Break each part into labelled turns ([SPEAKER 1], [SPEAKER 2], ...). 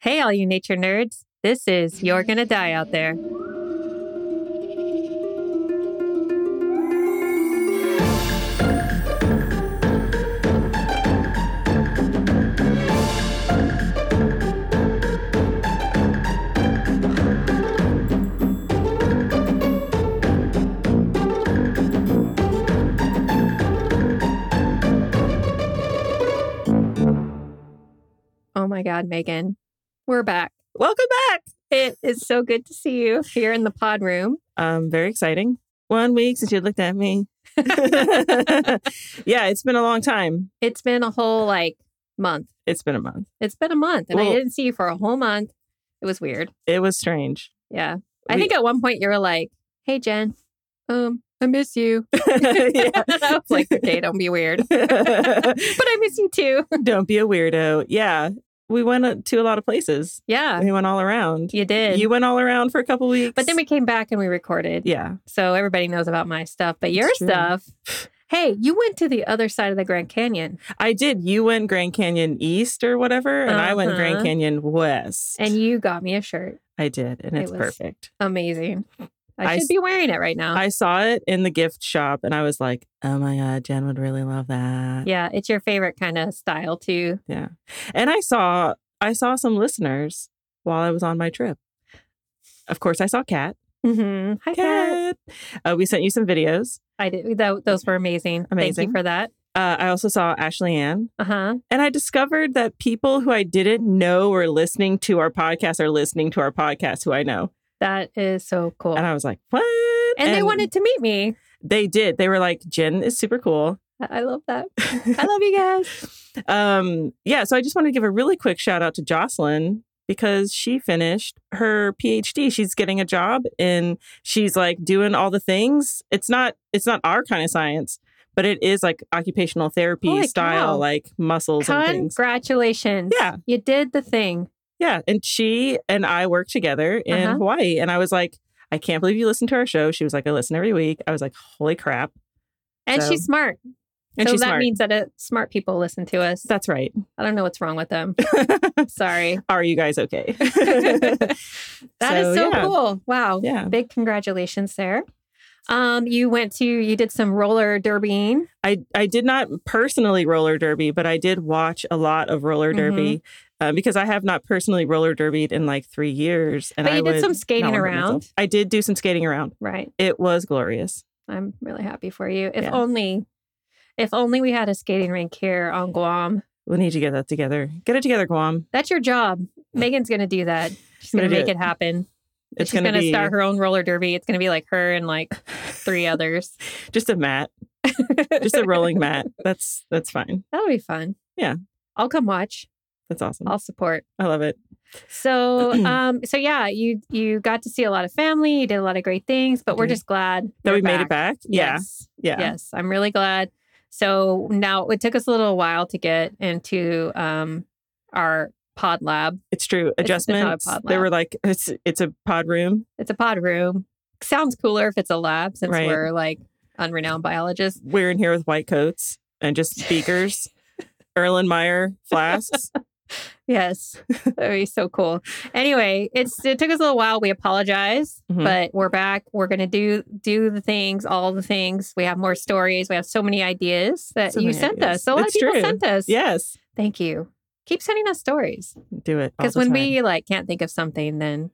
[SPEAKER 1] Hey, all you nature nerds. This is You're Gonna Die Out There. Oh my God, Megan. We're back.
[SPEAKER 2] Welcome back.
[SPEAKER 1] It is so good to see you here in the pod room.
[SPEAKER 2] Um, very exciting. One week since you looked at me. yeah, it's been a long time.
[SPEAKER 1] It's been a whole like month.
[SPEAKER 2] It's been a month.
[SPEAKER 1] It's been a month, and I
[SPEAKER 2] Well-
[SPEAKER 1] didn't see you for a whole month. It was weird.
[SPEAKER 2] It was strange.
[SPEAKER 1] Yeah. I
[SPEAKER 2] We-
[SPEAKER 1] think at one point you were like, Hey, Jen, um, I miss you.
[SPEAKER 2] Yeah.
[SPEAKER 1] I was like, Okay, don't be weird. But I miss you too.
[SPEAKER 2] Don't be a weirdo. Yeah, we went uh, to a lot of places.
[SPEAKER 1] Yeah,
[SPEAKER 2] We went all around.
[SPEAKER 1] you Uh, did.
[SPEAKER 2] You went all around for a couple weeks.
[SPEAKER 1] but then we came back and we recorded.
[SPEAKER 2] yeah,
[SPEAKER 1] So everybody knows about my stuff, but your
[SPEAKER 2] It's true.
[SPEAKER 1] stuff. Hey, you went to the other side of the Grand Canyon
[SPEAKER 2] I did. You went Grand Canyon East or whatever, and I went
[SPEAKER 1] Uh-huh.
[SPEAKER 2] Grand Canyon West.
[SPEAKER 1] and you got me a shirt.
[SPEAKER 2] I did, and
[SPEAKER 1] It
[SPEAKER 2] it's
[SPEAKER 1] was-
[SPEAKER 2] perfect.
[SPEAKER 1] Amazing. I,
[SPEAKER 2] I
[SPEAKER 1] should
[SPEAKER 2] s-
[SPEAKER 1] be wearing it right now.
[SPEAKER 2] I saw it in the gift shop, and I was like, "Oh my god, Jen would really love that."
[SPEAKER 1] yeah, it's your favorite kind of style too.
[SPEAKER 2] Yeah. And I saw I saw some listeners while I was on my trip. Of course, I saw Kat.
[SPEAKER 1] Mm-hmm. Hi, Kat.
[SPEAKER 2] Kat. Uh, we sent you some videos.
[SPEAKER 1] I did. That, those were amazing. Thank you
[SPEAKER 2] Amazing.
[SPEAKER 1] for that.
[SPEAKER 2] Uh, I also saw Ashley Ann.
[SPEAKER 1] Uh huh.
[SPEAKER 2] And I discovered that people who I didn't know were listening to our podcast are listening to our podcast who I know.
[SPEAKER 1] That is so cool.
[SPEAKER 2] And I was like, what?
[SPEAKER 1] and, they wanted to meet me.
[SPEAKER 2] They did. They were like, Jen is super cool.
[SPEAKER 1] I I love that. I love you guys.
[SPEAKER 2] um, yeah. So I just want to give a really quick shout out to Jocelyn because she finished her PhD. She's getting a job and she's like doing all the things. It's not it's not our kind of science, but it is like occupational therapy
[SPEAKER 1] Holy
[SPEAKER 2] style,
[SPEAKER 1] cow.
[SPEAKER 2] like muscles and things.
[SPEAKER 1] Congratulations.
[SPEAKER 2] Yeah.
[SPEAKER 1] You did the thing.
[SPEAKER 2] Yeah. And she and I work together in
[SPEAKER 1] Uh-huh.
[SPEAKER 2] Hawaii. And I was like, I can't believe you listen to our show. She was like, I listen every week. I was like, holy crap.
[SPEAKER 1] And
[SPEAKER 2] So-
[SPEAKER 1] she's smart.
[SPEAKER 2] And
[SPEAKER 1] so
[SPEAKER 2] she's
[SPEAKER 1] that
[SPEAKER 2] smart.
[SPEAKER 1] means that uh smart people listen to us.
[SPEAKER 2] That's right.
[SPEAKER 1] I don't know what's wrong with them. Sorry.
[SPEAKER 2] Are you guys okay?
[SPEAKER 1] that is so,
[SPEAKER 2] yeah.
[SPEAKER 1] cool. Wow.
[SPEAKER 2] Yeah.
[SPEAKER 1] Big congratulations there. Um, you went to you did some roller derbying.
[SPEAKER 2] I I did not personally roller derby, but I did watch a lot of roller
[SPEAKER 1] Mhm.
[SPEAKER 2] derby uh, because I have not personally roller derbied in like three years. And
[SPEAKER 1] But
[SPEAKER 2] I
[SPEAKER 1] you did
[SPEAKER 2] would
[SPEAKER 1] some
[SPEAKER 2] not
[SPEAKER 1] skating
[SPEAKER 2] want to hurt
[SPEAKER 1] around.
[SPEAKER 2] myself. I did do some skating around.
[SPEAKER 1] Right.
[SPEAKER 2] It was glorious.
[SPEAKER 1] I'm really happy for you. If
[SPEAKER 2] Yeah.
[SPEAKER 1] only if only we had a skating rink here on Guam.
[SPEAKER 2] We need to get that together. Get it together, Guam.
[SPEAKER 1] That's your job. Megan's gonna do that. She's
[SPEAKER 2] I'm
[SPEAKER 1] gonna,
[SPEAKER 2] gonna do
[SPEAKER 1] make it, happen.
[SPEAKER 2] It's
[SPEAKER 1] She's
[SPEAKER 2] going to
[SPEAKER 1] gonna
[SPEAKER 2] be
[SPEAKER 1] start her own roller derby. It's gonna be like her and like three others.
[SPEAKER 2] just a mat, just a rolling mat. That's that's fine.
[SPEAKER 1] That'll be fun.
[SPEAKER 2] Yeah.
[SPEAKER 1] I'll come watch.
[SPEAKER 2] That's awesome.
[SPEAKER 1] I'll support.
[SPEAKER 2] I love it.
[SPEAKER 1] So um so yeah, you you got to see a lot of family, you did a lot of great things, but we're
[SPEAKER 2] did.
[SPEAKER 1] just glad
[SPEAKER 2] Mm-hmm. That
[SPEAKER 1] you're
[SPEAKER 2] we made it back. Yeah.
[SPEAKER 1] Yes.
[SPEAKER 2] Yeah.
[SPEAKER 1] Yes. I'm really glad. So now it took us a little while to get into um our pod lab.
[SPEAKER 2] It's true.
[SPEAKER 1] it's not a
[SPEAKER 2] Adjustments.
[SPEAKER 1] pod
[SPEAKER 2] they
[SPEAKER 1] lab.
[SPEAKER 2] were like it's it's a pod room.
[SPEAKER 1] It's a pod room. Sounds cooler if it's a lab since
[SPEAKER 2] Right.
[SPEAKER 1] we're like unrenowned biologists.
[SPEAKER 2] We're in here with white coats and just speakers, Erlenmeyer flasks.
[SPEAKER 1] Yes. That would be so cool. Anyway, it's it took us a little while. We apologize,
[SPEAKER 2] Mhm.
[SPEAKER 1] but we're back. We're gonna do do the things, all the things. We have more stories. We have so many ideas that
[SPEAKER 2] So
[SPEAKER 1] you
[SPEAKER 2] many
[SPEAKER 1] sent
[SPEAKER 2] ideas.
[SPEAKER 1] us. So a lot
[SPEAKER 2] It's
[SPEAKER 1] of people
[SPEAKER 2] true.
[SPEAKER 1] sent us.
[SPEAKER 2] Yes,
[SPEAKER 1] Thank you. Keep sending us stories.
[SPEAKER 2] do it. all
[SPEAKER 1] Because
[SPEAKER 2] the
[SPEAKER 1] when
[SPEAKER 2] time.
[SPEAKER 1] we like can't think of something, then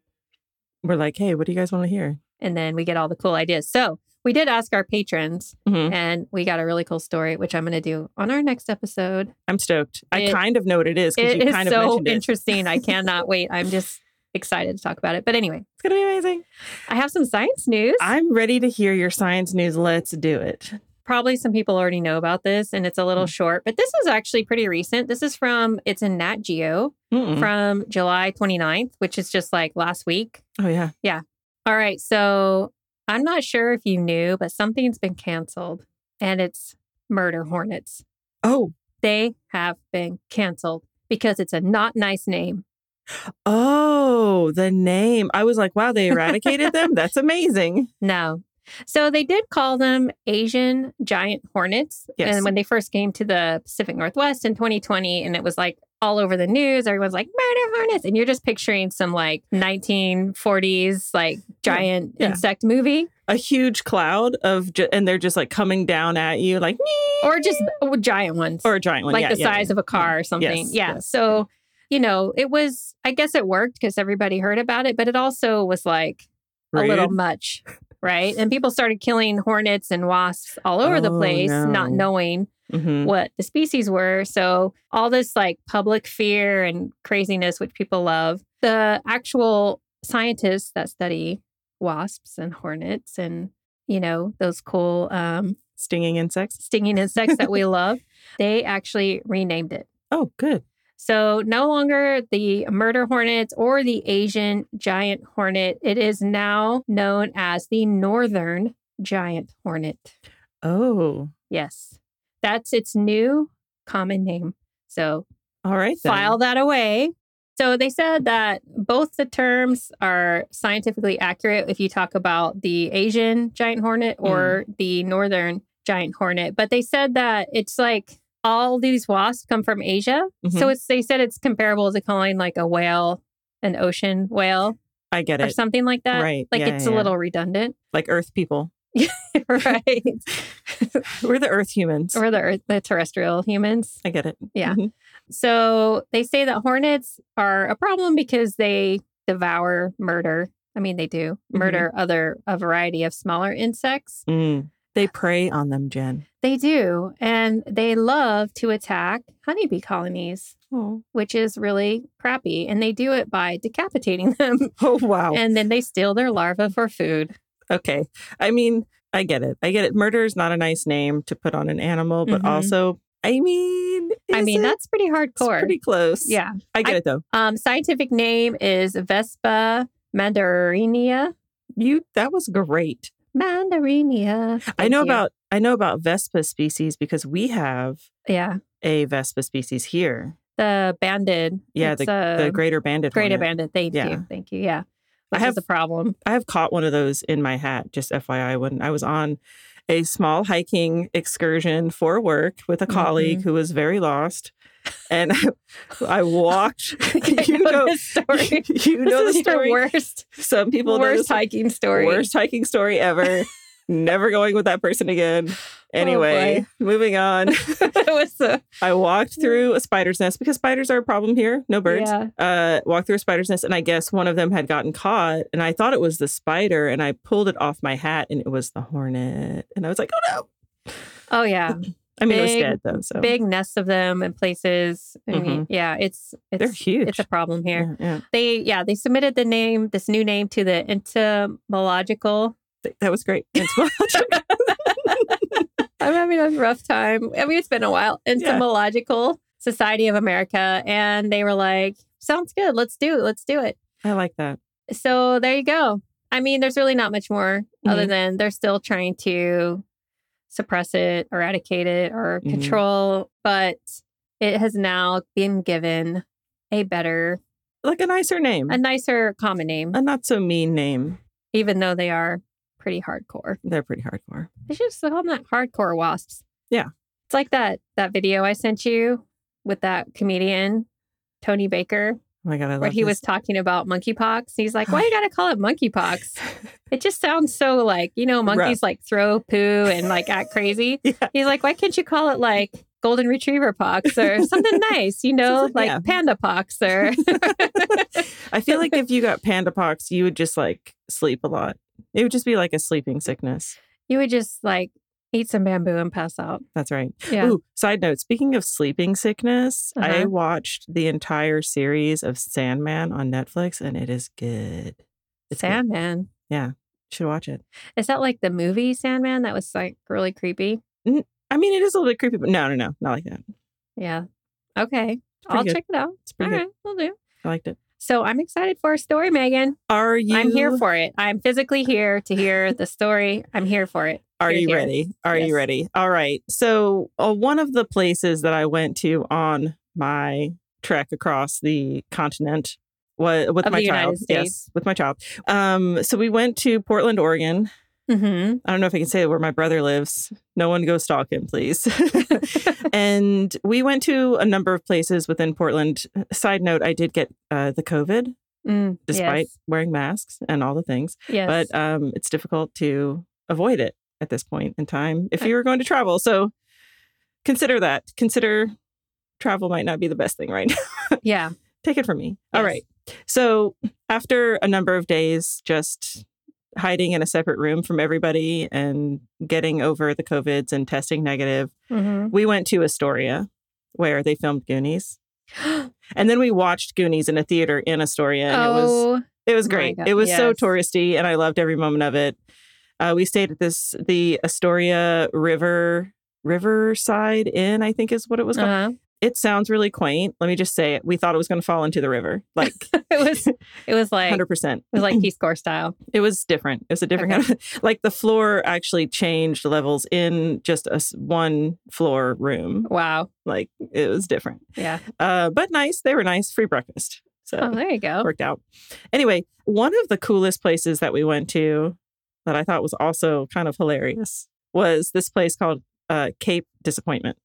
[SPEAKER 2] we're like, hey, what do you guys want to hear?
[SPEAKER 1] and then we get all the cool ideas. So we did ask our patrons
[SPEAKER 2] Mhm.
[SPEAKER 1] and we got a really cool story, which I'm gonna do on our next episode.
[SPEAKER 2] I'm stoked. I
[SPEAKER 1] It-
[SPEAKER 2] kind of know what it is because
[SPEAKER 1] It
[SPEAKER 2] you
[SPEAKER 1] is
[SPEAKER 2] kind of
[SPEAKER 1] so
[SPEAKER 2] mentioned it.
[SPEAKER 1] interesting. I cannot wait. I'm just excited to talk about it. But anyway,
[SPEAKER 2] It's gonna be amazing.
[SPEAKER 1] I have some science news.
[SPEAKER 2] I'm ready to hear your science news. Let's do it.
[SPEAKER 1] Probably some people already know about this and it's a
[SPEAKER 2] Mm.
[SPEAKER 1] little short, but this is actually pretty recent. This is from, it's in Nat Geo
[SPEAKER 2] Mm-mm.
[SPEAKER 1] from July 29th, which is just like last week.
[SPEAKER 2] oh yeah,
[SPEAKER 1] All right. So I'm not sure if you knew, but something's been canceled and it's murder hornets.
[SPEAKER 2] Oh,
[SPEAKER 1] They have been canceled because it's a not nice name.
[SPEAKER 2] oh, the name. I was like, wow, they eradicated them. That's amazing.
[SPEAKER 1] No, So they did call them Asian giant hornets.
[SPEAKER 2] Yes.
[SPEAKER 1] And when they first came to the Pacific Northwest in 2020, and it was like all over the news, everyone's like, murder hornets. And you're just picturing some like 1940s, like giant
[SPEAKER 2] Yeah.
[SPEAKER 1] insect movie
[SPEAKER 2] A huge cloud of, ju- and they're just like coming down at you, like
[SPEAKER 1] or just oh, giant ones.
[SPEAKER 2] or a giant one,
[SPEAKER 1] like
[SPEAKER 2] yeah,
[SPEAKER 1] the
[SPEAKER 2] yeah,
[SPEAKER 1] size
[SPEAKER 2] yeah.
[SPEAKER 1] of a car or something.
[SPEAKER 2] Yes,
[SPEAKER 1] yeah.
[SPEAKER 2] yes.
[SPEAKER 1] So, you know, it was, I guess it worked because everybody heard about it, but it also was like a little
[SPEAKER 2] Rude.
[SPEAKER 1] much, right? And people started killing hornets and wasps all over the
[SPEAKER 2] Oh,
[SPEAKER 1] place, not
[SPEAKER 2] no.
[SPEAKER 1] knowing
[SPEAKER 2] Mhm.
[SPEAKER 1] what the species were. So, all this like public fear and craziness, which people love, the actual scientists that study wasps and hornets and, you know, those cool um,
[SPEAKER 2] stinging insects.
[SPEAKER 1] stinging insects that we love, they actually renamed it.
[SPEAKER 2] Oh, good.
[SPEAKER 1] So, no longer the murder hornets or the Asian giant hornet. It is now known as the northern giant hornet.
[SPEAKER 2] Oh,
[SPEAKER 1] Yes, that's its new common name. So,
[SPEAKER 2] all right. Then.
[SPEAKER 1] file that away. So, they said that both the terms are scientifically accurate if you talk about the Asian giant hornet or the northern giant hornet, but they said that it's like all these wasps come from Asia.
[SPEAKER 2] Mm-hmm.
[SPEAKER 1] So it's they said it's comparable to calling like a whale an ocean whale
[SPEAKER 2] I get
[SPEAKER 1] or
[SPEAKER 2] it.
[SPEAKER 1] something like that.
[SPEAKER 2] Right.
[SPEAKER 1] Like
[SPEAKER 2] Yeah,
[SPEAKER 1] it's
[SPEAKER 2] yeah,
[SPEAKER 1] a
[SPEAKER 2] yeah.
[SPEAKER 1] little redundant,
[SPEAKER 2] like Earth people.
[SPEAKER 1] right?
[SPEAKER 2] We're the Earth humans.
[SPEAKER 1] or the earth, the terrestrial humans.
[SPEAKER 2] I get it.
[SPEAKER 1] Yeah.
[SPEAKER 2] Mhm.
[SPEAKER 1] So they say that hornets are a problem because they devour, murder. I mean, they do
[SPEAKER 2] Mhm.
[SPEAKER 1] murder other a variety of smaller insects.
[SPEAKER 2] Mm. They prey on them, Jen.
[SPEAKER 1] They do, and they love to attack honeybee colonies,
[SPEAKER 2] Oh,
[SPEAKER 1] which is really crappy. And they do it by decapitating them.
[SPEAKER 2] oh wow.
[SPEAKER 1] and then they steal their larva for food.
[SPEAKER 2] okay. I mean, I get it. I get it. Murder is not a nice name to put on an animal, but
[SPEAKER 1] Mhm.
[SPEAKER 2] also, I mean,
[SPEAKER 1] I
[SPEAKER 2] is
[SPEAKER 1] mean,
[SPEAKER 2] it?
[SPEAKER 1] that's pretty
[SPEAKER 2] It's
[SPEAKER 1] hardcore.
[SPEAKER 2] pretty close.
[SPEAKER 1] yeah.
[SPEAKER 2] I get it though.
[SPEAKER 1] Um, scientific name is Vespa mandarinia.
[SPEAKER 2] You that was great.
[SPEAKER 1] Mandarinia.
[SPEAKER 2] I
[SPEAKER 1] Thank
[SPEAKER 2] know
[SPEAKER 1] you.
[SPEAKER 2] about I know about Vespa species because we have
[SPEAKER 1] yeah
[SPEAKER 2] a Vespa species here.
[SPEAKER 1] the banded.
[SPEAKER 2] Yeah,
[SPEAKER 1] It's, uh,
[SPEAKER 2] The greater banded.
[SPEAKER 1] great
[SPEAKER 2] hornet.
[SPEAKER 1] banded. Thank
[SPEAKER 2] Yeah.
[SPEAKER 1] you, thank you. Yeah,
[SPEAKER 2] I
[SPEAKER 1] which
[SPEAKER 2] have-
[SPEAKER 1] is a problem.
[SPEAKER 2] I have caught one of those in my hat, just FYI, when I was on a small hiking excursion for work with a colleague
[SPEAKER 1] Mm-hmm.
[SPEAKER 2] who was very lost. And I, I walked.
[SPEAKER 1] I
[SPEAKER 2] you
[SPEAKER 1] know
[SPEAKER 2] know,
[SPEAKER 1] this story.
[SPEAKER 2] you
[SPEAKER 1] this
[SPEAKER 2] know the
[SPEAKER 1] is
[SPEAKER 2] story.
[SPEAKER 1] your worst,
[SPEAKER 2] Some people know
[SPEAKER 1] worst
[SPEAKER 2] this one.
[SPEAKER 1] hiking story.
[SPEAKER 2] Worst hiking story ever. Never going with that person
[SPEAKER 1] Oh,
[SPEAKER 2] again. Anyway, moving on.
[SPEAKER 1] it was a,
[SPEAKER 2] I walked through a spider's nest because spiders are a problem here. No birds.
[SPEAKER 1] Yeah.
[SPEAKER 2] Uh, walked through a spider's nest, and I guess one of them had gotten caught, and I thought it was the spider, and I pulled it off my hat, and it was the hornet, and I was like, "Oh no!"
[SPEAKER 1] Oh yeah,
[SPEAKER 2] I mean, it was
[SPEAKER 1] Big-
[SPEAKER 2] dead though. So
[SPEAKER 1] big nests of them in places. I mean,
[SPEAKER 2] Mhm.
[SPEAKER 1] yeah, it's it's
[SPEAKER 2] they're huge.
[SPEAKER 1] it's a problem here.
[SPEAKER 2] Yeah, yeah.
[SPEAKER 1] they yeah they submitted the name this new name to the entomological
[SPEAKER 2] Th- That was great. It's-
[SPEAKER 1] i'm having a rough time i mean it's been a while entomological society of america and they were like sounds good let's do it let's do it
[SPEAKER 2] I like that.
[SPEAKER 1] so there you go i mean there's really not much more other
[SPEAKER 2] Mhm.
[SPEAKER 1] than they're still trying to suppress it eradicate it or
[SPEAKER 2] Mhm.
[SPEAKER 1] control but it has now been given a better
[SPEAKER 2] Like a nicer name,
[SPEAKER 1] a nicer common name
[SPEAKER 2] a not so mean name.
[SPEAKER 1] even though they are pretty hardcore
[SPEAKER 2] They're pretty hardcore.
[SPEAKER 1] They should just call them that hardcore wasps.
[SPEAKER 2] Yeah.
[SPEAKER 1] It's like that that video I sent you with that comedian Tony Baker,
[SPEAKER 2] Oh my god, I love
[SPEAKER 1] where he was talking about monkeypox. He's like, "Why you gotta call it monkeypox? It just sounds so like you know monkeys like throw poo and like act crazy."
[SPEAKER 2] Yeah.
[SPEAKER 1] He's like, "Why can't you call it like golden retriever pox or something nice? You know,
[SPEAKER 2] Something-
[SPEAKER 1] like
[SPEAKER 2] yeah.
[SPEAKER 1] panda pox or
[SPEAKER 2] I feel like if you got panda pox, you would just like sleep a lot. It would just be like a sleeping sickness.
[SPEAKER 1] you would just like eat some bamboo and pass out."
[SPEAKER 2] That's right.
[SPEAKER 1] Yeah.
[SPEAKER 2] Ooh, side note. Speaking of sleeping sickness, I
[SPEAKER 1] Uh-huh.
[SPEAKER 2] watched the entire series of Sandman on Netflix, and it is good. It's good.
[SPEAKER 1] Sandman.
[SPEAKER 2] Should watch it.
[SPEAKER 1] Is that like the movie Sandman that was like really creepy?
[SPEAKER 2] I mean, it is a little bit creepy, but no, no, no, not like that.
[SPEAKER 1] Yeah. Okay.
[SPEAKER 2] pretty
[SPEAKER 1] I'll
[SPEAKER 2] good.
[SPEAKER 1] check it out.
[SPEAKER 2] It's
[SPEAKER 1] All
[SPEAKER 2] pretty good.
[SPEAKER 1] right, we'll do.
[SPEAKER 2] I liked it.
[SPEAKER 1] So I'm excited for a story, Megan.
[SPEAKER 2] Are you?
[SPEAKER 1] I'm here for it. I'm physically here to hear the story. I'm here for it.
[SPEAKER 2] Are
[SPEAKER 1] You're
[SPEAKER 2] you
[SPEAKER 1] here.
[SPEAKER 2] ready? Are
[SPEAKER 1] Yes.
[SPEAKER 2] you ready? All right. So, uh, one of the places that I went to on my trek across the continent was with
[SPEAKER 1] Of
[SPEAKER 2] my
[SPEAKER 1] the United
[SPEAKER 2] child.
[SPEAKER 1] States.
[SPEAKER 2] Yes, with my child. Um, so we went to Portland, Oregon,
[SPEAKER 1] Mm-hmm.
[SPEAKER 2] I don't know if I can say where my brother lives. No one go stalk him, please. and we went to a number of places within Portland. Side note, I did get uh, the COVID
[SPEAKER 1] Mm,
[SPEAKER 2] despite wearing masks and all the things,
[SPEAKER 1] yes, yes.
[SPEAKER 2] but um, it's difficult to avoid it at this point in time if
[SPEAKER 1] Okay.
[SPEAKER 2] you were going to travel. So consider that. Consider travel might not be the best thing right now.
[SPEAKER 1] yeah,
[SPEAKER 2] Take it from me. All
[SPEAKER 1] Yes.
[SPEAKER 2] right. So after a number of days, just hiding in a separate room from everybody and getting over the COVIDs and testing negative,
[SPEAKER 1] hmm
[SPEAKER 2] we went to Astoria where they filmed Goonies. And then we watched Goonies in a theater in Astoria. And it was
[SPEAKER 1] oh,
[SPEAKER 2] it was
[SPEAKER 1] My
[SPEAKER 2] great.
[SPEAKER 1] God,
[SPEAKER 2] It was so
[SPEAKER 1] yes.
[SPEAKER 2] touristy, and I loved every moment of it. Uh, we stayed at this the Astoria River Riverside Inn, I think is what it was called.
[SPEAKER 1] uh-huh.
[SPEAKER 2] It sounds really quaint. Let me just say it. We thought it was going to fall into the river, like
[SPEAKER 1] Oh, uh-huh. it was it was like
[SPEAKER 2] hundred percent.
[SPEAKER 1] it was like Peace Corps style.
[SPEAKER 2] It was different. It was a different
[SPEAKER 1] Okay.
[SPEAKER 2] kind of like the floor actually changed levels in just a s- one floor room.
[SPEAKER 1] Wow.
[SPEAKER 2] Like it was different,
[SPEAKER 1] Yeah.
[SPEAKER 2] uh, but nice. They were nice. Free breakfast. So
[SPEAKER 1] Oh, there you go.
[SPEAKER 2] worked out. Anyway, one of the coolest places that we went to that I thought was also kind of hilarious was this place called uh, Cape Disappointment.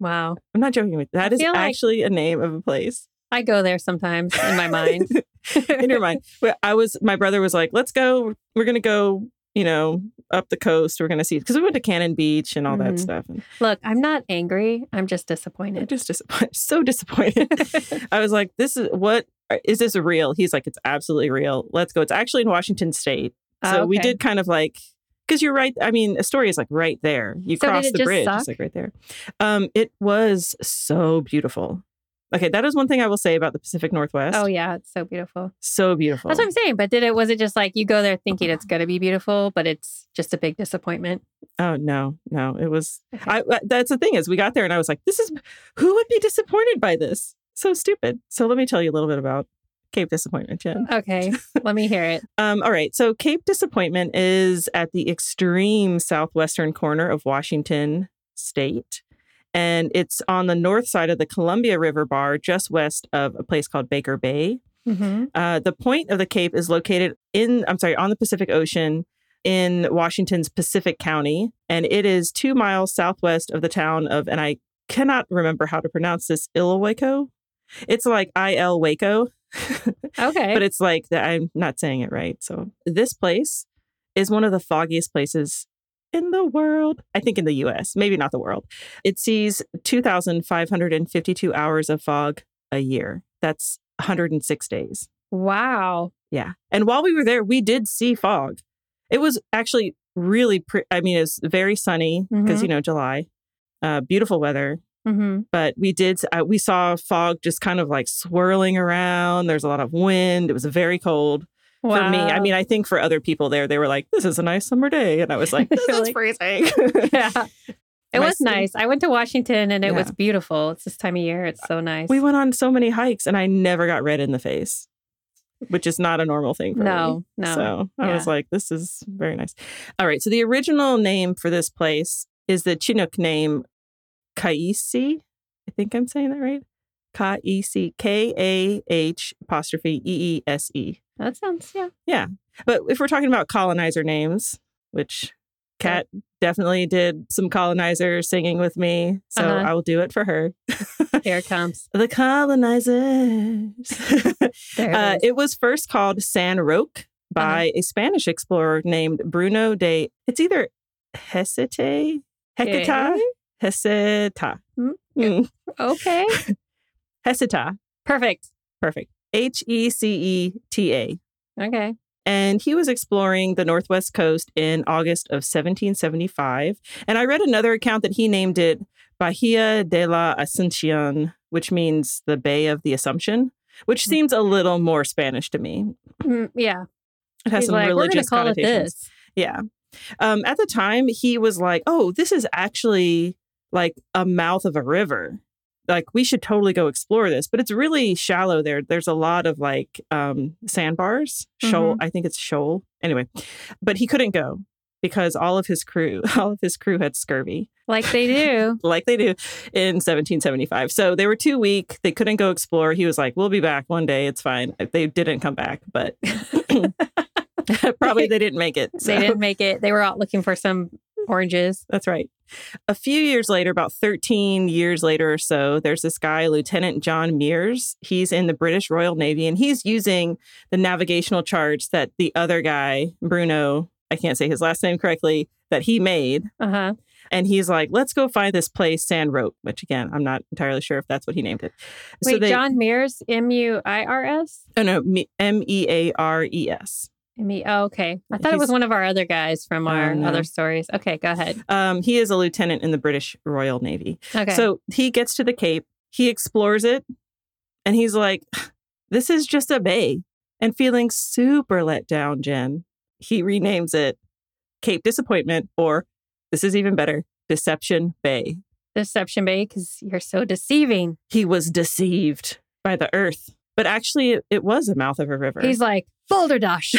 [SPEAKER 1] Wow.
[SPEAKER 2] I'm not joking with that is
[SPEAKER 1] feel like-
[SPEAKER 2] actually a name of a place
[SPEAKER 1] I go there sometimes in my mind.
[SPEAKER 2] in your mind. But I was my brother was like, "Let's go. We're gonna go." You know, up the coast, we're gonna see because we went to Cannon Beach and all
[SPEAKER 1] Mhm.
[SPEAKER 2] that stuff. And
[SPEAKER 1] Look, I'm not angry. I'm just
[SPEAKER 2] I'm
[SPEAKER 1] disappointed.
[SPEAKER 2] just disappointed, so disappointed. I was like, "This is what uh, is this real?" He's like, "It's absolutely real. Let's go." It's actually in Washington State. So we
[SPEAKER 1] Oh, Okay.
[SPEAKER 2] did kind of like because you're right. I mean, Astoria is like right there. You
[SPEAKER 1] So did
[SPEAKER 2] cross
[SPEAKER 1] it
[SPEAKER 2] the
[SPEAKER 1] just
[SPEAKER 2] bridge,
[SPEAKER 1] suck?
[SPEAKER 2] it's like right there. Um, it was so beautiful. Okay, that is one thing I will say about the Pacific Northwest.
[SPEAKER 1] Oh yeah, it's so beautiful.
[SPEAKER 2] so beautiful.
[SPEAKER 1] That's what I'm saying. But did it? Was it just like you go there thinking it's gonna be beautiful, but it's just a big disappointment?
[SPEAKER 2] oh no, no, it was.
[SPEAKER 1] Okay.
[SPEAKER 2] I, I- that's the thing is we got there and I was like, this is who would be disappointed by this? So stupid. So let me tell you a little bit about Cape Disappointment, Jen.
[SPEAKER 1] Okay, let me hear it.
[SPEAKER 2] Um, all right. So Cape Disappointment is at the extreme southwestern corner of Washington state. And it's on the north side of the Columbia River Bar, just west of a place called Baker Bay.
[SPEAKER 1] Mhm.
[SPEAKER 2] Uh, the point of the Cape is located in, I'm sorry, on the Pacific Ocean in Washington's Pacific County. And it is two miles southwest of the town of, and I cannot remember how to pronounce this, Ilwaco. It's like I L Waco.
[SPEAKER 1] Okay.
[SPEAKER 2] But it's like that I'm not saying it right. So this place is one of the foggiest places in the world. I think in the US, maybe not the world. It sees 2,552 hours of fog a year. That's 106 days.
[SPEAKER 1] wow.
[SPEAKER 2] Yeah. And while we were there, we did see fog. It was actually really pretty. I mean, it was very sunny because,
[SPEAKER 1] Mhm.
[SPEAKER 2] you know, July, uh, beautiful weather
[SPEAKER 1] hmm
[SPEAKER 2] but we did uh, we saw fog just kind of like swirling around there's a lot of wind it was very cold
[SPEAKER 1] Wow.
[SPEAKER 2] for me i mean i think for other people there they were like this is a nice summer day and i was like this
[SPEAKER 1] You're
[SPEAKER 2] is
[SPEAKER 1] like-
[SPEAKER 2] freezing
[SPEAKER 1] yeah. It
[SPEAKER 2] My
[SPEAKER 1] was
[SPEAKER 2] sleep-
[SPEAKER 1] nice. I went to Washington and it
[SPEAKER 2] Yeah.
[SPEAKER 1] was beautiful. It's this time of year. It's so nice.
[SPEAKER 2] we went on so many hikes and i never got red in the face which is not a normal thing for me
[SPEAKER 1] no, no.
[SPEAKER 2] so i was
[SPEAKER 1] Yeah.
[SPEAKER 2] like this is very nice all right so the original name for this place is the chinook name kaisi i think i'm saying that right kaisi k-a-h apostrophe E e-e-s-e
[SPEAKER 1] that sounds yeah.
[SPEAKER 2] But if we're talking about colonizer names, which Kat definitely did some colonizer singing with me, so
[SPEAKER 1] Uh-huh.
[SPEAKER 2] I will do it for her.
[SPEAKER 1] Here it comes.
[SPEAKER 2] the colonizers.
[SPEAKER 1] There it
[SPEAKER 2] uh,
[SPEAKER 1] is. Uh-huh.
[SPEAKER 2] it was first called San Roque by a Spanish explorer named Bruno de. It's either Hecate, Hecata, Heceta,
[SPEAKER 1] Mm,
[SPEAKER 2] Mm,
[SPEAKER 1] Okay.
[SPEAKER 2] Heceta.
[SPEAKER 1] Perfect.
[SPEAKER 2] Perfect. H e c e t a.
[SPEAKER 1] Okay.
[SPEAKER 2] and he was exploring the northwest coast in August of 1775. And I read another account that he named it Bahia de la Asuncion, which means the Bay of the Assumption,
[SPEAKER 1] Mm-hmm.
[SPEAKER 2] which seems a little more Spanish to me.
[SPEAKER 1] Mm, yeah.
[SPEAKER 2] It has
[SPEAKER 1] He's
[SPEAKER 2] some
[SPEAKER 1] like, we're gonna
[SPEAKER 2] religious
[SPEAKER 1] call it
[SPEAKER 2] connotations.
[SPEAKER 1] this.
[SPEAKER 2] Yeah. Um, at the time, he was like, "Oh, this is actually like a mouth of a river. Like we should totally go explore this." But it's really shallow there. There's a lot of like um, sandbars, shoal. I think it's shoal. Anyway, but he couldn't go because all of his crew, all of his crew had scurvy,
[SPEAKER 1] Like they do.
[SPEAKER 2] like they do in 1775. So they were too weak. They couldn't go explore. He was like, "We'll be back one day. It's fine." They didn't come back, but Probably they didn't make it. so.
[SPEAKER 1] They didn't make it. They were out looking for some oranges.
[SPEAKER 2] That's right. A few years later, about 13 years later or so, there's this guy, Lieutenant John Mears. He's in the British Royal Navy and he's using the navigational charts that the other guy, Bruno, I can't say his last name correctly, that he made.
[SPEAKER 1] Uh huh.
[SPEAKER 2] And he's like, let's go find this place, Sand Rope, which again, I'm not entirely sure if that's what he named it.
[SPEAKER 1] Wait,
[SPEAKER 2] they-
[SPEAKER 1] John Mears, M U I R S?
[SPEAKER 2] Oh, no, Me- M E A R E S.
[SPEAKER 1] M E. Oh, okay. I thought it was
[SPEAKER 2] He's-
[SPEAKER 1] one of our other guys from our
[SPEAKER 2] Oh, no.
[SPEAKER 1] other stories. Okay, go ahead.
[SPEAKER 2] Um, he is a lieutenant in the British Royal Navy.
[SPEAKER 1] Okay.
[SPEAKER 2] So he gets to the Cape, he explores it, and he's like, this is just a bay. And feeling super let down, Jen, he renames it Cape Disappointment, or this is even better, Deception Bay.
[SPEAKER 1] Deception Bay, because you're so deceiving.
[SPEAKER 2] He was deceived by the earth, but actually, it, it was the mouth of a river.
[SPEAKER 1] He's like, Folderdash.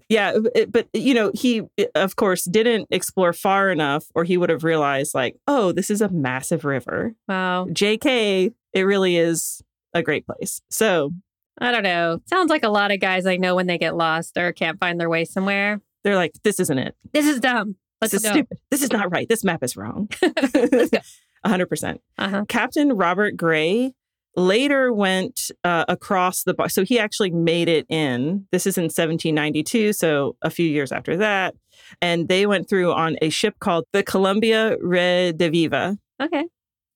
[SPEAKER 2] yeah, it- but you know, he of course didn't explore far enough, or he would have realized, like, oh, this is a massive river.
[SPEAKER 1] wow.
[SPEAKER 2] JK, it really is a great place. So
[SPEAKER 1] I don't know. Sounds like a lot of guys I know when they get lost or can't find their way somewhere.
[SPEAKER 2] they're like, this isn't it.
[SPEAKER 1] This is dumb. Let's
[SPEAKER 2] this is
[SPEAKER 1] go.
[SPEAKER 2] stupid. This is not right. This map is wrong.
[SPEAKER 1] go.
[SPEAKER 2] 100%.
[SPEAKER 1] Uh-huh.
[SPEAKER 2] Captain Robert Gray later went uh, across the bar. So he actually made it in. This is in 1792, so a few years after that. And they went through on a ship called the Columbia Rediviva.
[SPEAKER 1] Okay.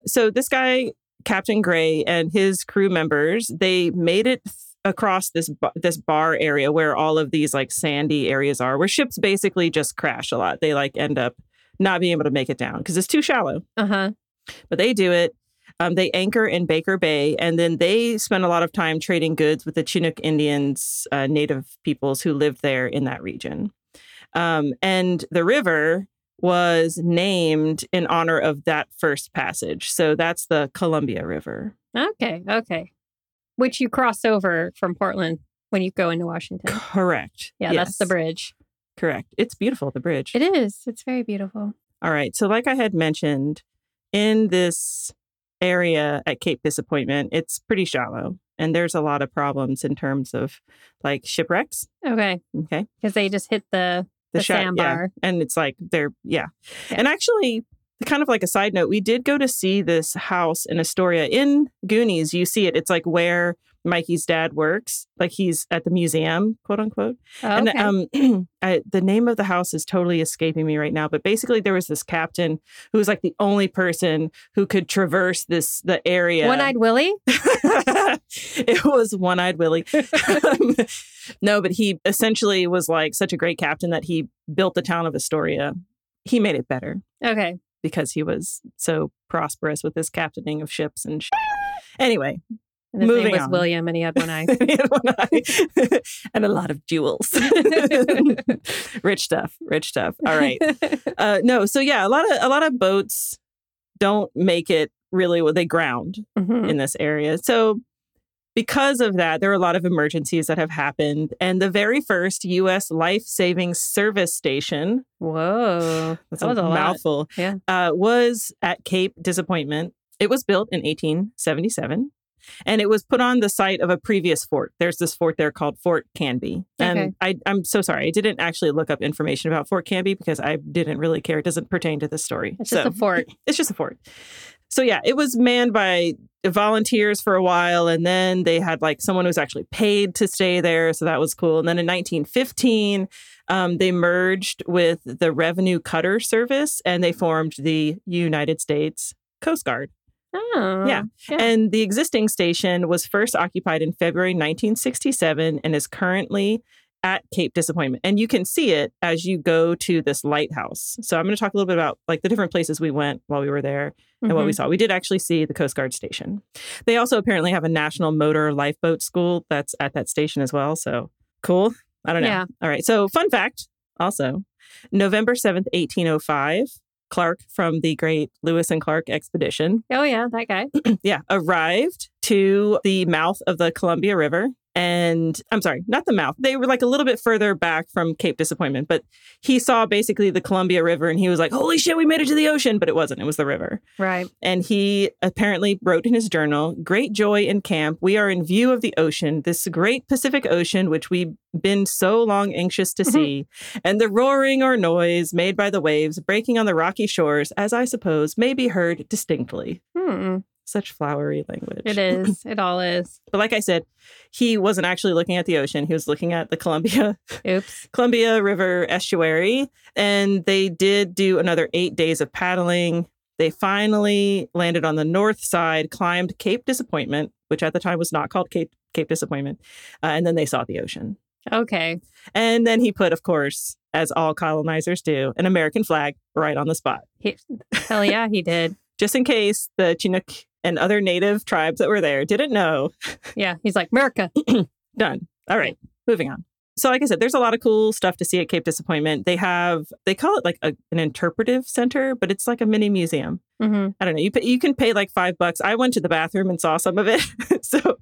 [SPEAKER 2] So this guy, Captain Gray, and his crew members, they made it th- across this ba- this bar area where all of these like sandy areas are, where ships basically just crash a lot. They like end up not being able to make it down because it's too shallow
[SPEAKER 1] Uh-huh.
[SPEAKER 2] but they do it. Um, they anchor in Baker Bay, and then they spend a lot of time trading goods with the Chinook Indians, uh, native peoples who lived there in that region. Um, and the river was named in honor of that first passage. So that's the Columbia River.
[SPEAKER 1] Okay. Okay. Which you cross over from Portland when you go into Washington.
[SPEAKER 2] Correct.
[SPEAKER 1] Yeah, that's the
[SPEAKER 2] Yes,
[SPEAKER 1] bridge.
[SPEAKER 2] Correct. It's beautiful, the bridge.
[SPEAKER 1] It is. It's very beautiful.
[SPEAKER 2] All right. So, like I had mentioned, in this area at Cape Disappointment, it's pretty shallow and there's a lot of problems in terms of like shipwrecks.
[SPEAKER 1] Okay.
[SPEAKER 2] Okay.
[SPEAKER 1] Because they just hit the the,
[SPEAKER 2] sha- Yeah.
[SPEAKER 1] sandbar.
[SPEAKER 2] And it's like they're, yeah. And actually, kind of like a side note, we did go to see this house in Astoria in Goonies. You see it. It's like where Mikey's dad works. Like he's at the museum, quote unquote.
[SPEAKER 1] Oh,
[SPEAKER 2] And
[SPEAKER 1] okay.
[SPEAKER 2] um, I, the name of the house is totally escaping me right now. But basically, there was this captain who was like the only person who could traverse this the area.
[SPEAKER 1] One eyed Willie?
[SPEAKER 2] it was one eyed Willie. Um, no, but he essentially was like such a great captain that he built the town of Astoria. He made it better
[SPEAKER 1] Okay.
[SPEAKER 2] because he was so prosperous with his captaining of ships and. Sh- anyway,
[SPEAKER 1] And his
[SPEAKER 2] Moving
[SPEAKER 1] name was
[SPEAKER 2] on.
[SPEAKER 1] William and he had one eye.
[SPEAKER 2] and one eye. and a lot of jewels. rich stuff, rich stuff. All right. Uh, no, so yeah, a lot of a lot of boats don't make it really well, they ground
[SPEAKER 1] Mhm.
[SPEAKER 2] in this area. So because of that, there are a lot of emergencies that have happened. And the very first US life saving service station,
[SPEAKER 1] Whoa.
[SPEAKER 2] that's
[SPEAKER 1] That was a
[SPEAKER 2] a,
[SPEAKER 1] lot.
[SPEAKER 2] mouthful,
[SPEAKER 1] Yeah.
[SPEAKER 2] uh, was at Cape Disappointment. It was built in 1877 and it was put on the site of a previous fort. There's this fort there called Fort Canby. And
[SPEAKER 1] Okay.
[SPEAKER 2] I, I'm so sorry, I didn't actually look up information about Fort Canby because I didn't really care. It doesn't pertain to this story.
[SPEAKER 1] It's
[SPEAKER 2] so,
[SPEAKER 1] just a fort.
[SPEAKER 2] it's just a fort. So yeah, it was manned by volunteers for a while, and then they had like someone who was actually paid to stay there, so that was cool. And then in 1915, um, they merged with the Revenue Cutter Service, and they formed the United States Coast Guard.
[SPEAKER 1] Oh.
[SPEAKER 2] Yeah.
[SPEAKER 1] Yeah.
[SPEAKER 2] And the existing station was first occupied in February 1967 and is currently at Cape Disappointment. And you can see it as you go to this lighthouse. So I'm going to talk a little bit about like the different places we went while we were there and
[SPEAKER 1] Mm-hmm.
[SPEAKER 2] what we saw. We did actually see the Coast Guard station. They also apparently have a National Motor Lifeboat School that's at that station as well. So cool. I don't know.
[SPEAKER 1] Yeah.
[SPEAKER 2] All right. So, fun fact also, November 7th, 1805, Clark from the great Lewis and Clark expedition
[SPEAKER 1] Oh, yeah. That guy.
[SPEAKER 2] yeah, arrived to the mouth of the Columbia River and I'm sorry, not the mouth. They were like a little bit further back from Cape Disappointment, but he saw basically the Columbia River and he was like, holy shit, we made it to the ocean. But it wasn't, it was the river.
[SPEAKER 1] Right.
[SPEAKER 2] And he apparently wrote in his journal Great joy in camp. We are in view of the ocean, this great Pacific Ocean, which we've been so long anxious to
[SPEAKER 1] Mhm.
[SPEAKER 2] see, and the roaring or noise made by the waves breaking on the rocky shores, as I suppose, may be heard distinctly.
[SPEAKER 1] Hmm.
[SPEAKER 2] Such flowery language.
[SPEAKER 1] It is. It all is.
[SPEAKER 2] But like I said, he wasn't actually looking at the ocean. He was looking at the Columbia
[SPEAKER 1] Oops.
[SPEAKER 2] Columbia River estuary. And they did do another eight days of paddling. They finally landed on the north side, climbed Cape Disappointment, which at the time was not called Cape Cape Disappointment, uh, and then they saw the ocean.
[SPEAKER 1] Okay.
[SPEAKER 2] And then he put, of course, as all colonizers do, an American flag right on the spot,
[SPEAKER 1] He, hell yeah, he did.
[SPEAKER 2] just in case the Chinook and other native tribes that were there didn't know
[SPEAKER 1] Yeah. He's like, America.
[SPEAKER 2] Done. All right, moving on. So, like I said, there's a lot of cool stuff to see at Cape Disappointment. They have they call it like a, an interpretive center, but it's like a mini museum.
[SPEAKER 1] hmm
[SPEAKER 2] I don't know. You pay, you can pay like five bucks. I went to the bathroom and saw some of it, so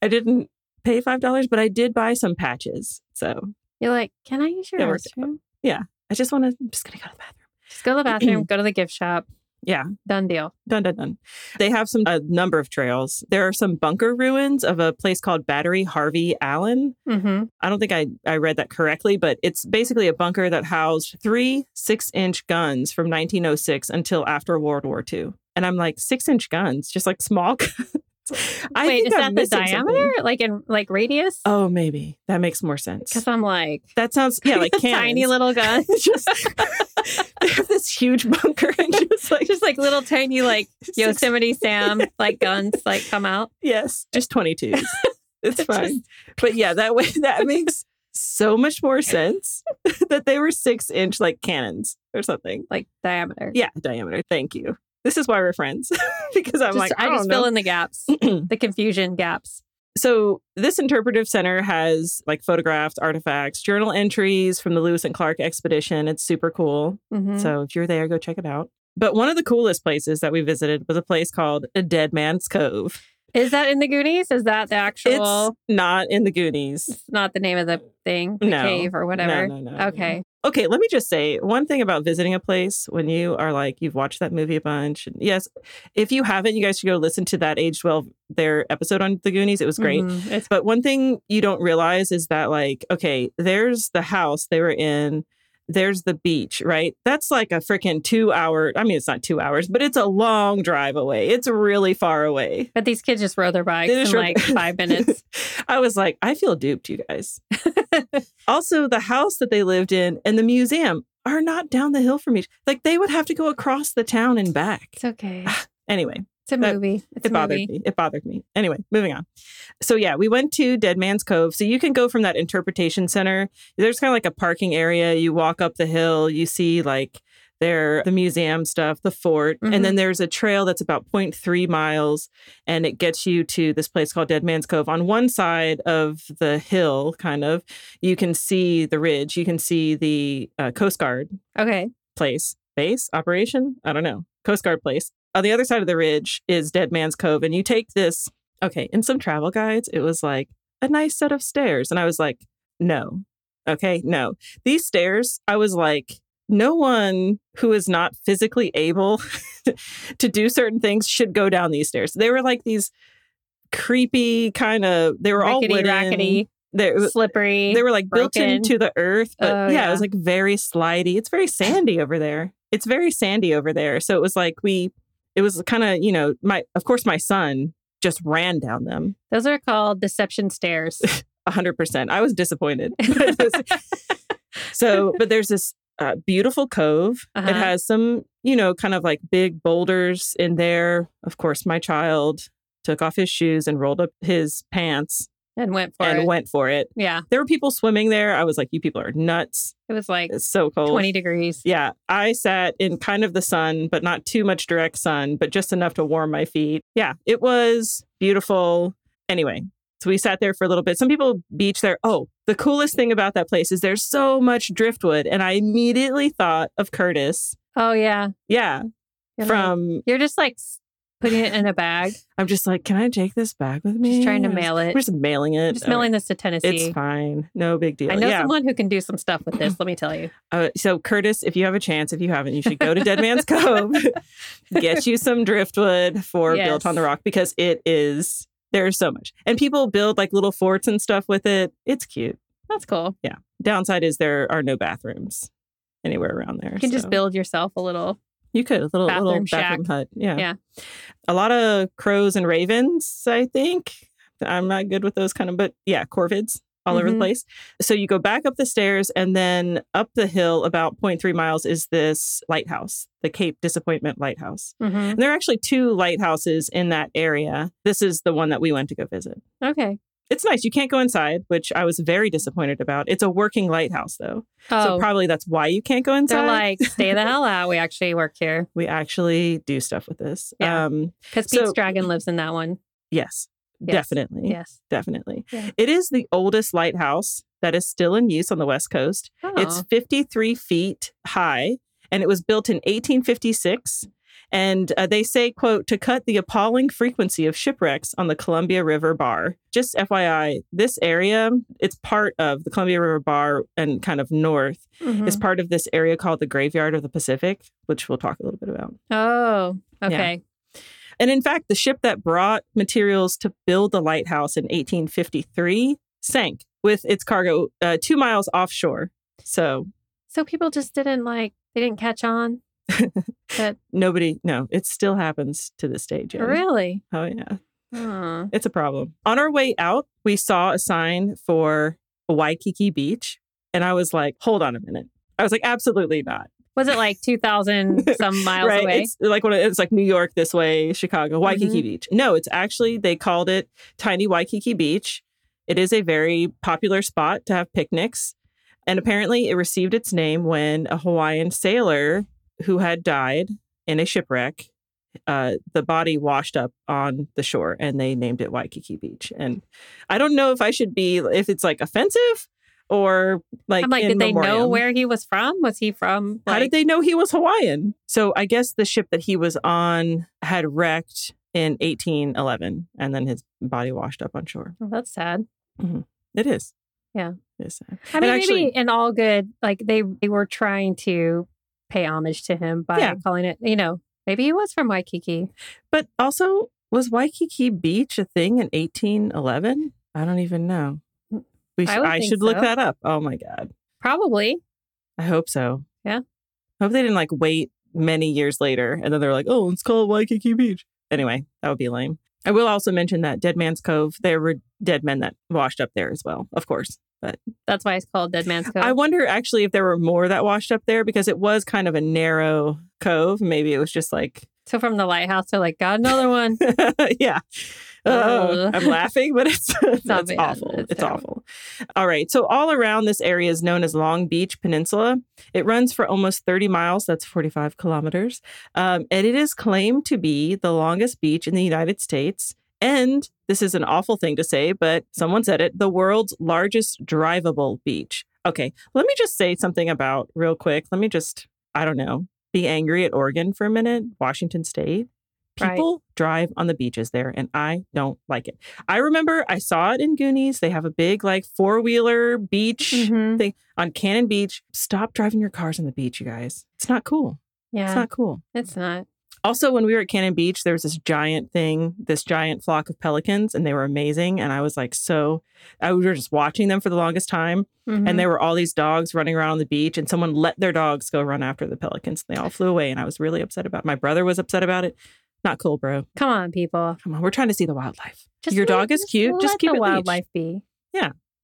[SPEAKER 2] I didn't pay five dollars, but I did buy some patches. So
[SPEAKER 1] You're like, can I use your
[SPEAKER 2] Yeah, we're-
[SPEAKER 1] restroom?
[SPEAKER 2] I just want to. I'm just gonna go to the bathroom.
[SPEAKER 1] Just go to the bathroom, go to the gift shop.
[SPEAKER 2] Yeah.
[SPEAKER 1] Done deal.
[SPEAKER 2] Dun dun dun. They have some a number of trails. There are some bunker ruins of a place called Battery Harvey Allen,
[SPEAKER 1] hmm
[SPEAKER 2] I don't think I, I read that correctly, but it's basically a bunker that housed three six inch guns from 1906 until after World War II. And I'm like, six inch guns, just like small guns. I
[SPEAKER 1] Wait,
[SPEAKER 2] think
[SPEAKER 1] is
[SPEAKER 2] I'm
[SPEAKER 1] that the
[SPEAKER 2] missing something.
[SPEAKER 1] diameter? Like in like radius?
[SPEAKER 2] Oh, maybe. That makes more sense.
[SPEAKER 1] Because I'm like,
[SPEAKER 2] That sounds, yeah, like
[SPEAKER 1] tiny
[SPEAKER 2] cannons.
[SPEAKER 1] little gun.
[SPEAKER 2] just, they have this huge bunker and just like,
[SPEAKER 1] Just like little tiny like
[SPEAKER 2] Six-
[SPEAKER 1] Yosemite Sam like guns like come out.
[SPEAKER 2] yes, just 22s. It's
[SPEAKER 1] Just-
[SPEAKER 2] fine. but yeah, that way that makes so much more sense that they were six inch like cannons or something.
[SPEAKER 1] like diameter.
[SPEAKER 2] Yeah, diameter. Thank you. This is why we're friends because I'm
[SPEAKER 1] Just-
[SPEAKER 2] like, I,
[SPEAKER 1] I,
[SPEAKER 2] don't
[SPEAKER 1] just
[SPEAKER 2] know.
[SPEAKER 1] fill in the gaps, the confusion gaps.
[SPEAKER 2] so this interpretive center has like photographs, artifacts, journal entries from the Lewis and Clark expedition. It's super cool.
[SPEAKER 1] Mhm.
[SPEAKER 2] So if you're there, go check it out. But one of the coolest places that we visited was a place called a Dead Man's Cove.
[SPEAKER 1] Is that in the Goonies? Is that the actual?
[SPEAKER 2] It's not in the Goonies.
[SPEAKER 1] It's not the name of the thing, the
[SPEAKER 2] No.
[SPEAKER 1] cave or whatever.
[SPEAKER 2] No, no, no. no.
[SPEAKER 1] Okay.
[SPEAKER 2] Okay, let me just say one thing about visiting a place when you are like you've watched that movie a bunch. And yes, if you haven't, you guys should go listen to that age twelve their episode on the Goonies. It was great.
[SPEAKER 1] Mhm. It's
[SPEAKER 2] But one thing you don't realize is that like okay, there's the house they were in. There's the beach, right? That's like a freaking two hour. I mean, it's not two hours, but it's a long drive away. It's really far away.
[SPEAKER 1] but these kids just rode their bikes
[SPEAKER 2] They
[SPEAKER 1] in
[SPEAKER 2] just rode-
[SPEAKER 1] like five minutes.
[SPEAKER 2] I was like, I feel duped, you guys. also, the house that they lived in and the museum are not down the hill from each. Like they would have to go across the town and back.
[SPEAKER 1] It's okay.
[SPEAKER 2] Anyway,
[SPEAKER 1] It's a
[SPEAKER 2] That-
[SPEAKER 1] movie. It's
[SPEAKER 2] it
[SPEAKER 1] a
[SPEAKER 2] bothered
[SPEAKER 1] movie.
[SPEAKER 2] me. It bothered me. Anyway, moving on. So yeah, we went to Dead Man's Cove. So you can go from that interpretation center. There's kind of like a parking area. You walk up the hill. You see like there the museum stuff, the fort,
[SPEAKER 1] Mhm.
[SPEAKER 2] and then there's a trail that's about 0.3 miles, and it gets you to this place called Dead Man's Cove. On one side of the hill, kind of, you can see the ridge. You can see the uh, Coast Guard
[SPEAKER 1] Okay.
[SPEAKER 2] place, base, operation, I don't know, Coast Guard place. On the other side of the ridge is Dead Man's Cove. And you take this, okay, in some travel guides, it was like a nice set of stairs. And I was like, no, okay, no. These stairs, I was like, no one who is not physically able to do certain things should go down these stairs. They were like these creepy kind of, they were all
[SPEAKER 1] Rickety
[SPEAKER 2] wooden.
[SPEAKER 1] rackety,
[SPEAKER 2] They,
[SPEAKER 1] slippery.
[SPEAKER 2] they were like built
[SPEAKER 1] broken.
[SPEAKER 2] into the earth, but
[SPEAKER 1] Oh,
[SPEAKER 2] yeah, it was
[SPEAKER 1] yeah.
[SPEAKER 2] like very slidey. It's very sandy over there. It's very sandy over there. So it was like we, it was kind of you know my of course my son just ran down them
[SPEAKER 1] Those are called deception stairs.
[SPEAKER 2] hundred percent. I was disappointed. so, but there's this uh, beautiful cove.
[SPEAKER 1] Uh-huh.
[SPEAKER 2] It has some you know kind of like big boulders in there. Of course, my child took off his shoes and rolled up his pants
[SPEAKER 1] and went for
[SPEAKER 2] and
[SPEAKER 1] it.
[SPEAKER 2] went for it.
[SPEAKER 1] yeah.
[SPEAKER 2] There were people swimming there. I was like, you people are nuts.
[SPEAKER 1] It was like
[SPEAKER 2] It's so cold.
[SPEAKER 1] 20 degrees.
[SPEAKER 2] Yeah, I sat in kind of the sun, but not too much direct sun, but just enough to warm my feet. Yeah, it was beautiful. Anyway, so we sat there for a little bit. Some people beach there. Oh, the coolest thing about that place is there's so much driftwood. And I immediately thought of Curtis.
[SPEAKER 1] Oh, yeah.
[SPEAKER 2] Yeah,
[SPEAKER 1] You're like-
[SPEAKER 2] from
[SPEAKER 1] You're just like s- putting it in a bag.
[SPEAKER 2] I'm just like, can I take this back with me?
[SPEAKER 1] Just trying to
[SPEAKER 2] We're
[SPEAKER 1] mail it.
[SPEAKER 2] We're just mailing it.
[SPEAKER 1] I'm just mailing this to
[SPEAKER 2] Okay. It's
[SPEAKER 1] Tennessee.
[SPEAKER 2] fine. No big deal.
[SPEAKER 1] I know
[SPEAKER 2] yeah.
[SPEAKER 1] someone who can do some stuff with this. Let me tell you.
[SPEAKER 2] Uh, so Curtis, if you have a chance, if you haven't, you should go to Dead Man's Cove, get you some driftwood for
[SPEAKER 1] Yes.
[SPEAKER 2] Built on the Rock because it is there's so much, and people build like little forts and stuff with it. It's cute.
[SPEAKER 1] That's cool.
[SPEAKER 2] Downside is there are no bathrooms anywhere around there.
[SPEAKER 1] You can
[SPEAKER 2] so-
[SPEAKER 1] just build yourself a little.
[SPEAKER 2] You could a little little
[SPEAKER 1] Bathroom shack.
[SPEAKER 2] bathroom hut. Yeah,
[SPEAKER 1] Yeah.
[SPEAKER 2] A lot of crows and ravens. I think I'm not good with those kind of, but yeah, corvids all over the
[SPEAKER 1] Mhm.
[SPEAKER 2] place. So you go back up the stairs and then up the hill about 0.3 miles is this lighthouse, the Cape Disappointment Lighthouse.
[SPEAKER 1] Mhm.
[SPEAKER 2] And there are actually two lighthouses in that area. This is the one that we went to go visit.
[SPEAKER 1] Okay.
[SPEAKER 2] It's nice. You can't go inside, which I was very disappointed about. It's a working lighthouse though. So
[SPEAKER 1] Oh,
[SPEAKER 2] probably that's why you can't go inside.
[SPEAKER 1] they're like, stay the hell out. We actually work here
[SPEAKER 2] we actually do stuff with this.
[SPEAKER 1] Yeah.
[SPEAKER 2] Um
[SPEAKER 1] because
[SPEAKER 2] So-
[SPEAKER 1] Pete's dragon lives in that one.
[SPEAKER 2] Yes,
[SPEAKER 1] Yes.
[SPEAKER 2] definitely.
[SPEAKER 1] Yes.
[SPEAKER 2] Definitely.
[SPEAKER 1] Yeah.
[SPEAKER 2] It is the oldest lighthouse that is still in use on the West Coast.
[SPEAKER 1] Oh.
[SPEAKER 2] It's 53 feet high and it was built in 1856. And uh, they say, quote, to cut the appalling frequency of shipwrecks on the Columbia River Bar. Just FYI, this area, it's part of the Columbia River Bar and kind of north,
[SPEAKER 1] Mhm.
[SPEAKER 2] is part of this area called the Graveyard of the Pacific, which we'll talk a little bit about.
[SPEAKER 1] oh, okay.
[SPEAKER 2] And in fact, the ship that brought materials to build the lighthouse in 1853 sank with its cargo uh, two miles offshore. So
[SPEAKER 1] So people just didn't like, they didn't catch on.
[SPEAKER 2] nobody, no, it still happens to this day, Jen.
[SPEAKER 1] Really?
[SPEAKER 2] Oh, yeah.
[SPEAKER 1] Oh.
[SPEAKER 2] It's a problem. On our way out, we saw a sign for Waikiki Beach. And I was like, hold on a minute. I was like, absolutely not.
[SPEAKER 1] Was it like 2,000 some miles
[SPEAKER 2] right?
[SPEAKER 1] away?
[SPEAKER 2] It's uh, like when it- it's like New York this way, Chicago, Waikiki
[SPEAKER 1] Mhm.
[SPEAKER 2] Beach. No, it's actually they called it Tiny Waikiki Beach. It is a very popular spot to have picnics, and apparently it received its name when a Hawaiian sailor who had died in a shipwreck. Uh, the body washed up on the shore and they named it Waikiki Beach. And I don't know if I should be, if it's like offensive or like,
[SPEAKER 1] I'm like,
[SPEAKER 2] in
[SPEAKER 1] did they know
[SPEAKER 2] memoriam.
[SPEAKER 1] where he was from? Was he from? Like,
[SPEAKER 2] How did they know he was Hawaiian? So I guess the ship that he was on had wrecked in 1811 and then his body washed up on shore.
[SPEAKER 1] Oh, that's sad.
[SPEAKER 2] It is.
[SPEAKER 1] Yeah.
[SPEAKER 2] It is sad.
[SPEAKER 1] I mean,
[SPEAKER 2] actually-
[SPEAKER 1] maybe in all good, like they they were trying to pay homage to him by
[SPEAKER 2] Yeah.
[SPEAKER 1] calling it. You know, maybe he was from Waikiki.
[SPEAKER 2] But also, was Waikiki Beach a thing in 1811? I don't even know. We sh-
[SPEAKER 1] I would
[SPEAKER 2] Mm, I,
[SPEAKER 1] think
[SPEAKER 2] should look
[SPEAKER 1] so.
[SPEAKER 2] that up. Oh my God.
[SPEAKER 1] Probably.
[SPEAKER 2] I hope so.
[SPEAKER 1] Yeah.
[SPEAKER 2] I hope they didn't like wait many years later and then they're like, oh, let's call it Waikiki Beach. Anyway, that would be lame. I will also mention that Dead Man's Cove, there were dead men that washed up there as well, of course.
[SPEAKER 1] That's why it's called Dead Man's Cove.
[SPEAKER 2] I wonder actually if there were more that washed up there because it was kind of a narrow cove. Maybe it was just like,
[SPEAKER 1] so from the lighthouse, they're like, got another one.
[SPEAKER 2] yeah. Oh,
[SPEAKER 1] Ugh.
[SPEAKER 2] I'm laughing, but it's, it's,
[SPEAKER 1] not bad.
[SPEAKER 2] awful. It's,
[SPEAKER 1] It's
[SPEAKER 2] awful. All right. So, all around this area is known as Long Beach Peninsula. It runs for almost 30 miles. That's 45 kilometers. Um, and it is claimed to be the longest beach in the United States. And this is an awful thing to say, but someone said it the world's largest drivable beach. Okay. Let me just say something about real quick. Let me just, I don't know, be angry at Oregon for a minute, Washington State.
[SPEAKER 1] Right.
[SPEAKER 2] People drive on the beaches there, and I don't like it. I remember I saw it in Goonies. They have a big, like, four wheeler beach
[SPEAKER 1] Mhm.
[SPEAKER 2] on Cannon Beach. Stop driving your cars on the beach, you guys. It's not cool.
[SPEAKER 1] Yeah,
[SPEAKER 2] It's not cool.
[SPEAKER 1] it's not.
[SPEAKER 2] Also, when we were at Cannon Beach, there was this giant thing, this giant flock of pelicans, and they were amazing. And I was like, so I we were just watching them for the longest time. And
[SPEAKER 1] Mhm.
[SPEAKER 2] there were all these dogs running around on the beach, and someone let their dogs go run after the pelicans. And they all flew away. And I was really upset about it. My brother was upset about it. Not cool, bro.
[SPEAKER 1] come on, people.
[SPEAKER 2] Come on. We're trying to see the wildlife.
[SPEAKER 1] Just
[SPEAKER 2] Your
[SPEAKER 1] let-
[SPEAKER 2] dog is cute. Just
[SPEAKER 1] let
[SPEAKER 2] keep
[SPEAKER 1] the
[SPEAKER 2] it leashed.
[SPEAKER 1] wildlife be.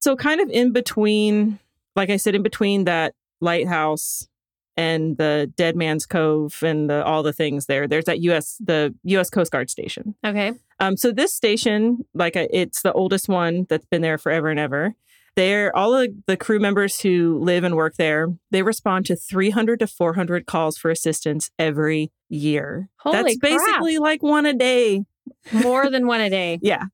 [SPEAKER 2] So, kind of in between, like I said, in between that lighthouse and the Dead Man's Cove and the, all the things there, there's that U.S. the U.S. Coast Guard station.
[SPEAKER 1] Okay.
[SPEAKER 2] Um, so this station, like uh, it's the oldest one that's been there forever and ever. There, all of the crew members who live and work there, they respond to 300 to 400 calls for assistance every year.
[SPEAKER 1] Holy
[SPEAKER 2] that's
[SPEAKER 1] crap.
[SPEAKER 2] basically like one a day.
[SPEAKER 1] More than one a day.
[SPEAKER 2] Yeah.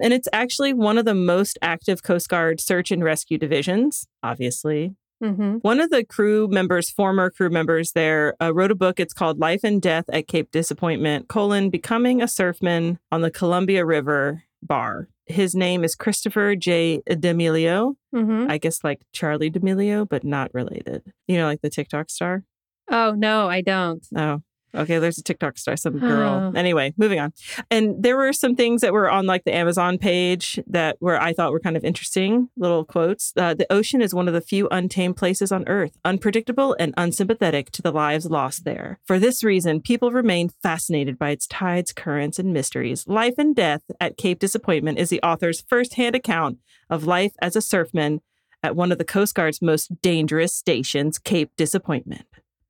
[SPEAKER 2] And it's actually one of the most active Coast Guard search and rescue divisions, obviously.
[SPEAKER 1] Mm-hmm.
[SPEAKER 2] One of the crew members, former crew members there, uh, wrote a book. It's called Life and Death at Cape Disappointment, colon, Becoming a Surfman on the Columbia River Bar. His name is Christopher J. D'Amelio.
[SPEAKER 1] Mm-hmm.
[SPEAKER 2] I guess like Charlie D'Amelio, but not related. You know, like the TikTok star.
[SPEAKER 1] Oh no, I don't.
[SPEAKER 2] Oh, okay. There's a TikTok star, some girl.
[SPEAKER 1] Oh.
[SPEAKER 2] Anyway, moving on. And there were some things that were on like the Amazon page that were I thought were kind of interesting little quotes. Uh, the ocean is one of the few untamed places on Earth, unpredictable and unsympathetic to the lives lost there. For this reason, people remain fascinated by its tides, currents, and mysteries. Life and Death at Cape Disappointment is the author's firsthand account of life as a surfman at one of the Coast Guard's most dangerous stations, Cape Disappointment.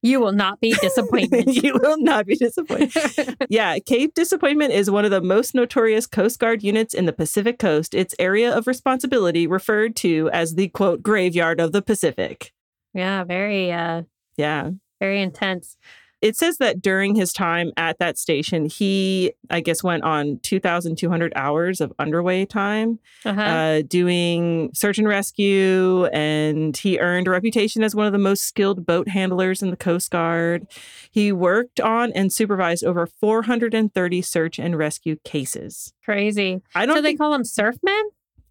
[SPEAKER 1] You will not be disappointed.
[SPEAKER 2] you will not be disappointed. yeah, Cape Disappointment is one of the most notorious Coast Guard units in the Pacific Coast. Its area of responsibility referred to as the quote graveyard of the Pacific.
[SPEAKER 1] yeah, very uh
[SPEAKER 2] Yeah.
[SPEAKER 1] very intense.
[SPEAKER 2] It says that during his time at that station, he, I guess, went on 2,200 hours of underway time
[SPEAKER 1] Uh-huh.
[SPEAKER 2] uh, doing search and rescue. And he earned a reputation as one of the most skilled boat handlers in the Coast Guard. He worked on and supervised over 430 search and rescue cases.
[SPEAKER 1] Crazy.
[SPEAKER 2] I don't
[SPEAKER 1] So they
[SPEAKER 2] think,
[SPEAKER 1] call them surfmen?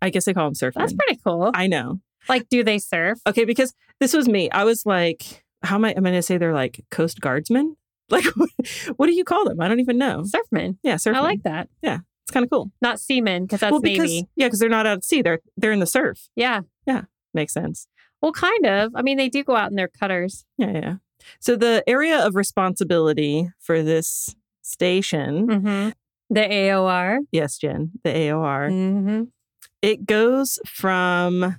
[SPEAKER 2] I guess they call him surfing.
[SPEAKER 1] That's pretty cool.
[SPEAKER 2] I know.
[SPEAKER 1] Like do they surf?
[SPEAKER 2] Okay, because this was me. I was like, how am I, am I going to say they're like Coast Guardsmen? Like, what do you call them? I don't even know.
[SPEAKER 1] Surfmen.
[SPEAKER 2] Yeah, surfing.
[SPEAKER 1] I like that.
[SPEAKER 2] It's kind of cool.
[SPEAKER 1] Not seamen because that's
[SPEAKER 2] well, because
[SPEAKER 1] Navy.
[SPEAKER 2] yeah, because they're not out at sea. They're they're in the surf.
[SPEAKER 1] Yeah.
[SPEAKER 2] Makes sense.
[SPEAKER 1] Well, kind of. I mean, they do go out in their cutters.
[SPEAKER 2] Yeah, yeah. So the area of responsibility for this station,
[SPEAKER 1] Mm-hmm. The AOR.
[SPEAKER 2] yes, Jen, the AOR,
[SPEAKER 1] Mm-hmm.
[SPEAKER 2] it goes from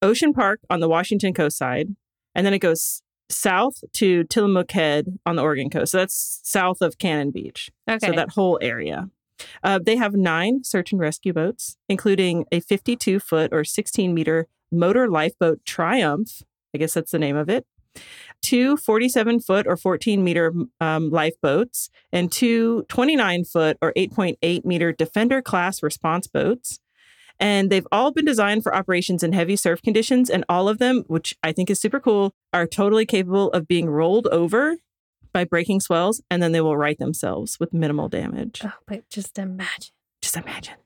[SPEAKER 2] Ocean Park on the Washington coast side, and then it goes south to Tillamook Head on the Oregon coast. So that's south of Cannon Beach.
[SPEAKER 1] Okay.
[SPEAKER 2] So that whole area. Uh, they have nine search and rescue boats, including a 52 foot or 16 meter motor lifeboat Triumph. I guess that's the name of it. Two 47 foot or 14 meter um, lifeboats, and two 29 foot or 8.8 meter Defender class response boats. And they've all been designed for operations in heavy surf conditions. And all of them, which I think is super cool, are totally capable of being rolled over by breaking swells and then they will right themselves with minimal damage.
[SPEAKER 1] oh, but just imagine.
[SPEAKER 2] Just imagine.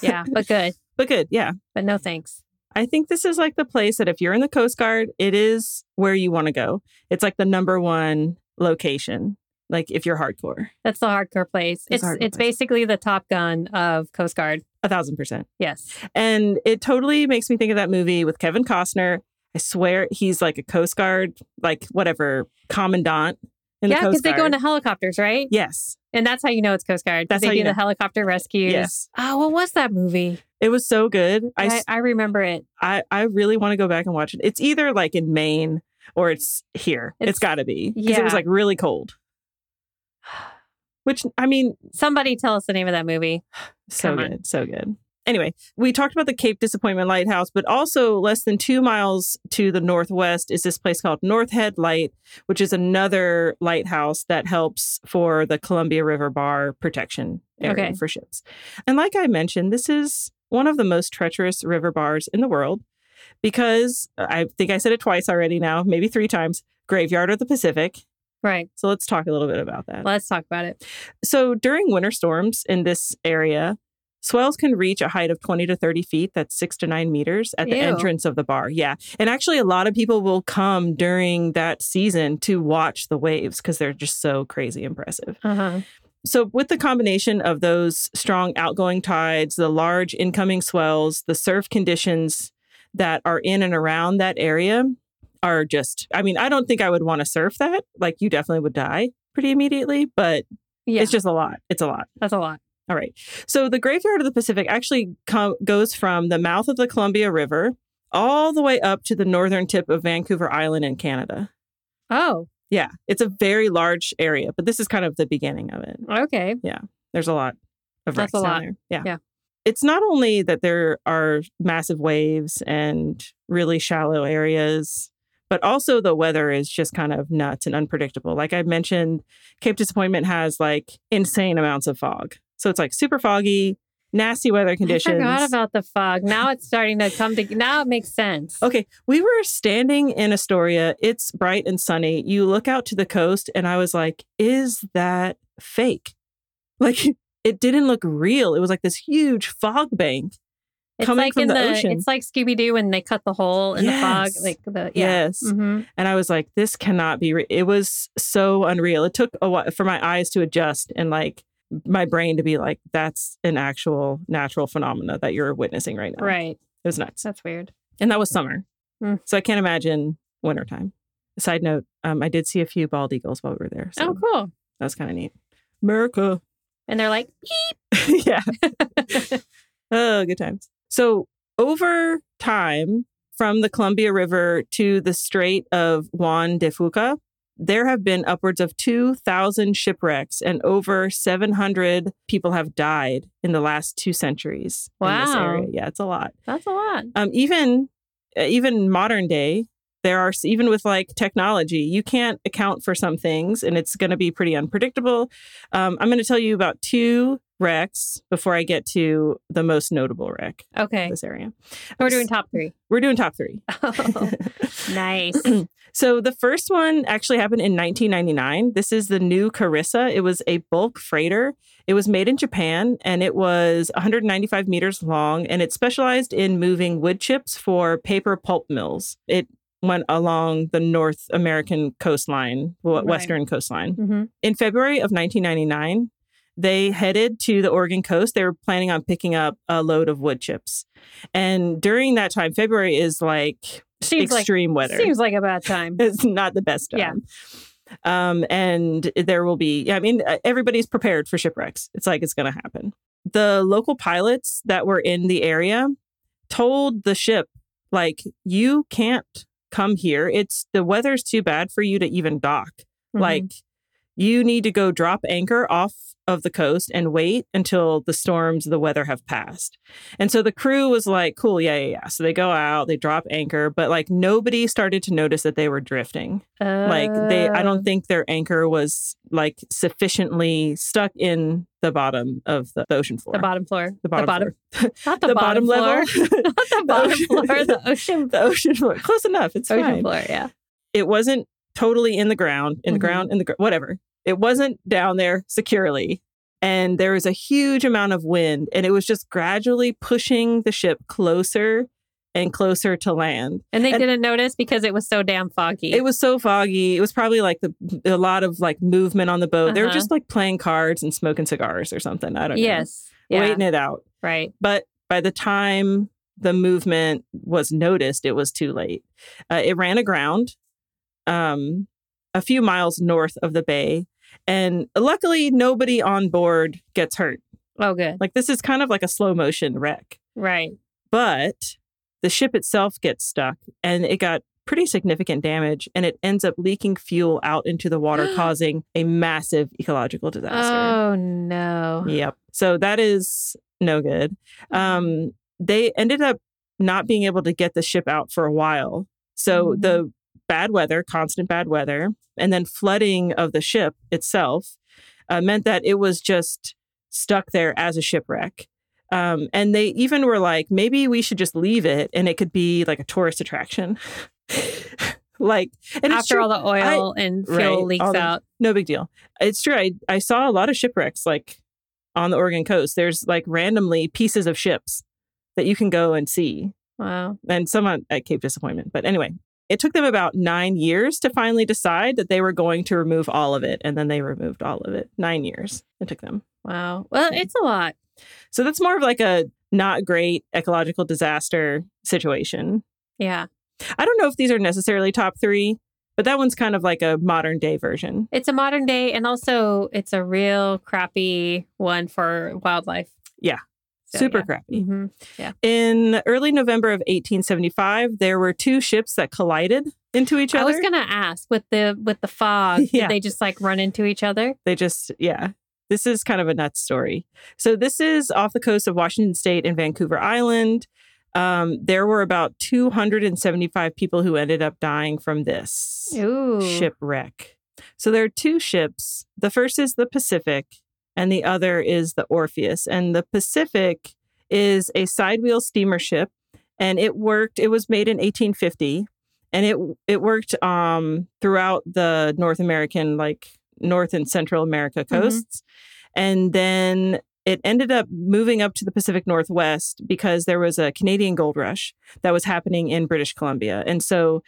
[SPEAKER 1] Yeah, but good.
[SPEAKER 2] But good. Yeah.
[SPEAKER 1] But no thanks.
[SPEAKER 2] I think this is like the place that if you're in the Coast Guard, it is where you want to go. It's like the number one location, like if you're hardcore,
[SPEAKER 1] That's the hardcore place.
[SPEAKER 2] It's
[SPEAKER 1] It's
[SPEAKER 2] a hardcore
[SPEAKER 1] it's
[SPEAKER 2] place.
[SPEAKER 1] basically the Top Gun of Coast Guard.
[SPEAKER 2] a thousand percent.
[SPEAKER 1] Yes.
[SPEAKER 2] And it totally makes me think of that movie with Kevin Costner. I swear he's like a Coast Guard, like whatever, commandant in
[SPEAKER 1] yeah,
[SPEAKER 2] the Coast
[SPEAKER 1] they
[SPEAKER 2] Guard.
[SPEAKER 1] go into helicopters, right?
[SPEAKER 2] yes.
[SPEAKER 1] And that's how you know it's Coast Guard. 'cause
[SPEAKER 2] That's
[SPEAKER 1] they
[SPEAKER 2] how
[SPEAKER 1] do
[SPEAKER 2] you
[SPEAKER 1] the
[SPEAKER 2] know.
[SPEAKER 1] helicopter rescues.
[SPEAKER 2] Yes.
[SPEAKER 1] Oh, what was that movie?
[SPEAKER 2] It was so good. I,
[SPEAKER 1] I,
[SPEAKER 2] s-
[SPEAKER 1] I remember it.
[SPEAKER 2] I, I really want to go back and watch it. It's either like in Maine or it's here. it's
[SPEAKER 1] It's-
[SPEAKER 2] got to be because it
[SPEAKER 1] yeah.
[SPEAKER 2] was like really cold. Which I mean,
[SPEAKER 1] Somebody tell us the name of that movie.
[SPEAKER 2] so
[SPEAKER 1] Come on.
[SPEAKER 2] good, so good. Anyway, we talked about the Cape Disappointment Lighthouse, but also less than two miles to the northwest is this place called North Head Light, which is another lighthouse that helps for the Columbia River Bar protection area
[SPEAKER 1] Okay.
[SPEAKER 2] for ships. And like I mentioned, this is one of the most treacherous river bars in the world because uh, I think I said it twice already now, maybe three times graveyard of the Pacific.
[SPEAKER 1] Right.
[SPEAKER 2] So let's talk a little bit about that.
[SPEAKER 1] Let's talk about it.
[SPEAKER 2] So during winter storms in this area, swells can reach a height of 20 to 30 feet. That's six to nine meters at the
[SPEAKER 1] Ew.
[SPEAKER 2] entrance of the bar. Yeah. And actually, a lot of people will come during that season to watch the waves because they're just so crazy impressive.
[SPEAKER 1] Uh-huh.
[SPEAKER 2] So, with the combination of those strong outgoing tides, the large incoming swells, the surf conditions that are in and around that area are just, I mean, I don't think I would want to surf that. Like, you definitely would die pretty immediately, but
[SPEAKER 1] Yeah.
[SPEAKER 2] it's just a lot. It's a lot.
[SPEAKER 1] that's a lot.
[SPEAKER 2] All right. So the graveyard of the Pacific actually com- goes from the mouth of the Columbia River all the way up to the northern tip of Vancouver Island in Canada.
[SPEAKER 1] Oh,
[SPEAKER 2] Yeah, it's a very large area, but this is kind of the beginning of it.
[SPEAKER 1] okay.
[SPEAKER 2] There's a lot of wrecks
[SPEAKER 1] That's a
[SPEAKER 2] down
[SPEAKER 1] lot.
[SPEAKER 2] there. Yeah.
[SPEAKER 1] Yeah.
[SPEAKER 2] It's not only that there are massive waves and really shallow areas, but also the weather is just kind of nuts and unpredictable. Like I mentioned, Cape Disappointment has like insane amounts of fog. So it's like super foggy, nasty weather conditions.
[SPEAKER 1] I forgot about the fog. Now it's starting to come to. Now it makes sense.
[SPEAKER 2] Okay, we were standing in Astoria. It's bright and sunny. You look out to the coast, and I was like, is that fake? Like, it didn't look real. It was like this huge fog bank.
[SPEAKER 1] It's
[SPEAKER 2] coming
[SPEAKER 1] like
[SPEAKER 2] from
[SPEAKER 1] in
[SPEAKER 2] the ocean.
[SPEAKER 1] It's like Scooby Doo when they cut the hole in the
[SPEAKER 2] Yes.
[SPEAKER 1] fog, like the yeah.
[SPEAKER 2] Yes.
[SPEAKER 1] Mhm.
[SPEAKER 2] And I was like, this cannot be. Re-. It was so unreal. It took a while for my eyes to adjust and like my brain to be like, that's an actual natural phenomena that you're witnessing right now.
[SPEAKER 1] Right.
[SPEAKER 2] It was nuts.
[SPEAKER 1] That's weird.
[SPEAKER 2] And that was summer.
[SPEAKER 1] Mm.
[SPEAKER 2] So I can't imagine wintertime. Side note, um, I did see a few bald eagles while we were there. So
[SPEAKER 1] Oh, cool.
[SPEAKER 2] that was kind of neat. America.
[SPEAKER 1] And they're like,
[SPEAKER 2] yeah. oh, good times. So over time, from the Columbia River to the Strait of Juan de Fuca, there have been upwards of 2,000 shipwrecks and over 700 people have died in the last two centuries. In this
[SPEAKER 1] Wow.
[SPEAKER 2] area. Yeah, it's a lot.
[SPEAKER 1] that's a lot.
[SPEAKER 2] Um, even uh, even modern day, there are even with like technology, you can't account for some things, and it's going to be pretty unpredictable. Um, I'm going to tell you about two wrecks before I get to the most notable wreck in
[SPEAKER 1] Okay.
[SPEAKER 2] this area.
[SPEAKER 1] We're doing top three.
[SPEAKER 2] We're doing top three.
[SPEAKER 1] Oh, nice.
[SPEAKER 2] So the first one actually happened in 1999. This is the new Carissa. It was a bulk freighter. It was made in Japan and it was 195 meters long and it specialized in moving wood chips for paper pulp mills. It went along the North American coastline, w-
[SPEAKER 1] Right.
[SPEAKER 2] western coastline.
[SPEAKER 1] hmm
[SPEAKER 2] In February of 1999, they headed to the Oregon coast. They were planning on picking up a load of wood chips. And during that time, February is like
[SPEAKER 1] Seems like
[SPEAKER 2] extreme weather
[SPEAKER 1] seems like a bad time.
[SPEAKER 2] it's not the best
[SPEAKER 1] Yeah.
[SPEAKER 2] time. Um, and there will be, I mean, uh, everybody's prepared for shipwrecks. It's like it's going to happen. The local pilots that were in the area told the ship, like, you can't come here. It's the weather's too bad for you to even dock.
[SPEAKER 1] Mhm.
[SPEAKER 2] Like, you need to go drop anchor off of the coast and wait until the storms, the weather have passed. And so the crew was like, cool, yeah, yeah, yeah. So they go out, they drop anchor, but like nobody started to notice that they were drifting. Like they, I
[SPEAKER 1] Oh.
[SPEAKER 2] don't think their anchor was like sufficiently stuck in the bottom of the ocean floor.
[SPEAKER 1] the bottom floor.
[SPEAKER 2] The bottom,
[SPEAKER 1] Not the,
[SPEAKER 2] floor.
[SPEAKER 1] bottom,
[SPEAKER 2] The bottom,
[SPEAKER 1] floor.
[SPEAKER 2] level.
[SPEAKER 1] Not the bottom
[SPEAKER 2] ocean-
[SPEAKER 1] floor. The ocean.
[SPEAKER 2] the ocean floor. Close enough. It's
[SPEAKER 1] ocean
[SPEAKER 2] fine.
[SPEAKER 1] floor. Yeah.
[SPEAKER 2] it wasn't totally in the ground, in the
[SPEAKER 1] Mhm.
[SPEAKER 2] ground, in the gr- whatever. It wasn't down there securely. And there was a huge amount of wind, and it was just gradually pushing the ship closer and closer to land.
[SPEAKER 1] And they
[SPEAKER 2] And-
[SPEAKER 1] didn't notice because it was so damn foggy.
[SPEAKER 2] It was so foggy. It was probably like the, a lot of like movement on the boat. They were
[SPEAKER 1] Uh-huh.
[SPEAKER 2] just like playing cards and smoking cigars or something. I don't know.
[SPEAKER 1] yes. Yeah.
[SPEAKER 2] Waiting it out.
[SPEAKER 1] Right.
[SPEAKER 2] But by the time the movement was noticed, it was too late. Uh, it ran aground um, a few miles north of the bay. And luckily, nobody on board gets hurt.
[SPEAKER 1] Oh, good.
[SPEAKER 2] Like, this is kind of like a slow motion wreck.
[SPEAKER 1] Right.
[SPEAKER 2] But the ship itself gets stuck and it got pretty significant damage and it ends up leaking fuel out into the water, causing a massive ecological disaster.
[SPEAKER 1] Oh no.
[SPEAKER 2] Yep. So that is no good. Um, they ended up not being able to get the ship out for a while. So
[SPEAKER 1] Mhm.
[SPEAKER 2] the bad weather, constant bad weather, and then flooding of the ship itself uh, meant that it was just stuck there as a shipwreck. Um, and they even were like, maybe we should just leave it and it could be like a tourist attraction. like, and it's
[SPEAKER 1] After
[SPEAKER 2] true.
[SPEAKER 1] all the oil and fuel
[SPEAKER 2] right, all
[SPEAKER 1] leaks
[SPEAKER 2] the-
[SPEAKER 1] out.
[SPEAKER 2] no big deal. It's true. I, I saw a lot of shipwrecks like on the Oregon coast. There's like randomly pieces of ships that you can go and see,
[SPEAKER 1] Wow.
[SPEAKER 2] and some on, at Cape Disappointment. But anyway, it took them about nine years to finally decide that they were going to remove all of it, and then they removed all of it. Nine years it took them.
[SPEAKER 1] Wow. Well, it's a lot.
[SPEAKER 2] So that's more of like a not great ecological disaster situation.
[SPEAKER 1] Yeah.
[SPEAKER 2] I don't know if these are necessarily top three, but that one's kind of like a modern day version.
[SPEAKER 1] It's a modern day and also it's a real crappy one for wildlife.
[SPEAKER 2] Yeah.
[SPEAKER 1] So,
[SPEAKER 2] Super
[SPEAKER 1] yeah.
[SPEAKER 2] crappy.
[SPEAKER 1] Mhm.
[SPEAKER 2] In early November of 1875, there were two ships that collided into each
[SPEAKER 1] I
[SPEAKER 2] other.
[SPEAKER 1] was gonna ask with the with the fog,
[SPEAKER 2] Yeah.
[SPEAKER 1] did they just like run into each other?
[SPEAKER 2] they just, yeah. This is kind of a nuts story. So, this is off the coast of Washington State and Vancouver Island. Um, there were about 275 people who ended up dying from this
[SPEAKER 1] Ooh.
[SPEAKER 2] shipwreck. So, there are two ships. The first is the Pacific, and the other is the Orpheus. And the Pacific is a sidewheel steamer ship, and it worked. It was made in 1850, and it it worked um, throughout the North American, like North and Central America coasts, and then it ended up moving up to the Pacific Northwest because there was a Canadian gold rush that was happening in British Columbia, and so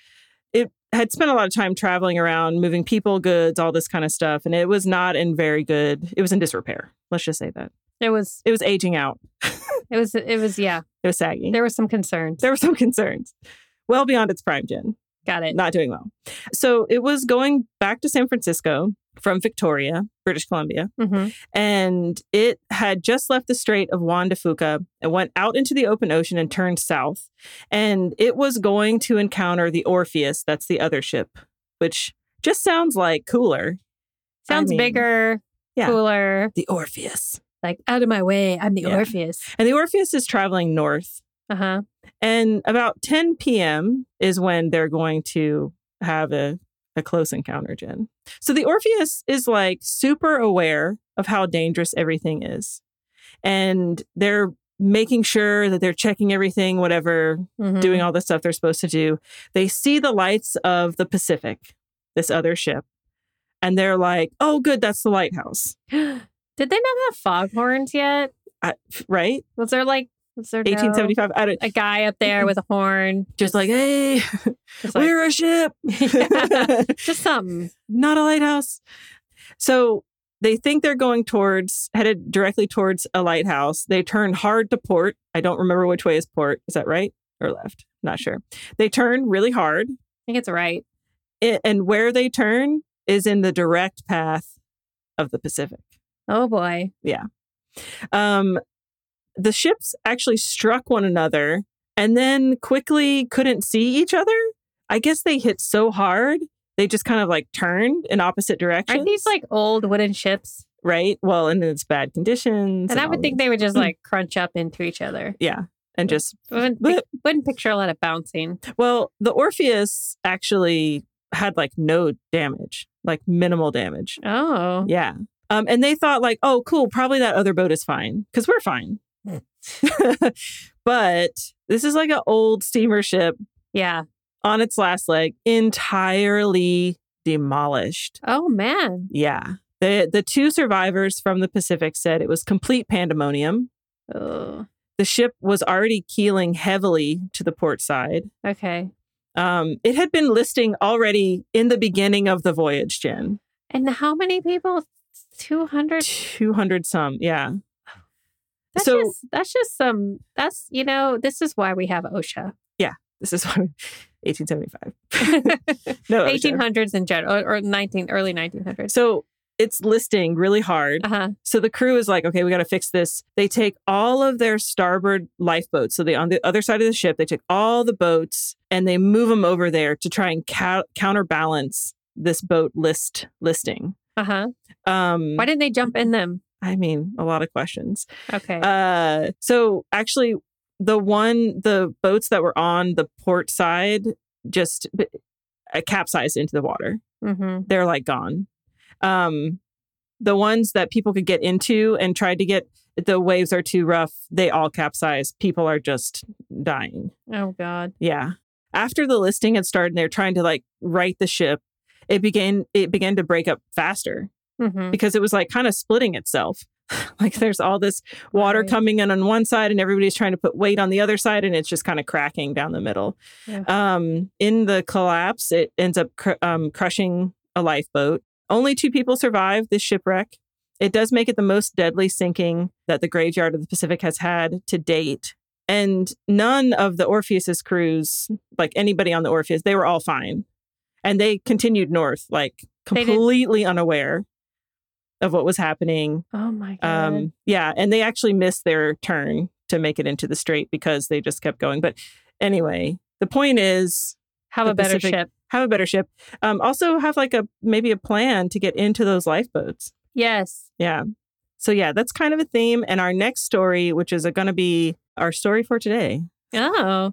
[SPEAKER 2] it had spent a lot of time traveling around, moving people, goods, all this kind of stuff, and it was not in very good. It was in disrepair. Let's just say that
[SPEAKER 1] There was
[SPEAKER 2] it was aging out.
[SPEAKER 1] it was it was yeah.
[SPEAKER 2] It was sagging.
[SPEAKER 1] There was some concerns.
[SPEAKER 2] there were some concerns, well beyond its prime, Jen
[SPEAKER 1] Got it.
[SPEAKER 2] not doing well. So it was going back to San Francisco from Victoria, British Columbia,
[SPEAKER 1] Mhm.
[SPEAKER 2] and it had just left the Strait of Juan de Fuca and went out into the open ocean and turned south. And it was going to encounter the Orpheus, that's the other ship, which just sounds like cooler.
[SPEAKER 1] Sounds
[SPEAKER 2] mean,
[SPEAKER 1] bigger,
[SPEAKER 2] yeah.
[SPEAKER 1] cooler.
[SPEAKER 2] The Orpheus.
[SPEAKER 1] Like out of my way. I'm the
[SPEAKER 2] Yeah.
[SPEAKER 1] Orpheus.
[SPEAKER 2] And the Orpheus is traveling north.
[SPEAKER 1] Uh huh.
[SPEAKER 2] And about 10 p.m. is when they're going to have a, a close encounter, Jen. So the Orpheus is like super aware of how dangerous everything is. And they're making sure that they're checking everything, whatever,
[SPEAKER 1] Mm-hmm.
[SPEAKER 2] doing all the stuff they're supposed to do. They see the lights of the Pacific, this other ship, and they're like, oh, good, that's the lighthouse,
[SPEAKER 1] Did they not have foghorns yet?
[SPEAKER 2] right?
[SPEAKER 1] Was there like was there no-
[SPEAKER 2] 1875. I don't,
[SPEAKER 1] a guy up there with a horn?
[SPEAKER 2] just like, hey,
[SPEAKER 1] Just like
[SPEAKER 2] we're a ship.
[SPEAKER 1] just something.
[SPEAKER 2] not a lighthouse. So they think they're going towards, headed directly towards a lighthouse. They turn hard to port. I don't remember which way is port. Is that right or left? Not sure. They turn really hard.
[SPEAKER 1] I think it's right.
[SPEAKER 2] a- and where they turn is in the direct path of the Pacific.
[SPEAKER 1] Oh boy.
[SPEAKER 2] Um, the ships actually struck one another and then quickly couldn't see each other. I guess they hit so hard, they just kind of like turned in opposite directions.
[SPEAKER 1] Aren't these like old wooden ships?
[SPEAKER 2] right? Well, and it's bad conditions.
[SPEAKER 1] And I would
[SPEAKER 2] all
[SPEAKER 1] think
[SPEAKER 2] this-
[SPEAKER 1] they would just like crunch up into each other.
[SPEAKER 2] yeah, and just
[SPEAKER 1] Wouldn't, pic- wouldn't picture a lot of bouncing.
[SPEAKER 2] well, the Orpheus actually had like no damage, like minimal damage.
[SPEAKER 1] Oh.
[SPEAKER 2] Yeah. Um, and they thought like, oh, cool, probably that other boat is fine because we're fine.
[SPEAKER 1] Hmm.
[SPEAKER 2] but this is like an old steamer ship
[SPEAKER 1] Yeah.
[SPEAKER 2] on its last leg, entirely demolished.
[SPEAKER 1] Oh man.
[SPEAKER 2] Yeah. The the two survivors from the Pacific said it was complete pandemonium.
[SPEAKER 1] Oh.
[SPEAKER 2] The ship was already keeling heavily to the port side.
[SPEAKER 1] Okay.
[SPEAKER 2] Um, it had been listing already in the beginning of the voyage, Jen.
[SPEAKER 1] And how many people? Two hundred.
[SPEAKER 2] 200 some. Yeah.
[SPEAKER 1] That's
[SPEAKER 2] So-
[SPEAKER 1] just that's just some. That's you know this is why we have OSHA.
[SPEAKER 2] This is why 1875. no, Oh, OSHA.
[SPEAKER 1] Eighteen hundreds in general, or, or nineteen early nineteen hundreds.
[SPEAKER 2] So it's listing really hard.
[SPEAKER 1] Uh huh.
[SPEAKER 2] So the crew is like, okay, we got to fix this. They take all of their starboard lifeboats. So they on the other side of the ship, they take all the boats and they move them over there to try and cou- counterbalance this boat list listing.
[SPEAKER 1] Uh huh.
[SPEAKER 2] Um,
[SPEAKER 1] Why didn't they jump in them?
[SPEAKER 2] I mean, a lot of questions.
[SPEAKER 1] Okay.
[SPEAKER 2] Uh, so actually, the one the boats that were on the port side just b- uh, capsized into the water.
[SPEAKER 1] mm-hmm.
[SPEAKER 2] They're like gone. Um, the ones that people could get into and tried to get the waves are too rough. They all capsize. People are just dying.
[SPEAKER 1] Oh God.
[SPEAKER 2] Yeah. After the listing had started, and they were trying to like right the ship. It began. It began to break up faster
[SPEAKER 1] Mm-hmm.
[SPEAKER 2] because it was like kind of splitting itself. like there's all this water
[SPEAKER 1] Right.
[SPEAKER 2] coming in on one side and everybody's trying to put weight on the other side and it's just kind of cracking down the middle.
[SPEAKER 1] Yeah.
[SPEAKER 2] Um, in the collapse, it ends up cr- um, crushing a lifeboat. Only two people survived this shipwreck. It does make it the most deadly sinking that the graveyard of the Pacific has had to date. And none of the Orpheus's crews, like anybody on the Orpheus, they were all fine. And they continued north, like
[SPEAKER 1] They didn't-
[SPEAKER 2] completely unaware of what was happening.
[SPEAKER 1] Oh my God.
[SPEAKER 2] Um, yeah, and they actually missed their turn to make it into the strait because they just kept going. But anyway, the point is
[SPEAKER 1] have
[SPEAKER 2] the
[SPEAKER 1] a better
[SPEAKER 2] Pacific-
[SPEAKER 1] ship.
[SPEAKER 2] have a better ship. Um, also have like a maybe a plan to get into those lifeboats.
[SPEAKER 1] Yes.
[SPEAKER 2] Yeah. So yeah, that's kind of a theme. And our next story, which is going to be our story for today,
[SPEAKER 1] Oh.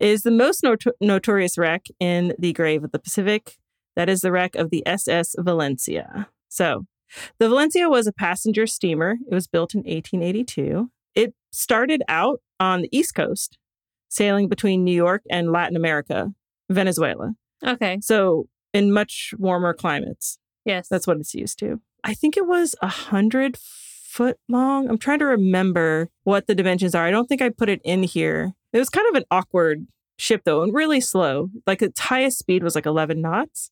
[SPEAKER 2] is the most noto- notorious wreck in the grave of the Pacific. That is the wreck of the SS Valencia. So The Valencia was a passenger steamer. It was built in 1882. It started out on the East Coast, sailing between New York and Latin America, Venezuela.
[SPEAKER 1] Okay.
[SPEAKER 2] So, in much warmer climates.
[SPEAKER 1] Yes.
[SPEAKER 2] That's what it's used to. I think it was a hundred foot long. I'm trying to remember what the dimensions are. I don't think I put it in here. It was kind of an awkward ship though, and really slow. Like its highest speed was like 11 knots.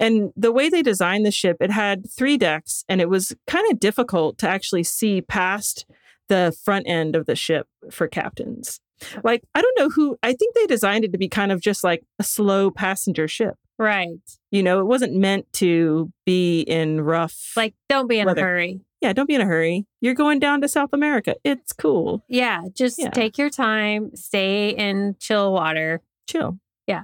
[SPEAKER 2] And the way they designed the ship, it had three decks, and it was kind of difficult to actually see past the front end of the ship for captains. Like, I don't know who, I think they designed it to be kind of just like a slow passenger ship.
[SPEAKER 1] right.
[SPEAKER 2] You know, it wasn't meant to be in rough.
[SPEAKER 1] Like, don't be in
[SPEAKER 2] Weather.
[SPEAKER 1] a hurry.
[SPEAKER 2] yeah, don't be in a hurry. You're going down to South America. It's cool.
[SPEAKER 1] Yeah. Just
[SPEAKER 2] Yeah.
[SPEAKER 1] take your time, stay in chill water.
[SPEAKER 2] Chill.
[SPEAKER 1] Yeah.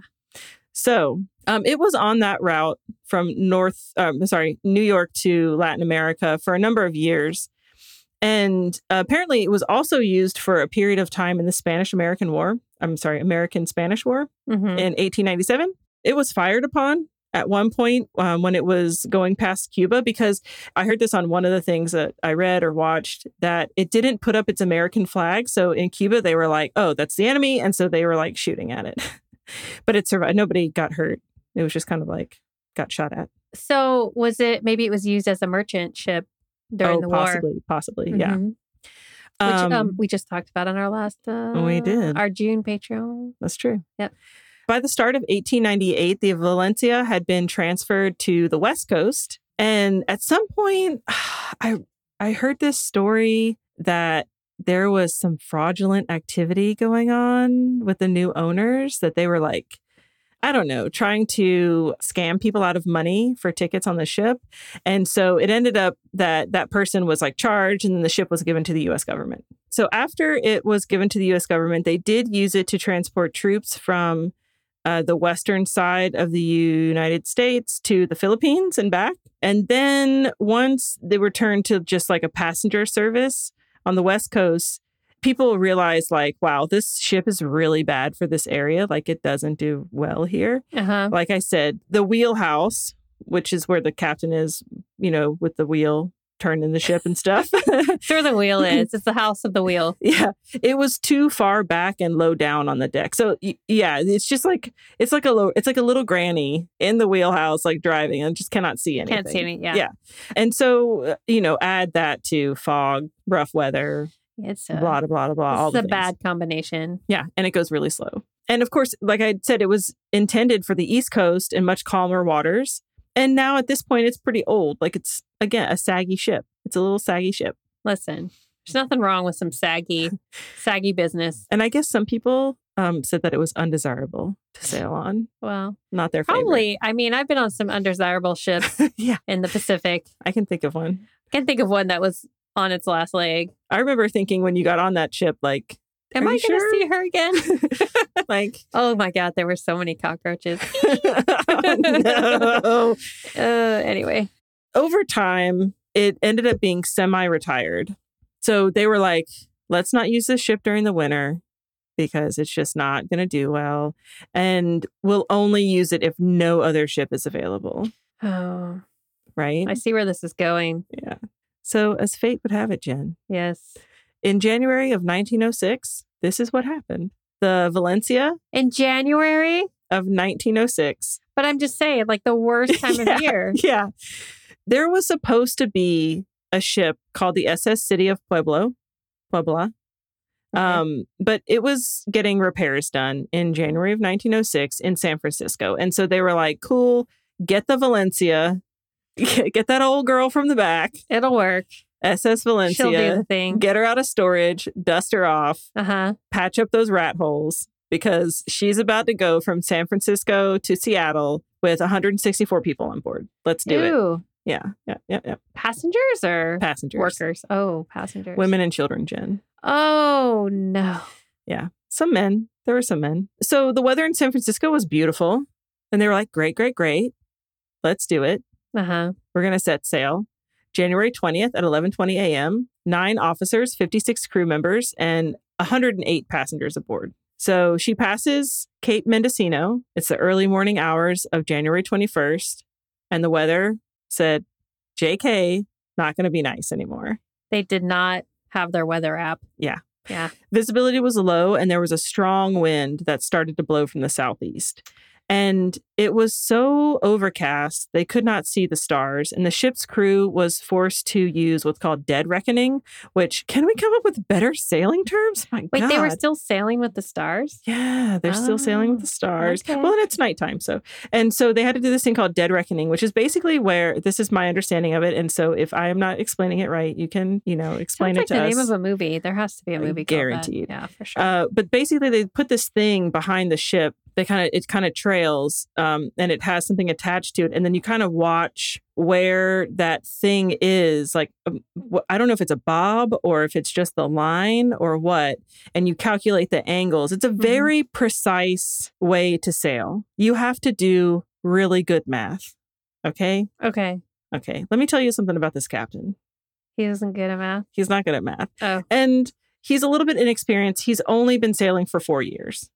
[SPEAKER 2] So um, it was on that route from North, um, sorry, New York to Latin America for a number of years. And uh, apparently it was also used for a period of time in the Spanish American War. I'm sorry, American Spanish War.
[SPEAKER 1] hmm
[SPEAKER 2] in 1897. It was fired upon at one point um, when it was going past Cuba because I heard this on one of the things that I read or watched that it didn't put up its American flag. So in Cuba, they were like, oh, that's the enemy. And so they were like shooting at it. but it survived. Nobody got hurt. It was just kind of like got shot at.
[SPEAKER 1] So, was it maybe it was used as a merchant ship during
[SPEAKER 2] oh,
[SPEAKER 1] the war?
[SPEAKER 2] possibly, possibly. Yeah.
[SPEAKER 1] Mhm. Which um, we just talked about on our last. Uh,
[SPEAKER 2] we did.
[SPEAKER 1] Our June Patreon.
[SPEAKER 2] That's true.
[SPEAKER 1] Yep.
[SPEAKER 2] By the start of 1898, the Valencia had been transferred to the West Coast, and at some point, I I heard this story that there was some fraudulent activity going on with the new owners that they were like I don't know, trying to scam people out of money for tickets on the ship. And so it ended up that that person was like charged and then the ship was given to the US government. So after it was given to the US government, they did use it to transport troops from uh, the western side of the United States to the Philippines and back. And then once they returned to just like a passenger service on the West Coast, people realized like, wow, this ship is really bad for this area. Like it doesn't do well here
[SPEAKER 1] Uh huh.
[SPEAKER 2] like I said, the wheelhouse, which is where the captain is, you know, with the wheel turning the ship and stuff.
[SPEAKER 1] Sure, the wheel is. It's the house of the wheel.
[SPEAKER 2] yeah, it was too far back and low down on the deck. So y- yeah, it's just like it's like a low, it's like a little granny in the wheelhouse, like driving and just cannot see anything.
[SPEAKER 1] Can't see any. Yeah.
[SPEAKER 2] Yeah. And so uh, you know, add that to fog, rough weather,
[SPEAKER 1] It's a,
[SPEAKER 2] blah blah blah blah. all
[SPEAKER 1] it's
[SPEAKER 2] the
[SPEAKER 1] a
[SPEAKER 2] things.
[SPEAKER 1] bad combination.
[SPEAKER 2] Yeah, and it goes really slow. And of course, like I said, it was intended for the East Coast and much calmer waters. And now at this point, it's pretty old. Like it's, again, a saggy ship. It's a little saggy ship.
[SPEAKER 1] Listen, there's nothing wrong with some saggy, saggy business.
[SPEAKER 2] And I guess some people um, said that it was undesirable to sail on,
[SPEAKER 1] Well,
[SPEAKER 2] not their favorite.
[SPEAKER 1] probably. I mean, I've been on some undesirable ships
[SPEAKER 2] yeah,
[SPEAKER 1] in the Pacific.
[SPEAKER 2] I can think of one.
[SPEAKER 1] I can think of one that was on its last leg.
[SPEAKER 2] I remember thinking when you got on that ship, like,
[SPEAKER 1] Am
[SPEAKER 2] Are
[SPEAKER 1] I
[SPEAKER 2] you
[SPEAKER 1] going to
[SPEAKER 2] sure?
[SPEAKER 1] see her again?
[SPEAKER 2] like,
[SPEAKER 1] Oh my God, there were so many cockroaches.
[SPEAKER 2] oh, no.
[SPEAKER 1] Uh, anyway,
[SPEAKER 2] over time, it ended up being semi retired. So they were like, let's not use this ship during the winter because it's just not going to do well. And we'll only use it if no other ship is available.
[SPEAKER 1] oh,
[SPEAKER 2] Right.
[SPEAKER 1] I see where this is going.
[SPEAKER 2] yeah. So, as fate would have it, Jen,
[SPEAKER 1] Yes.
[SPEAKER 2] in January of 1906, this is what happened. The Valencia
[SPEAKER 1] In January,
[SPEAKER 2] of 1906
[SPEAKER 1] but I'm just saying, like the worst time
[SPEAKER 2] Yeah.
[SPEAKER 1] of year.
[SPEAKER 2] Yeah. There was supposed to be a ship called the SS City of Pueblo, Puebla. Um, but it was getting repairs done in January of 1906 in San Francisco. And so they were like, cool, get the Valencia, get that old girl from the back,
[SPEAKER 1] It'll work.
[SPEAKER 2] SS
[SPEAKER 1] She'll do the
[SPEAKER 2] Valencia,
[SPEAKER 1] thing.
[SPEAKER 2] get her out of storage, dust her off,
[SPEAKER 1] Uh huh.
[SPEAKER 2] patch up those rat holes because she's about to go from San Francisco to Seattle with 164 people on board. Let's do it.
[SPEAKER 1] Ew.
[SPEAKER 2] Yeah, yeah, yeah, yeah.
[SPEAKER 1] Passengers or
[SPEAKER 2] Passengers,
[SPEAKER 1] workers? Oh, passengers.
[SPEAKER 2] women and children. Jen.
[SPEAKER 1] Oh no.
[SPEAKER 2] Yeah, some men. There were some men. So the weather in San Francisco was beautiful, and they were like, "Great, great, great. Let's do it.
[SPEAKER 1] Uh huh.
[SPEAKER 2] We're gonna set sail." January 20th at 11:20 a.m. Nine officers, 56 crew members, and 108 passengers aboard. So she passes Cape Mendocino. It's the early morning hours of January 21st, and the weather said, JK, not going to be nice anymore.
[SPEAKER 1] They did not have their weather app.
[SPEAKER 2] Visibility was low, and there was a strong wind that started to blow from the southeast. And it was so overcast, they could not see the stars, and the ship's crew was forced to use what's called dead reckoning, which can we come up with better sailing terms? My
[SPEAKER 1] Wait,
[SPEAKER 2] God.
[SPEAKER 1] they were still sailing with the stars?
[SPEAKER 2] Yeah, they're still sailing with the stars.
[SPEAKER 1] okay.
[SPEAKER 2] Well, and it's nighttime, so and so they had to do this thing called dead reckoning, which is basically where this is my understanding of it. And so if I am not explaining it right, you can you know explain
[SPEAKER 1] Sounds
[SPEAKER 2] it
[SPEAKER 1] like
[SPEAKER 2] to
[SPEAKER 1] the
[SPEAKER 2] us.
[SPEAKER 1] name of a movie. There has to be a
[SPEAKER 2] Uh,
[SPEAKER 1] movie called that.
[SPEAKER 2] guaranteed.
[SPEAKER 1] Yeah, for sure.
[SPEAKER 2] Uh, but basically, they put this thing behind the ship. They kind of it kind of trails, um, and it has something attached to it, and then you kind of watch where that thing is. Like um, wh- I don't know if it's a bob or if it's just the line or what, and you calculate the angles. It's a very precise way to sail. You have to do really good math. Okay,
[SPEAKER 1] okay.
[SPEAKER 2] okay. Let me tell you something about this captain.
[SPEAKER 1] He doesn't get a math.
[SPEAKER 2] He's not good at math,
[SPEAKER 1] Oh.
[SPEAKER 2] and he's a little bit inexperienced. He's only been sailing for four years.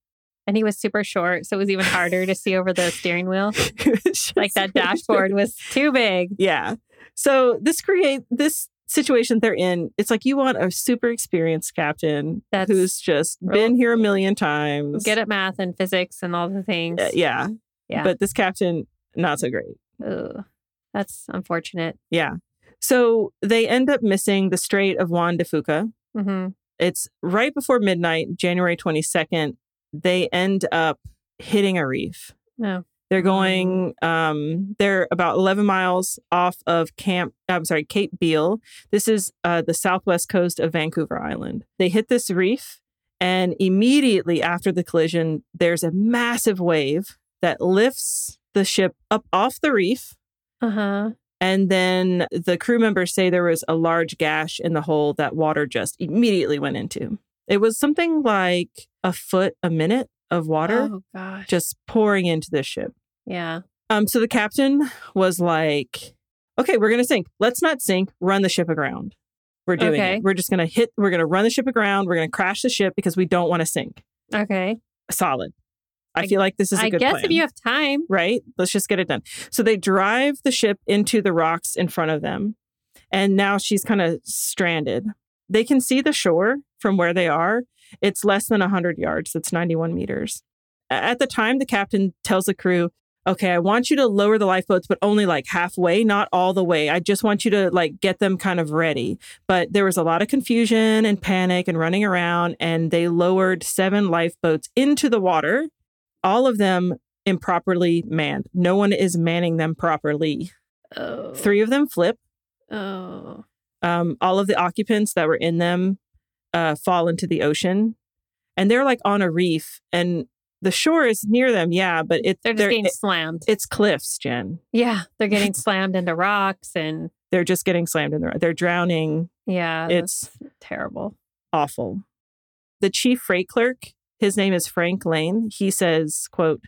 [SPEAKER 1] And he was super short, so it was even harder to see over the steering wheel.
[SPEAKER 2] It was just
[SPEAKER 1] Like that
[SPEAKER 2] really
[SPEAKER 1] dashboard
[SPEAKER 2] weird.
[SPEAKER 1] was too big.
[SPEAKER 2] Yeah. So this create this situation they're in. It's like you want a super experienced captain
[SPEAKER 1] That's-
[SPEAKER 2] who's just been here a million times.
[SPEAKER 1] Good at math and physics and all the things.
[SPEAKER 2] Uh, yeah.
[SPEAKER 1] Yeah.
[SPEAKER 2] But this captain not so great.
[SPEAKER 1] Ugh. that's unfortunate.
[SPEAKER 2] Yeah. So they end up missing the Strait of Juan de Fuca.
[SPEAKER 1] hmm
[SPEAKER 2] It's right before midnight, January 22nd. They end up hitting a reef.
[SPEAKER 1] No.
[SPEAKER 2] They're
[SPEAKER 1] Mm.
[SPEAKER 2] going. Um, they're about eleven miles off of Camp. I'm sorry, Cape Beale. This is uh, the southwest coast of Vancouver Island. They hit this reef, and immediately after the collision, there's a massive wave that lifts the ship up off the reef.
[SPEAKER 1] Uh
[SPEAKER 2] Uh-huh.
[SPEAKER 1] huh.
[SPEAKER 2] And then the crew members say there was a large gash in the hole that water just immediately went into. It was something like a foot a minute of water
[SPEAKER 1] Oh gosh.
[SPEAKER 2] just pouring into this ship.
[SPEAKER 1] Yeah.
[SPEAKER 2] Um, so the captain was like, "Okay, we're gonna sink. Let's not sink. Run the ship aground. We're doing
[SPEAKER 1] Okay.
[SPEAKER 2] it. We're just gonna hit. We're gonna run the ship aground. We're gonna crash the ship because we don't want to sink.
[SPEAKER 1] Okay.
[SPEAKER 2] Solid. I,
[SPEAKER 1] I-
[SPEAKER 2] feel like this is a
[SPEAKER 1] I
[SPEAKER 2] good
[SPEAKER 1] guess
[SPEAKER 2] plan.
[SPEAKER 1] if you have time.
[SPEAKER 2] right, let's just get it done. So they drive the ship into the rocks in front of them, and now she's kind of stranded. They can see the shore from where they are. It's less than 100 yards. That's 91 meters. A- At the time, the captain tells the crew, okay, I want you to lower the lifeboats, but only like halfway, not all the way. I just want you to like get them kind of ready. But there was a lot of confusion and panic and running around, and they lowered seven lifeboats into the water, all of them improperly manned. No one is manning them properly.
[SPEAKER 1] Oh.
[SPEAKER 2] Three of them flip.
[SPEAKER 1] Oh.
[SPEAKER 2] Um, all of the occupants that were in them uh, fall into the ocean, and they're like on a reef, and the shore is near them. Yeah, but it,
[SPEAKER 1] They're just getting slammed.
[SPEAKER 2] it's cliffs, Jen.
[SPEAKER 1] yeah. They're getting slammed into rocks and
[SPEAKER 2] They're just getting slammed in the. They're drowning.
[SPEAKER 1] yeah.
[SPEAKER 2] It's-
[SPEAKER 1] that's terrible.
[SPEAKER 2] Awful. The chief freight clerk, his name is Frank Lane. He says, "quote."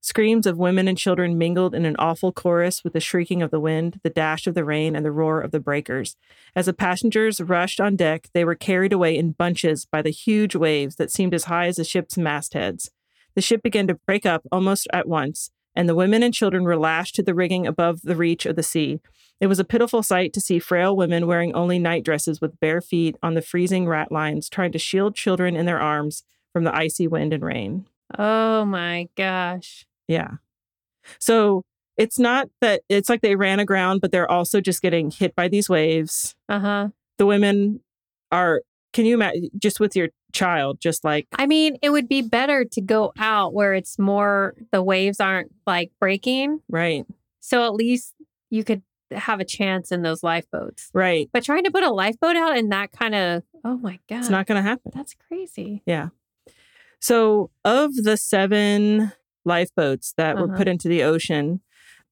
[SPEAKER 2] Screams of women and children mingled in an awful chorus with the shrieking of the wind, the dash of the rain, and the roar of the breakers. As the passengers rushed on deck, they were carried away in bunches by the huge waves that seemed as high as the ship's mastheads. The ship began to break up almost at once, and the women and children were lashed to the rigging above the reach of the sea. It was a pitiful sight to see frail women wearing only night dresses with bare feet on the freezing rat lines, trying to shield children in their arms from the icy wind and rain.
[SPEAKER 1] Oh my gosh.
[SPEAKER 2] Yeah. So it's not that it's like they ran aground, but they're also just getting hit by these waves.
[SPEAKER 1] Uh huh.
[SPEAKER 2] The women are, can you imagine, just with your child, just like,
[SPEAKER 1] I mean, it would be better to go out where it's more the waves aren't like breaking.
[SPEAKER 2] right,
[SPEAKER 1] So at least you could have a chance in those lifeboats.
[SPEAKER 2] right.
[SPEAKER 1] But trying to put a lifeboat out in that kind of oh my god.
[SPEAKER 2] It's not going to happen.
[SPEAKER 1] that's crazy.
[SPEAKER 2] So, of the seven lifeboats that were
[SPEAKER 1] Uh-huh.
[SPEAKER 2] put into the ocean,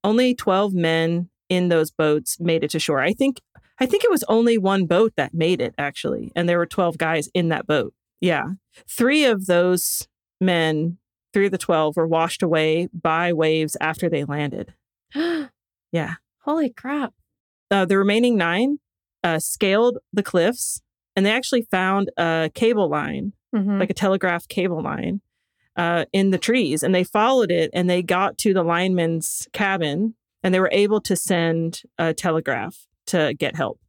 [SPEAKER 2] only 12 men in those boats made it to shore. I think I think it was only one boat that made it actually, and there were 12 guys in that boat. Yeah. 3 of those men, 3 of the 12 were washed away by waves after they landed. Yeah.
[SPEAKER 1] Holy crap.
[SPEAKER 2] Uh, the remaining 9 uh, scaled the cliffs and they actually found a cable line
[SPEAKER 1] Mhm.
[SPEAKER 2] like a telegraph cable line uh, in the trees and they followed it and they got to the lineman's cabin and they were able to send a telegraph to get help.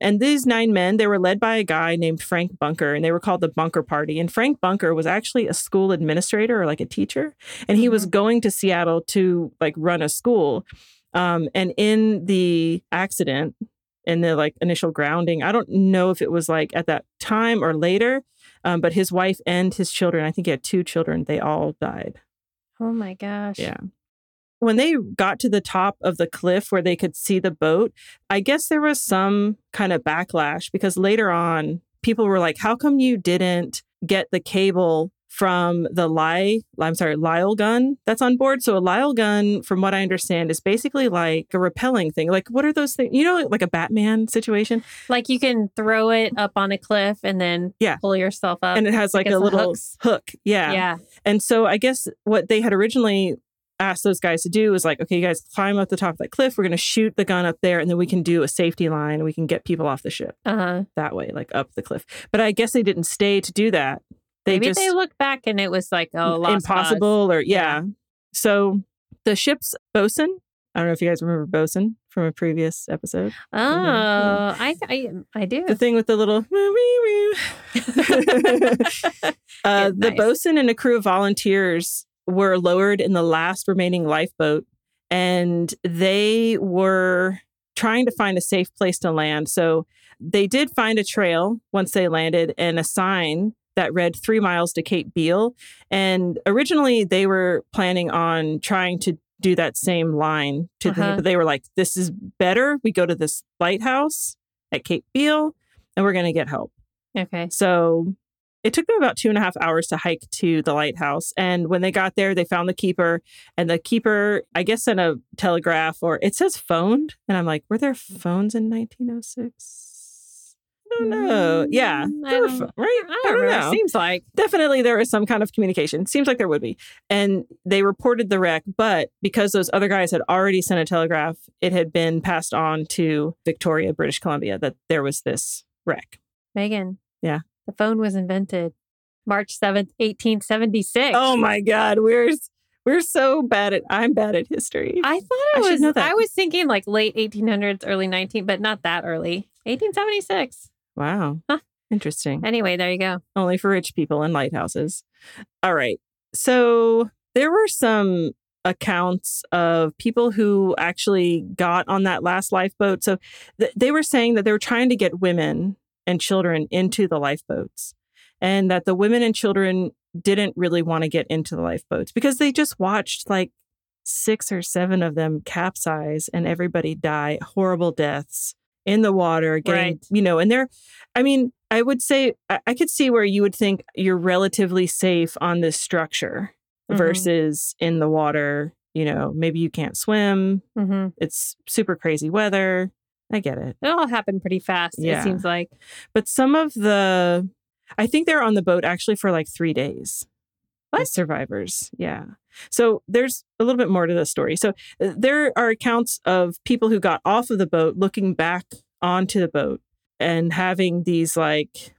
[SPEAKER 2] And these nine men, they were led by a guy named Frank Bunker, and they were called the Bunker Party. And Frank Bunker was actually a school administrator or like a teacher, and he was going to Seattle to like run a school. Um, and in the accident, in the like initial grounding, I don't know if it was like at that time or later, um, but his wife and his children, I think he had two children, they all died
[SPEAKER 1] Oh my gosh.
[SPEAKER 2] Yeah. when they got to the top of the cliff where they could see the boat, I guess there was some kind of backlash because later on, people were like, "How come you didn't get the cable from the Ly? I'm sorry, Lyle gun that's on board?" So a Lyle gun, from what I understand, is basically like a repelling thing. Like, what are those things? You know, like a Batman situation,
[SPEAKER 1] Like you can throw it up on a cliff and then
[SPEAKER 2] Yeah.
[SPEAKER 1] pull yourself up.
[SPEAKER 2] and it has like
[SPEAKER 1] Like
[SPEAKER 2] Uh, a
[SPEAKER 1] some
[SPEAKER 2] little
[SPEAKER 1] hooks.
[SPEAKER 2] hook.
[SPEAKER 1] yeah.
[SPEAKER 2] And so I guess what they had originally asked those guys to do was like, okay, you guys climb up the top of that cliff. We're going to shoot the gun up there and then we can do a safety line and we can get people off the ship
[SPEAKER 1] Uh-huh.
[SPEAKER 2] that way, like up the cliff. But I guess they didn't stay to do that. They
[SPEAKER 1] Maybe
[SPEAKER 2] just Mm,
[SPEAKER 1] they looked back and it was like, oh, lost cause.
[SPEAKER 2] impossible or yeah. So the ship's bosun, I don't know if you guys remember bosun from a previous episode.
[SPEAKER 1] Oh,
[SPEAKER 2] Mhm.
[SPEAKER 1] I, I, I do.
[SPEAKER 2] The thing with the little Uh, the
[SPEAKER 1] nice.
[SPEAKER 2] bosun and a crew of volunteers were lowered in the last remaining lifeboat, and they were trying to find a safe place to land. So they did find a trail once they landed and a sign that read three miles to Cape Beale. And originally, they were planning on trying to do that same line to the,
[SPEAKER 1] Uh-huh.
[SPEAKER 2] but they were like, this is better. We go to this lighthouse at Cape Beale and we're going to get help.
[SPEAKER 1] okay.
[SPEAKER 2] So it took them about two and a half hours to hike to the lighthouse. And when they got there, they found the keeper. And the keeper, I guess, sent a telegraph or it says phoned. And I'm like, were there
[SPEAKER 1] Mm.
[SPEAKER 2] phones in 1906? I don't know. Yeah.
[SPEAKER 1] Mm, I
[SPEAKER 2] there were
[SPEAKER 1] don't-
[SPEAKER 2] pho- right?
[SPEAKER 1] I don't, know. It seems like.
[SPEAKER 2] Definitely there was some kind of communication. Seems like there would be. And they reported the wreck, but because those other guys had already sent a telegraph, it had been passed on to Victoria, British Columbia, that there was this wreck.
[SPEAKER 1] Megan.
[SPEAKER 2] Yeah.
[SPEAKER 1] The phone was invented March 7th, 1876.
[SPEAKER 2] Oh my God, we're we're so bad at I'm bad at history.
[SPEAKER 1] I
[SPEAKER 2] I
[SPEAKER 1] thought it
[SPEAKER 2] should
[SPEAKER 1] was,
[SPEAKER 2] know that.
[SPEAKER 1] I was thinking like late 1800s, early 19, but not that early. 1876.
[SPEAKER 2] wow,
[SPEAKER 1] Huh.
[SPEAKER 2] interesting.
[SPEAKER 1] Anyway, there you go.
[SPEAKER 2] Only for rich people and lighthouses. All right, so there were some accounts of people who actually got on that last lifeboat. So th- they were saying that they were trying to get women and children into the lifeboats, and that the women and children didn't really want to get into the lifeboats because they just watched like six or seven of them capsize and everybody die horrible deaths in the water getting
[SPEAKER 1] Right.
[SPEAKER 2] you know and they're i mean i would say I, I could see where you would think you're relatively safe on this structure
[SPEAKER 1] Mhm.
[SPEAKER 2] versus in the water you know maybe you can't swim
[SPEAKER 1] hmm
[SPEAKER 2] it's super crazy weather i get it
[SPEAKER 1] It all happened pretty fast,
[SPEAKER 2] Yeah.
[SPEAKER 1] it seems like.
[SPEAKER 2] but some of the i think they're on the boat actually for like three days The
[SPEAKER 1] What?
[SPEAKER 2] survivors yeah so there's a little bit more to the story so uh, there are accounts of people who got off of the boat looking back onto the boat and having these like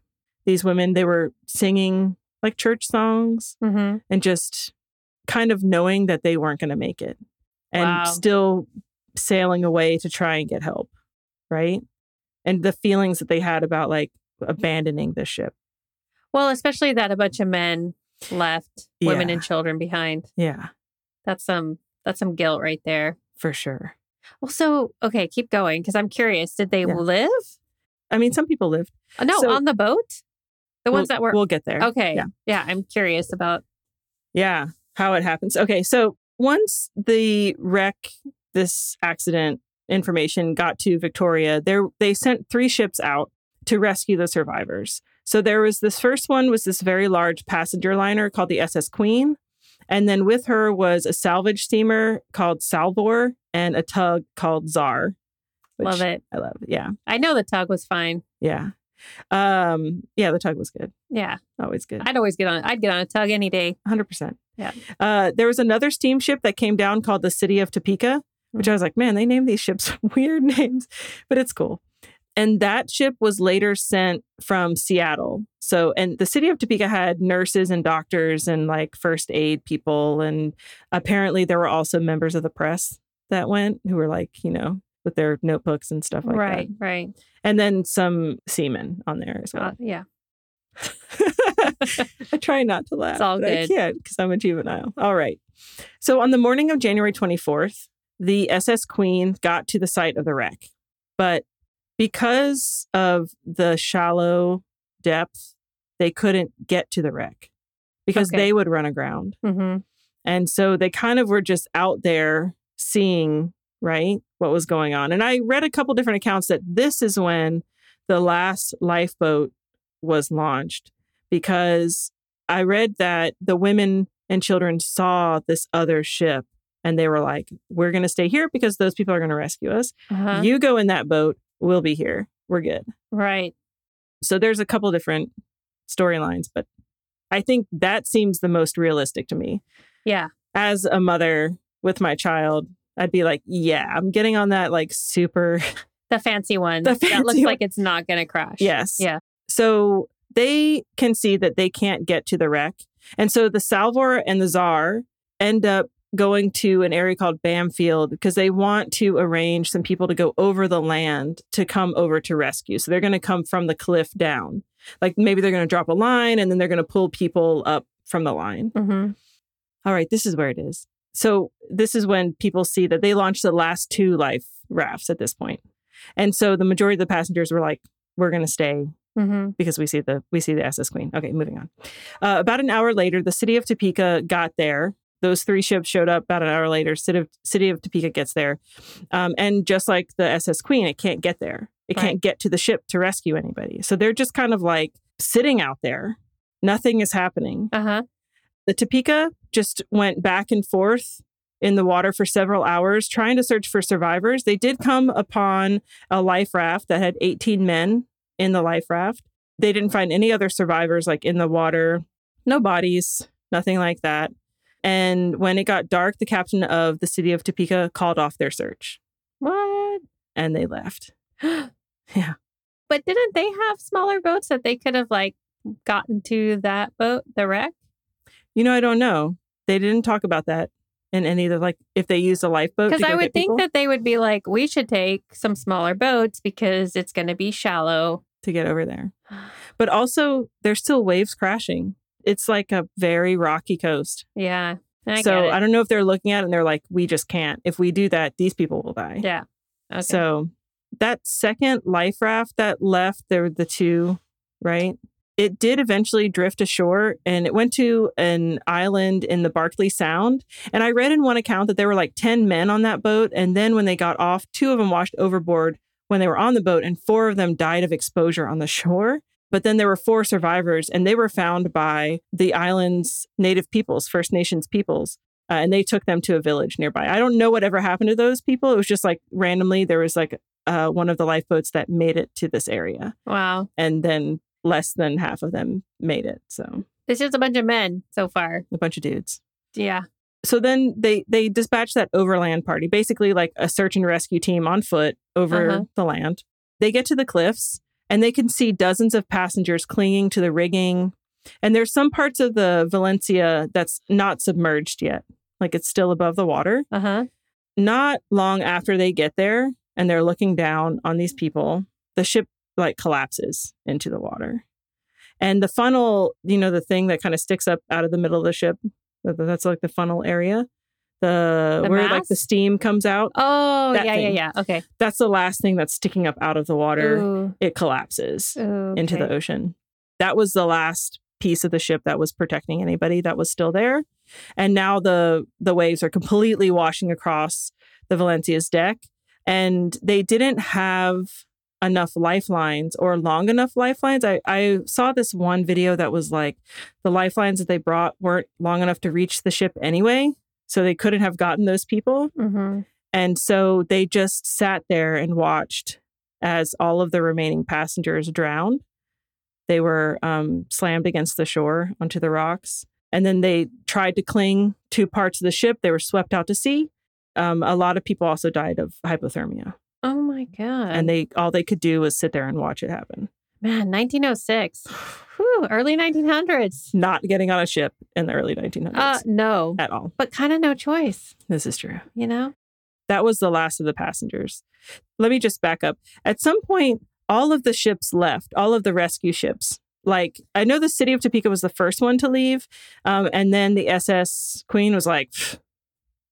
[SPEAKER 2] these women they were singing like church songs
[SPEAKER 1] hmm
[SPEAKER 2] and just kind of knowing that they weren't going to make it and
[SPEAKER 1] Wow.
[SPEAKER 2] still sailing away to try and get help right and the feelings that they had about like abandoning the ship
[SPEAKER 1] Well, especially that a bunch of men left women
[SPEAKER 2] Yeah.
[SPEAKER 1] and children behind.
[SPEAKER 2] yeah
[SPEAKER 1] That's some that's some guilt right there.
[SPEAKER 2] for sure
[SPEAKER 1] Well, so okay, keep going because I'm curious. Did they
[SPEAKER 2] Yeah.
[SPEAKER 1] live?
[SPEAKER 2] i mean some people lived
[SPEAKER 1] Uh, No,
[SPEAKER 2] So-
[SPEAKER 1] on the boat. The ones
[SPEAKER 2] We'll-
[SPEAKER 1] that were
[SPEAKER 2] we'll get there
[SPEAKER 1] okay.
[SPEAKER 2] yeah.
[SPEAKER 1] Yeah. I'm curious about.
[SPEAKER 2] Yeah, how it happens. Okay, so once the wreck, this accident information got to Victoria, there they sent three ships out to rescue the survivors. So there was this first one was this very large passenger liner called the SS Queen, and then with her was a salvage steamer called Salvor and a tug called Czar. which
[SPEAKER 1] love it.
[SPEAKER 2] I love. Yeah,
[SPEAKER 1] I know the tug was fine.
[SPEAKER 2] yeah, um, yeah. The tug was good.
[SPEAKER 1] Yeah,
[SPEAKER 2] Always good.
[SPEAKER 1] I'd always get on. I'd get on a tug any day.
[SPEAKER 2] hundred percent.
[SPEAKER 1] Yeah.
[SPEAKER 2] Uh, there was another steamship that came down called the City of Topeka,
[SPEAKER 1] Hmm.
[SPEAKER 2] which I was like, man, they name these ships weird names, but it's cool. And that ship was later sent from Seattle. So, and the city of Topeka had nurses and doctors and like first aid people. And apparently there were also members of the press that went who were like, you know, with their notebooks and stuff like
[SPEAKER 1] right,
[SPEAKER 2] that.
[SPEAKER 1] right.
[SPEAKER 2] And then some seamen on there as
[SPEAKER 1] Uh,
[SPEAKER 2] well.
[SPEAKER 1] yeah.
[SPEAKER 2] I try not to laugh.
[SPEAKER 1] It's all
[SPEAKER 2] but I
[SPEAKER 1] good.
[SPEAKER 2] can't because I'm a juvenile. All right. So on the morning of January 24th, the SS Queen got to the site of the wreck. But because of the shallow depth, they couldn't get to the wreck because
[SPEAKER 1] Okay.
[SPEAKER 2] they would run aground.
[SPEAKER 1] Mm-hmm.
[SPEAKER 2] And so they kind of were just out there seeing, right, what was going on. And I read a couple different accounts that this is when the last lifeboat was launched because I read that the women and children saw this other ship and they were like, we're going to stay here because those people are going to rescue us.
[SPEAKER 1] Uh-huh.
[SPEAKER 2] You go in that boat, we'll be here. We're good.
[SPEAKER 1] right.
[SPEAKER 2] So there's a couple different storylines, but I think that seems the most realistic to me
[SPEAKER 1] Yeah.
[SPEAKER 2] as a mother with my child, I'd be like, yeah, I'm getting on that like super.
[SPEAKER 1] The fancy one.
[SPEAKER 2] The
[SPEAKER 1] that
[SPEAKER 2] fancy
[SPEAKER 1] looks
[SPEAKER 2] one.
[SPEAKER 1] like it's not going to crash.
[SPEAKER 2] Yes.
[SPEAKER 1] Yeah.
[SPEAKER 2] So they can see that they can't get to the wreck. And so the Salvor and the Czar end up going to an area called Bamfield because they want to arrange some people to go over the land to come over to rescue. So they're going to come from the cliff down. Like maybe they're going to drop a line and then they're going to pull people up from the line.
[SPEAKER 1] Mm-hmm.
[SPEAKER 2] all right, this is where it is. So this is when people see that they launched the last two life rafts at this point. And so the majority of the passengers were like, we're going to stay
[SPEAKER 1] Mm-hmm.
[SPEAKER 2] because we see the we see the SS Queen. Okay, moving on. Uh, about an hour later, the city of Topeka got there. Those three ships showed up about an hour later. City of, city of Topeka gets there, um, and just like the SS Queen, it can't get there. It
[SPEAKER 1] Right.
[SPEAKER 2] can't get to the ship to rescue anybody. So they're just kind of like sitting out there. Nothing is happening
[SPEAKER 1] Uh huh.
[SPEAKER 2] the Topeka just went back and forth in the water for several hours trying to search for survivors. They did come upon a life raft that had 18 men in the life raft. They didn't find any other survivors like in the water, no bodies, nothing like that. And when it got dark, the captain of the city of Topeka called off their search
[SPEAKER 1] What?
[SPEAKER 2] and they left.
[SPEAKER 1] But didn't they have smaller boats that they could have like gotten to that boat, the wreck?
[SPEAKER 2] You know, I don't know. They didn't talk about that in any of the like if they used a lifeboat.
[SPEAKER 1] Because
[SPEAKER 2] Oh, to
[SPEAKER 1] I
[SPEAKER 2] go
[SPEAKER 1] would
[SPEAKER 2] get
[SPEAKER 1] think
[SPEAKER 2] people
[SPEAKER 1] that they would be like, we should take some smaller boats because it's going to be shallow.
[SPEAKER 2] to get over there. but also there's still waves crashing. It's like a very rocky coast.
[SPEAKER 1] Yeah. I
[SPEAKER 2] so
[SPEAKER 1] get it.
[SPEAKER 2] I don't know if they're looking at it and they're like, we just can't. If we do that, these people will die.
[SPEAKER 1] Yeah. Okay.
[SPEAKER 2] So that second life raft that left, there were the two, right? It did eventually drift ashore and it went to an island in the Barclay Sound. And I read in one account that there were like 10 men on that boat. And then when they got off, two of them washed overboard when they were on the boat, and four of them died of exposure on the shore. But then there were four survivors, and they were found by the island's native peoples, First Nations peoples uh, and they took them to a village nearby. I don't know whatever happened to those people. It was just like randomly there was like uh, one of the lifeboats that made it to this area,
[SPEAKER 1] wow.
[SPEAKER 2] and then less than half of them made it. So
[SPEAKER 1] It's just a bunch of men so far.
[SPEAKER 2] a bunch of dudes.
[SPEAKER 1] Yeah.
[SPEAKER 2] So then they they dispatched that overland party, basically like a search and rescue team on foot over
[SPEAKER 1] Uh-huh.
[SPEAKER 2] the land. They get to the cliffs and they can see dozens of passengers clinging to the rigging. And there's some parts of the Valencia that's not submerged yet. Like it's still above the water.
[SPEAKER 1] Uh huh.
[SPEAKER 2] not long after they get there and they're looking down on these people, the ship like collapses into the water. And the funnel, you know, the thing that kind of sticks up out of the middle of the ship, that- that's like the funnel area, the,
[SPEAKER 1] The
[SPEAKER 2] where like the
[SPEAKER 1] mast?
[SPEAKER 2] steam comes out.
[SPEAKER 1] Oh,
[SPEAKER 2] That
[SPEAKER 1] yeah,
[SPEAKER 2] thing.
[SPEAKER 1] yeah, yeah. Okay.
[SPEAKER 2] That's the last thing that's sticking up out of the water.
[SPEAKER 1] Ooh,
[SPEAKER 2] It collapses
[SPEAKER 1] ooh,
[SPEAKER 2] into the
[SPEAKER 1] okay.
[SPEAKER 2] ocean. That was the last piece of the ship that was protecting anybody that was still there. And now the the waves are completely washing across the Valencia's deck and they didn't have enough lifelines or long enough lifelines. I, I saw this one video that was like the lifelines that they brought weren't long enough to reach the ship anyway. So they couldn't have gotten those people.
[SPEAKER 1] Mhm.
[SPEAKER 2] And so they just sat there and watched as all of the remaining passengers drowned. They were um, slammed against the shore onto the rocks. And then they tried to cling to parts of the ship. They were swept out to sea. Um, a lot of people also died of hypothermia.
[SPEAKER 1] Oh my god.
[SPEAKER 2] And they all they could do was sit there and watch it happen.
[SPEAKER 1] man, 1906. Whew, early 1900s.
[SPEAKER 2] Not getting on a ship in the early 1900s
[SPEAKER 1] Uh, no,
[SPEAKER 2] at all.
[SPEAKER 1] but kind of no choice,
[SPEAKER 2] This is true.
[SPEAKER 1] you know?
[SPEAKER 2] That was the last of the passengers. Let me just back up. At some point, all of the ships left, all of the rescue ships. Like, I know the city of Topeka was the first one to leave. Um, and then the SS Queen was like, "Pfft,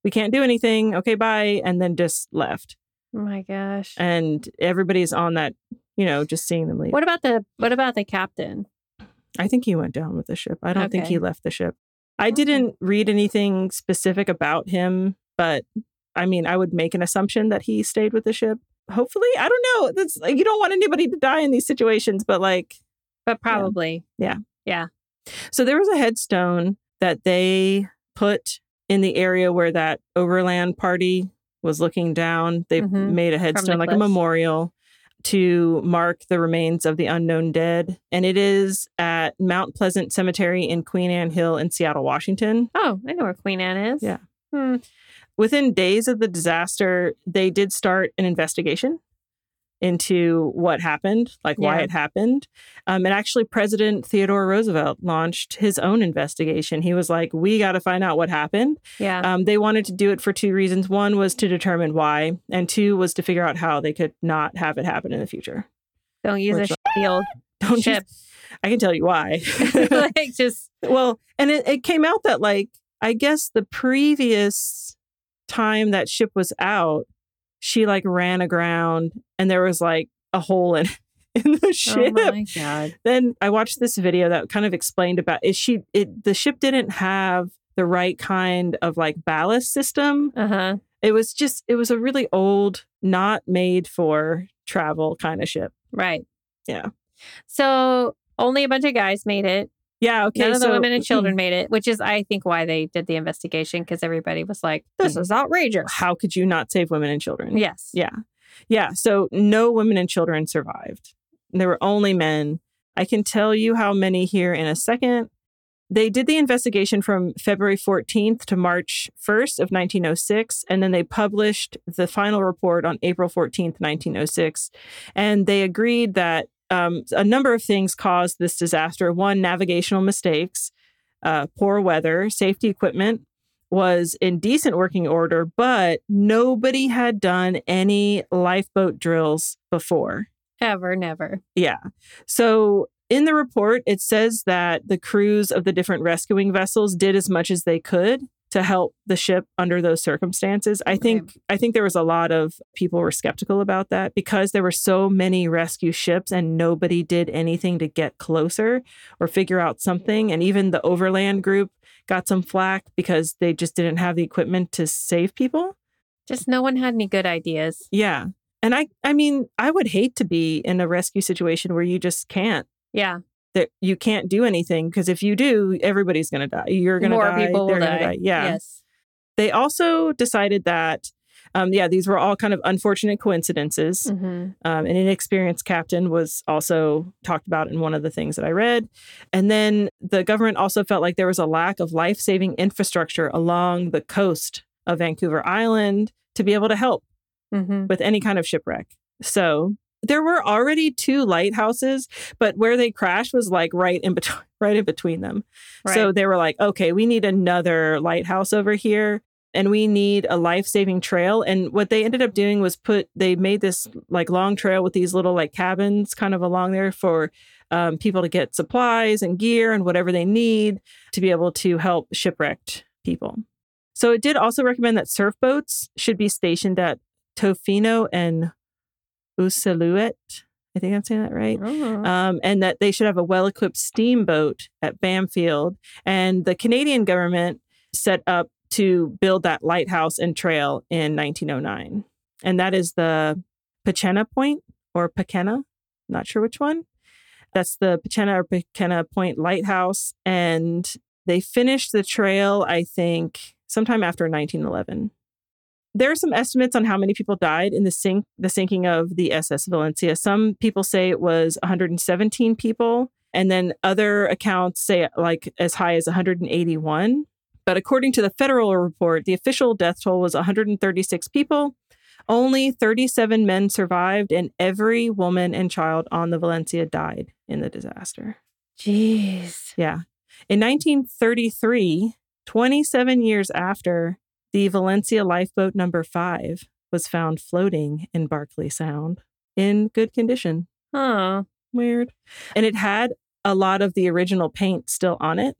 [SPEAKER 2] we can't do anything. Okay, bye. And then just left.
[SPEAKER 1] Oh my gosh.
[SPEAKER 2] And everybody's on that, you know, just seeing them leave.
[SPEAKER 1] What about the what about the captain?
[SPEAKER 2] I think he went down with the ship. I don't think
[SPEAKER 1] Okay.
[SPEAKER 2] he left the ship. I
[SPEAKER 1] Okay.
[SPEAKER 2] didn't read anything specific about him, but I mean, I would make an assumption that he stayed with the ship. Hopefully, I don't know. That's like, you don't want anybody to die in these situations, but like,
[SPEAKER 1] But probably.
[SPEAKER 2] so there was a headstone that they put in the area where that overland party was looking down. They
[SPEAKER 1] Mhm.
[SPEAKER 2] made a headstone, like a
[SPEAKER 1] cliff.
[SPEAKER 2] memorial, to mark the remains of the unknown dead. And it is at Mount Pleasant Cemetery in Queen Anne Hill in Seattle, Washington.
[SPEAKER 1] Oh, I know where Queen Anne is.
[SPEAKER 2] Yeah.
[SPEAKER 1] Hmm.
[SPEAKER 2] Within days of the disaster, they did start an investigation into what happened, like why
[SPEAKER 1] Yeah.
[SPEAKER 2] it happened. Um, and actually, President Theodore Roosevelt launched his own investigation. He was like, We got to find out what happened.
[SPEAKER 1] Yeah.
[SPEAKER 2] Um, they wanted to do it for two reasons one was to determine why, and two was to figure out how they could not have it happen in the future.
[SPEAKER 1] Don't use a
[SPEAKER 2] which-
[SPEAKER 1] shitty old
[SPEAKER 2] Don't you?
[SPEAKER 1] ship.
[SPEAKER 2] I can tell you why.
[SPEAKER 1] like just
[SPEAKER 2] Well, and it, it came out that like I guess the previous time that ship was out, she like ran aground and there was like a hole in in the
[SPEAKER 1] Oh
[SPEAKER 2] ship.
[SPEAKER 1] my god.
[SPEAKER 2] then I watched this video that kind of explained about it. She it the ship didn't have the right kind of like ballast system.
[SPEAKER 1] Uh-huh.
[SPEAKER 2] It was just it was a really old, not made for travel kind of ship.
[SPEAKER 1] Right.
[SPEAKER 2] Yeah.
[SPEAKER 1] So only a bunch of guys made it.
[SPEAKER 2] Yeah. Okay.
[SPEAKER 1] None of
[SPEAKER 2] so, mm,
[SPEAKER 1] the women and children made it, which is I think why they did the investigation because everybody was like, This is outrageous.
[SPEAKER 2] mm. How could you not save women and children?
[SPEAKER 1] Yes.
[SPEAKER 2] Yeah. Yeah. So no women and children survived. There were only men. I can tell you how many here in a second. They did the investigation from February 14th to March 1st of 1906, and then they published the final report on April 14th, 1906. And they agreed that um, a number of things caused this disaster. One, navigational mistakes, uh, poor weather, safety equipment, was in decent working order, but nobody had done any lifeboat drills before.
[SPEAKER 1] Ever, never.
[SPEAKER 2] Yeah. So in the report, it says that the crews of the different rescuing vessels did as much as they could to help the ship under those circumstances. I think I think there was a lot of people were skeptical about that because there were so many rescue ships and nobody did anything to get closer or figure out something and even the overland group got some flack because they just didn't have the equipment to save people.
[SPEAKER 1] Just no one had any good ideas.
[SPEAKER 2] Yeah. And I I mean, I would hate to be in a rescue situation where you just can't
[SPEAKER 1] Yeah.
[SPEAKER 2] that you can't do anything because if you do, everybody's going to die. You're going to
[SPEAKER 1] More
[SPEAKER 2] die.
[SPEAKER 1] people will
[SPEAKER 2] they're
[SPEAKER 1] die.
[SPEAKER 2] gonna Yeah.
[SPEAKER 1] Yes.
[SPEAKER 2] They also decided that um, yeah, these were all kind of unfortunate coincidences.
[SPEAKER 1] hmm
[SPEAKER 2] Um, an inexperienced captain was also talked about in one of the things that I read. And then the government also felt like there was a lack of life saving infrastructure along the coast of Vancouver Island to be able to help
[SPEAKER 1] hmm
[SPEAKER 2] with any kind of shipwreck. So there were already two lighthouses, but where they crashed was like right in between right in between them.
[SPEAKER 1] Right.
[SPEAKER 2] So they were like, okay, we need another lighthouse over here and we need a life-saving trail. And what they ended up doing was put they made this like long trail with these little like cabins kind of along there for um, people to get supplies and gear and whatever they need to be able to help shipwrecked people. So it did also recommend that surf boats should be stationed at Tofino and Usaluet. I think I'm saying that right.
[SPEAKER 1] Mm.
[SPEAKER 2] Um, and that they should have a well equipped steamboat at Bamfield. And the Canadian government set up to build that lighthouse and trail in 1909. And that is the Pachena Point or Pachena, not sure which one. That's the Pachena or Pachena Point Lighthouse. And they finished the trail, I think, sometime after 1911. There are some estimates on how many people died in the sink the sinking of the SS Valencia. Some people say it was 117 people, and then other accounts say like as high as 181. But according to the federal report, the official death toll was 136 people. Only 37 men survived, and every woman and child on the Valencia died in the disaster.
[SPEAKER 1] Jeez.
[SPEAKER 2] Yeah. In 1933, 27 years after the Valencia lifeboat number five was found floating in Barclay Sound in good condition.
[SPEAKER 1] Oh,
[SPEAKER 2] Weird. And it had a lot of the original paint still on it.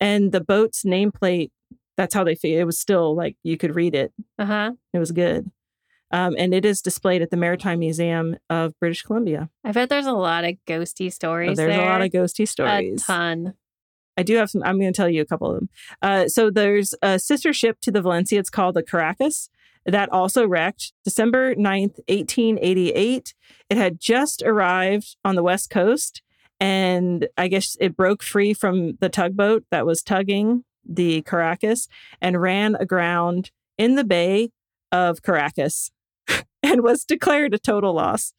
[SPEAKER 2] And the boat's nameplate, that's how they figured it was still like you could read it.
[SPEAKER 1] uh huh.
[SPEAKER 2] It was good. Um, and it is displayed at the Maritime Museum of British Columbia.
[SPEAKER 1] I bet there's a lot of ghosty
[SPEAKER 2] So
[SPEAKER 1] stories.
[SPEAKER 2] there's a lot
[SPEAKER 1] there.
[SPEAKER 2] of ghosty stories.
[SPEAKER 1] A ton.
[SPEAKER 2] I do have some. I'm going to tell you a couple of them. Uh, so there's a sister ship to the Valencia. It's called the Caracas. That also wrecked December 9th, 1888. It had just arrived on the West Coast. And I guess it broke free from the tugboat that was tugging the Caracas and ran aground in the bay of Caracas and was declared a total loss.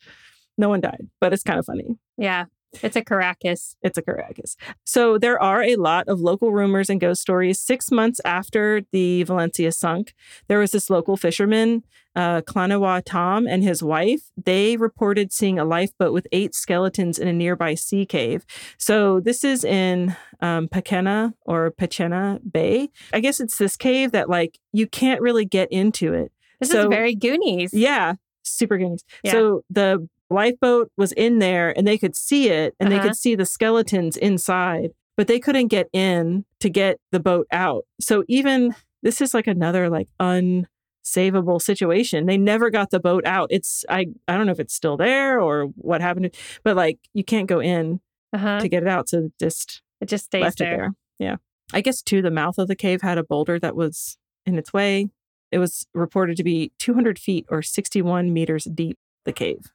[SPEAKER 2] No one died, but it's kind of funny.
[SPEAKER 1] Yeah. It's a Caracas.
[SPEAKER 2] It's a Caracas. So there are a lot of local rumors and ghost stories. Six months after the Valencia sunk, there was this local fisherman, uh, Klanawa Tom, and his wife. They reported seeing a lifeboat with eight skeletons in a nearby sea cave. So this is in um, Pachena or Pachena Bay. I guess it's this cave that like you can't really get into it.
[SPEAKER 1] This is
[SPEAKER 2] So-
[SPEAKER 1] very Goonies.
[SPEAKER 2] Yeah, super goonies.
[SPEAKER 1] Yeah.
[SPEAKER 2] So the lifeboat was in there and they could see it and they
[SPEAKER 1] Uh-huh.
[SPEAKER 2] could see the skeletons inside, but they couldn't get in to get the boat out. So even this is like another like unsavable situation. They never got the boat out. It's I I don't know if it's still there or what happened, but like you can't go in
[SPEAKER 1] Uh huh.
[SPEAKER 2] to get it out. So just
[SPEAKER 1] It just stays
[SPEAKER 2] left it
[SPEAKER 1] there.
[SPEAKER 2] there. Yeah. I guess too, the mouth of the cave had a boulder that was in its way. It was reported to be 200 feet or 61 meters deep, the cave.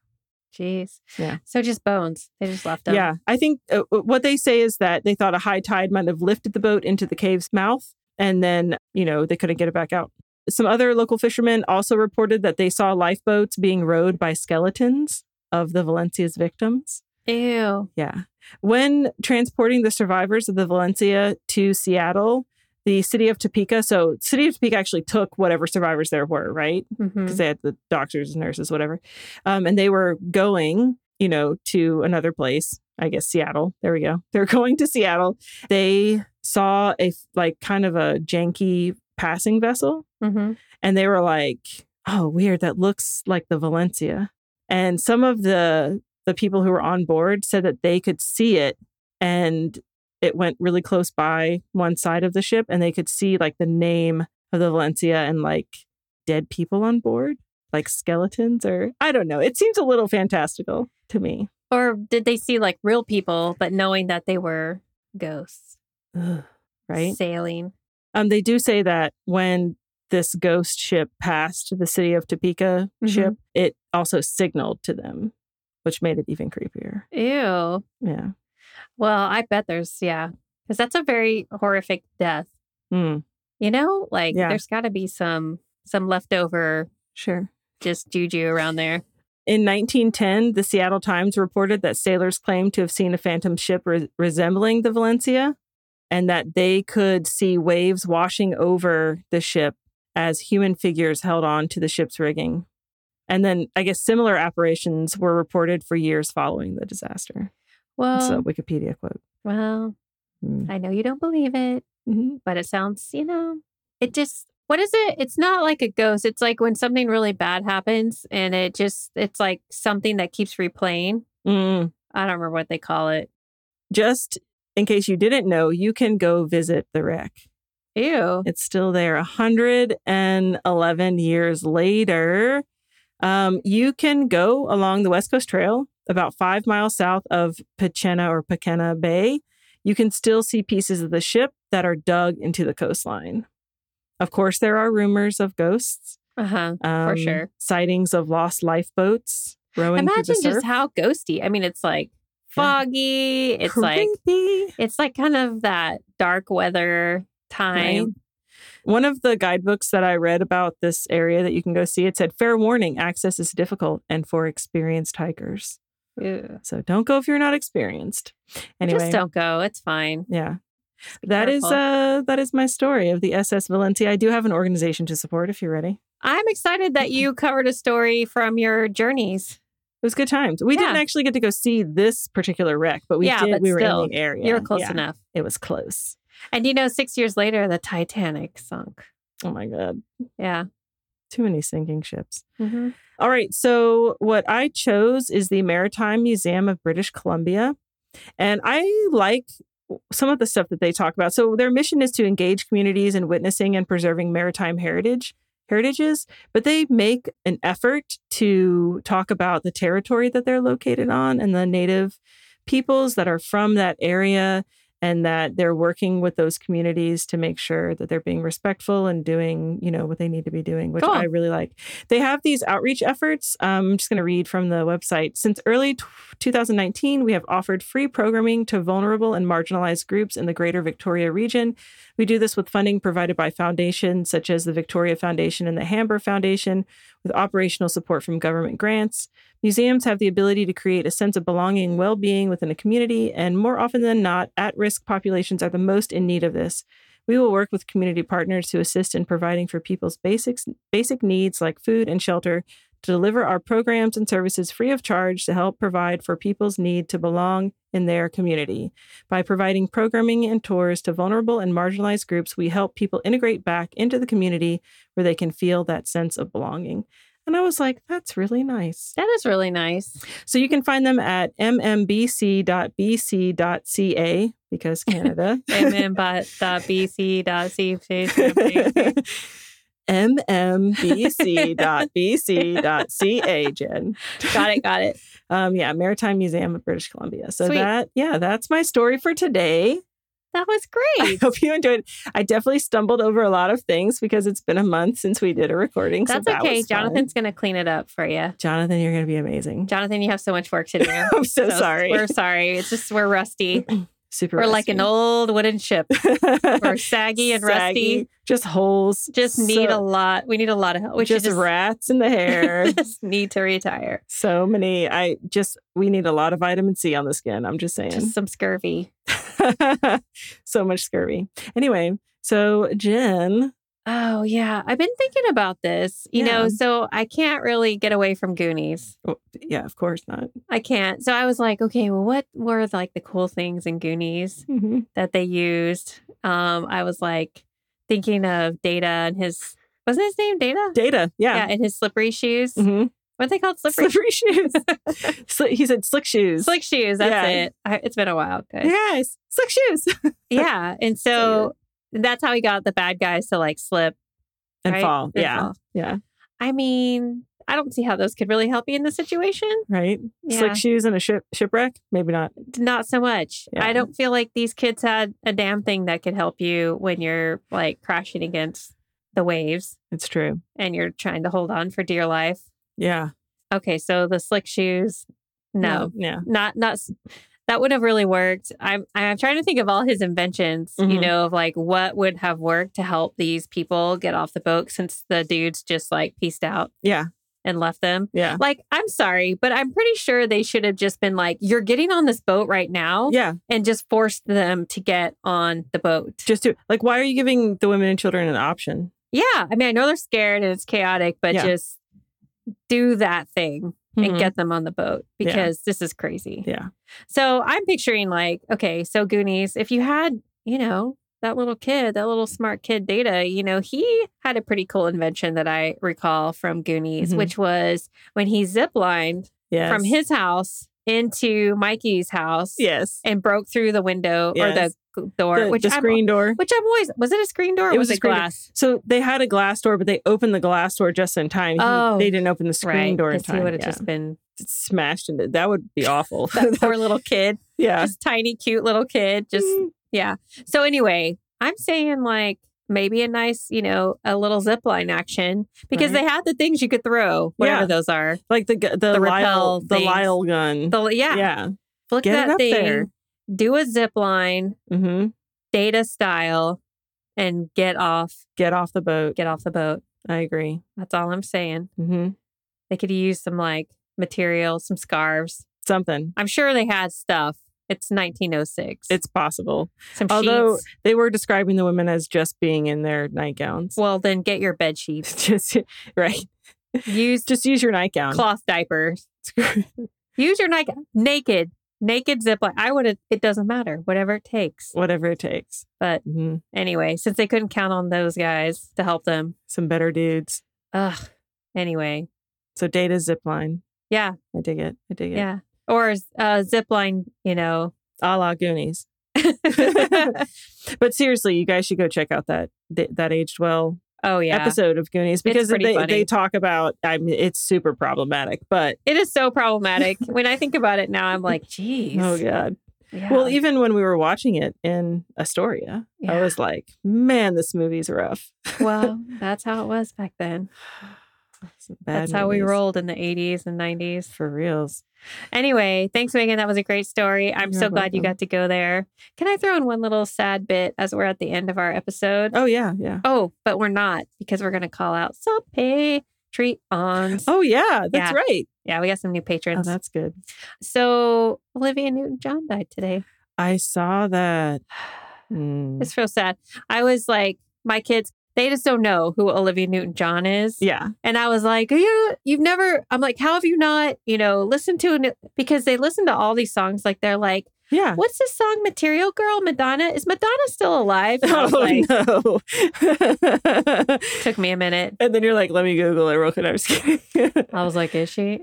[SPEAKER 1] Jeez.
[SPEAKER 2] Yeah.
[SPEAKER 1] So just bones. They just left them.
[SPEAKER 2] Yeah. I think uh, uh, what they say is that they thought a high tide might have lifted the boat into the cave's mouth and then, you know, they couldn't get it back out. Some other local fishermen also reported that they saw lifeboats being rowed by skeletons of the Valencia's victims.
[SPEAKER 1] Ew.
[SPEAKER 2] Yeah. When transporting the survivors of the Valencia to Seattle, the city of Topeka, so city of Topeka actually took whatever survivors there were, right?
[SPEAKER 1] hmm
[SPEAKER 2] Because they had the doctors, nurses, whatever. Um, and they were going, you know, to another place, I guess Seattle. There we go. They're going to Seattle. They saw a like kind of a janky passing vessel
[SPEAKER 1] hmm
[SPEAKER 2] and they were like, "Oh, weird. That looks like the Valencia." And some of the the people who were on board said that they could see it, and it went really close by one side of the ship, and they could see like the name of the Valencia and like dead people on board, like skeletons, or I don't know. It seems a little fantastical to me.
[SPEAKER 1] Or did they see like real people, but knowing that they were ghosts
[SPEAKER 2] Ugh, right?
[SPEAKER 1] sailing?
[SPEAKER 2] Um, they do say that when this ghost ship passed the city of Topeka
[SPEAKER 1] Mhm.
[SPEAKER 2] ship, it also signaled to them, which made it even creepier.
[SPEAKER 1] Ew.
[SPEAKER 2] Yeah.
[SPEAKER 1] Well, I bet there's, yeah. Because that's a very horrific death.
[SPEAKER 2] Mm,
[SPEAKER 1] You know, like
[SPEAKER 2] Yeah.
[SPEAKER 1] there's got to be some some leftover
[SPEAKER 2] sure.
[SPEAKER 1] just juju around there.
[SPEAKER 2] In 1910, the Seattle Times reported that sailors claimed to have seen a phantom ship re- resembling the Valencia and that they could see waves washing over the ship as human figures held on to the ship's rigging. And then I guess similar apparitions were reported for years following the disaster.
[SPEAKER 1] Well,
[SPEAKER 2] It's a Wikipedia quote.
[SPEAKER 1] well,
[SPEAKER 2] Mm.
[SPEAKER 1] I know you don't believe it, but it sounds, you know, it just what is it? It's not like a ghost. It's like when something really bad happens and it just it's like something that keeps replaying.
[SPEAKER 2] Mm.
[SPEAKER 1] I don't remember what they call it.
[SPEAKER 2] Just in case you didn't know, you can go visit the wreck.
[SPEAKER 1] Ew.
[SPEAKER 2] It's still there 111 years later. Um, you can go along the West Coast Trail about five miles south of Pachena or Pachena Bay. You can still see pieces of the ship that are dug into the coastline. Of course, there are rumors of ghosts,
[SPEAKER 1] Uh-huh.
[SPEAKER 2] um,
[SPEAKER 1] sure.
[SPEAKER 2] sightings of lost lifeboats rowing
[SPEAKER 1] Imagine
[SPEAKER 2] through the
[SPEAKER 1] just
[SPEAKER 2] surf.
[SPEAKER 1] how ghosty. I mean, it's like
[SPEAKER 2] Yeah.
[SPEAKER 1] foggy. It's like
[SPEAKER 2] Creepy.
[SPEAKER 1] it's like kind of that dark weather time.
[SPEAKER 2] Right. One of the guidebooks that I read about this area that you can go see, it said, fair warning, access is difficult and for experienced hikers.
[SPEAKER 1] Ew.
[SPEAKER 2] So don't go if you're not experienced. Anyway,
[SPEAKER 1] Just don't go. It's fine.
[SPEAKER 2] yeah,
[SPEAKER 1] Just be
[SPEAKER 2] that is
[SPEAKER 1] careful.
[SPEAKER 2] uh that is my story of the SS Valencia. I do have an organization to support if you're ready.
[SPEAKER 1] I'm excited that you covered a story from your journeys.
[SPEAKER 2] It was good times. We
[SPEAKER 1] Yeah.
[SPEAKER 2] didn't actually get to go see this particular wreck, but we
[SPEAKER 1] Yeah,
[SPEAKER 2] did.
[SPEAKER 1] but
[SPEAKER 2] we were
[SPEAKER 1] still,
[SPEAKER 2] in the area.
[SPEAKER 1] you were close
[SPEAKER 2] Yeah,
[SPEAKER 1] enough.
[SPEAKER 2] It was close.
[SPEAKER 1] And you know, six years later, the Titanic sunk.
[SPEAKER 2] Oh my god.
[SPEAKER 1] Yeah.
[SPEAKER 2] Too many sinking ships.
[SPEAKER 1] Mhm.
[SPEAKER 2] All right. So, what I chose is the Maritime Museum of British Columbia. And I like some of the stuff that they talk about. So, their mission is to engage communities in witnessing and preserving maritime heritage. Heritages, but they make an effort to talk about the territory that they're located on and the native peoples that are from that area, and that they're working with those communities to make sure that they're being respectful and doing, you know, what they need to be doing, which
[SPEAKER 1] Cool.
[SPEAKER 2] I really like. They have these outreach efforts. Um, I'm just going to read from the website. Since early t- 2019, we have offered free programming to vulnerable and marginalized groups in the greater Victoria region. We do this with funding provided by foundations such as the Victoria Foundation and the Hamber Foundation, with operational support from government grants. Museums have the ability to create a sense of belonging, well being within a community, and more often than not, at risk populations are the most in need of this. We will work with community partners to assist in providing for people's basics, basic needs like food and shelter, to deliver our programs and services free of charge to help provide for people's need to belong in their community. By providing programming and tours to vulnerable and marginalized groups, we help people integrate back into the community where they can feel that sense of belonging. And I was like, that's really nice.
[SPEAKER 1] That is really nice.
[SPEAKER 2] So you can find them at mmbc.bc.ca because Canada.
[SPEAKER 1] Amen. But dot BC dot C.
[SPEAKER 2] mmbc.bc.ca, Jen.
[SPEAKER 1] Got it. Got it.
[SPEAKER 2] Um, yeah, Maritime Museum of British Columbia. So
[SPEAKER 1] Sweet.
[SPEAKER 2] that, yeah, that's my story for today.
[SPEAKER 1] That was
[SPEAKER 2] I
[SPEAKER 1] great.
[SPEAKER 2] hope you enjoyed. it. I definitely stumbled over a lot of things because it's been a month since we did a recording.
[SPEAKER 1] That's
[SPEAKER 2] so that
[SPEAKER 1] okay.
[SPEAKER 2] was fun.
[SPEAKER 1] Jonathan's going to clean it up for you.
[SPEAKER 2] Jonathan, you're going to be amazing.
[SPEAKER 1] Jonathan, you have so much work to do.
[SPEAKER 2] I'm so, sorry.
[SPEAKER 1] We're sorry. It's just we're rusty.
[SPEAKER 2] Super.
[SPEAKER 1] We're like an
[SPEAKER 2] rusty.
[SPEAKER 1] old wooden ship. We're saggy and rusty.
[SPEAKER 2] Saggy, Just holes.
[SPEAKER 1] Just need a
[SPEAKER 2] so,
[SPEAKER 1] lot. We need a lot of help. We should
[SPEAKER 2] just,
[SPEAKER 1] just,
[SPEAKER 2] rats in the hair.
[SPEAKER 1] just need to retire.
[SPEAKER 2] so many. I just we need a lot of vitamin C on the skin. I'm just saying.
[SPEAKER 1] Just some scurvy.
[SPEAKER 2] so much scurvy. Anyway, so Jen.
[SPEAKER 1] Oh yeah, I've been thinking about this. You
[SPEAKER 2] Yeah.
[SPEAKER 1] know, so I can't really get away from Goonies.
[SPEAKER 2] oh, yeah, of course not.
[SPEAKER 1] I can't. So I was like, okay, well, what were like the cool things in Goonies
[SPEAKER 2] Mhm.
[SPEAKER 1] that they used? Um, I was like thinking of Data and his wasn't his name Data?
[SPEAKER 2] Data.
[SPEAKER 1] Yeah,
[SPEAKER 2] Yeah.
[SPEAKER 1] and his slippery shoes.
[SPEAKER 2] Mhm.
[SPEAKER 1] What are they called? Slippery,
[SPEAKER 2] slippery, shoes. Sli- he said slick shoes.
[SPEAKER 1] slick shoes. That's
[SPEAKER 2] Yeah.
[SPEAKER 1] it. I, it's been a while. guys.
[SPEAKER 2] yes, slick shoes.
[SPEAKER 1] yeah and so that's how he got the bad guys to like slip
[SPEAKER 2] And
[SPEAKER 1] right?
[SPEAKER 2] fall.
[SPEAKER 1] And
[SPEAKER 2] yeah,
[SPEAKER 1] fall.
[SPEAKER 2] yeah.
[SPEAKER 1] i mean i don't see how those could really help you in this situation
[SPEAKER 2] right.
[SPEAKER 1] Yeah.
[SPEAKER 2] Slick shoes and a ship shipwreck. Maybe not.
[SPEAKER 1] not so much
[SPEAKER 2] Yeah.
[SPEAKER 1] i don't feel like these kids had a damn thing that could help you when you're like crashing against the waves
[SPEAKER 2] It's true.
[SPEAKER 1] and you're trying to hold on for dear life
[SPEAKER 2] Yeah.
[SPEAKER 1] okay so the slick shoes no,
[SPEAKER 2] Yeah.
[SPEAKER 1] not not s- that would have really worked i'm i'm trying to think of all his inventions you
[SPEAKER 2] Mhm.
[SPEAKER 1] know of like what would have worked to help these people get off the boat since the dudes just like peaced out
[SPEAKER 2] Yeah.
[SPEAKER 1] and left them
[SPEAKER 2] Yeah.
[SPEAKER 1] like i'm sorry but i'm pretty sure they should have just been like you're getting on this boat right now
[SPEAKER 2] Yeah.
[SPEAKER 1] and just forced them to get on the boat
[SPEAKER 2] Just do like why are you giving the women and children an option?
[SPEAKER 1] yeah i mean i know they're scared and it's chaotic but
[SPEAKER 2] Yeah.
[SPEAKER 1] just do that thing and
[SPEAKER 2] Mhm.
[SPEAKER 1] get them on the boat
[SPEAKER 2] Yeah.
[SPEAKER 1] because this is crazy
[SPEAKER 2] yeah.
[SPEAKER 1] So I'm picturing like, okay, so Goonies, if you had, you know, that little kid, that little smart kid data, you know, he had a pretty cool invention that I recall from Goonies,
[SPEAKER 2] Mhm.
[SPEAKER 1] which was when he ziplined
[SPEAKER 2] Yes.
[SPEAKER 1] from his house into Mikey's house
[SPEAKER 2] Yes.
[SPEAKER 1] and broke through the window
[SPEAKER 2] Yes.
[SPEAKER 1] or the door,
[SPEAKER 2] The,
[SPEAKER 1] which
[SPEAKER 2] the
[SPEAKER 1] I'm-
[SPEAKER 2] screen door.
[SPEAKER 1] which I'm always was it a screen door? Or
[SPEAKER 2] It was a screen door.
[SPEAKER 1] glass.
[SPEAKER 2] So they had a glass door, but they opened the glass door just in time. He-
[SPEAKER 1] Oh.
[SPEAKER 2] they didn't open the screen
[SPEAKER 1] right,
[SPEAKER 2] door in
[SPEAKER 1] 'cause He
[SPEAKER 2] time.
[SPEAKER 1] would have
[SPEAKER 2] Yeah.
[SPEAKER 1] just been
[SPEAKER 2] smashed into that would be awful.
[SPEAKER 1] that poor little kid,
[SPEAKER 2] yeah. Mm-hmm.
[SPEAKER 1] just tiny, cute little kid, just So anyway, I'm saying like maybe a nice, you know, a little zip line action because
[SPEAKER 2] Right.
[SPEAKER 1] they had the things you could throw, whatever
[SPEAKER 2] Yeah.
[SPEAKER 1] those are.
[SPEAKER 2] like the gu- the,
[SPEAKER 1] The
[SPEAKER 2] Lyle
[SPEAKER 1] rappel
[SPEAKER 2] the
[SPEAKER 1] things.
[SPEAKER 2] Lyle gun.
[SPEAKER 1] The, yeah,
[SPEAKER 2] yeah.
[SPEAKER 1] flick
[SPEAKER 2] Get it
[SPEAKER 1] that
[SPEAKER 2] up
[SPEAKER 1] thing,
[SPEAKER 2] there.
[SPEAKER 1] do a zip line,
[SPEAKER 2] Mm-hmm.
[SPEAKER 1] data style, and get off,
[SPEAKER 2] Get off the boat.
[SPEAKER 1] get off the boat.
[SPEAKER 2] I agree.
[SPEAKER 1] That's all I'm saying.
[SPEAKER 2] Mm-hmm.
[SPEAKER 1] They could use some like material, some scarves.
[SPEAKER 2] Something.
[SPEAKER 1] I'm sure they had stuff. It's 1906.
[SPEAKER 2] It's possible.
[SPEAKER 1] some
[SPEAKER 2] although-
[SPEAKER 1] sheets.
[SPEAKER 2] They were describing the women as just being in their nightgowns.
[SPEAKER 1] Well, then get your bed sheets.
[SPEAKER 2] just right.
[SPEAKER 1] Use
[SPEAKER 2] Just use your nightgown.
[SPEAKER 1] cloth diapers. Use your Nike naked, naked zip line. I would have, it doesn't matter, whatever it takes.
[SPEAKER 2] Whatever it takes.
[SPEAKER 1] But
[SPEAKER 2] hmm
[SPEAKER 1] anyway, since they couldn't count on those guys to help them,
[SPEAKER 2] Some better dudes.
[SPEAKER 1] Ugh. Anyway,
[SPEAKER 2] So data zipline.
[SPEAKER 1] yeah,
[SPEAKER 2] I dig it. I dig
[SPEAKER 1] yeah.
[SPEAKER 2] it.
[SPEAKER 1] Or uh, zipline, you know.
[SPEAKER 2] A la Goonies. But seriously, you guys should go check out that th- that aged well
[SPEAKER 1] oh yeah,
[SPEAKER 2] episode of Goonies because
[SPEAKER 1] pretty
[SPEAKER 2] they,
[SPEAKER 1] funny.
[SPEAKER 2] they talk about. I mean, it's super problematic, but
[SPEAKER 1] it is so problematic. when I think about it now, I'm like, geez.
[SPEAKER 2] oh god.
[SPEAKER 1] Yeah.
[SPEAKER 2] Well, even when we were watching it in Astoria, I
[SPEAKER 1] Yeah.
[SPEAKER 2] was like, man, this movie's rough.
[SPEAKER 1] well, that's how it was back then.
[SPEAKER 2] Some bad
[SPEAKER 1] That's how we
[SPEAKER 2] movies.
[SPEAKER 1] rolled in the 80s and 90s.
[SPEAKER 2] for reals.
[SPEAKER 1] Anyway, thanks, Megan. That was a great story. I'm
[SPEAKER 2] You're
[SPEAKER 1] so glad you
[SPEAKER 2] welcome.
[SPEAKER 1] got to go there. Can I throw in one little sad bit as we're at the end of our episode?
[SPEAKER 2] Oh yeah, yeah.
[SPEAKER 1] Oh, but we're not because we're going to call out some Patreons.
[SPEAKER 2] Oh yeah,
[SPEAKER 1] Yeah.
[SPEAKER 2] that's right.
[SPEAKER 1] Yeah, we got some new
[SPEAKER 2] Oh,
[SPEAKER 1] patrons.
[SPEAKER 2] that's good.
[SPEAKER 1] so Olivia Newton-John died today.
[SPEAKER 2] I saw that. Mm.
[SPEAKER 1] It's real sad. I was like, my kids, they just don't know who Olivia Newton-John is.
[SPEAKER 2] Yeah,
[SPEAKER 1] And I was like, you you've never, I'm like, how have you not, you know, listened to, an, because they listen to all these songs. Like they're like,
[SPEAKER 2] yeah.
[SPEAKER 1] what's this song, Material Girl, Madonna? Is Madonna still alive? And I was
[SPEAKER 2] Oh
[SPEAKER 1] like,
[SPEAKER 2] no.
[SPEAKER 1] took me a minute.
[SPEAKER 2] and then you're like, let me Google it real quick. I'm just kidding.
[SPEAKER 1] I was like, is she?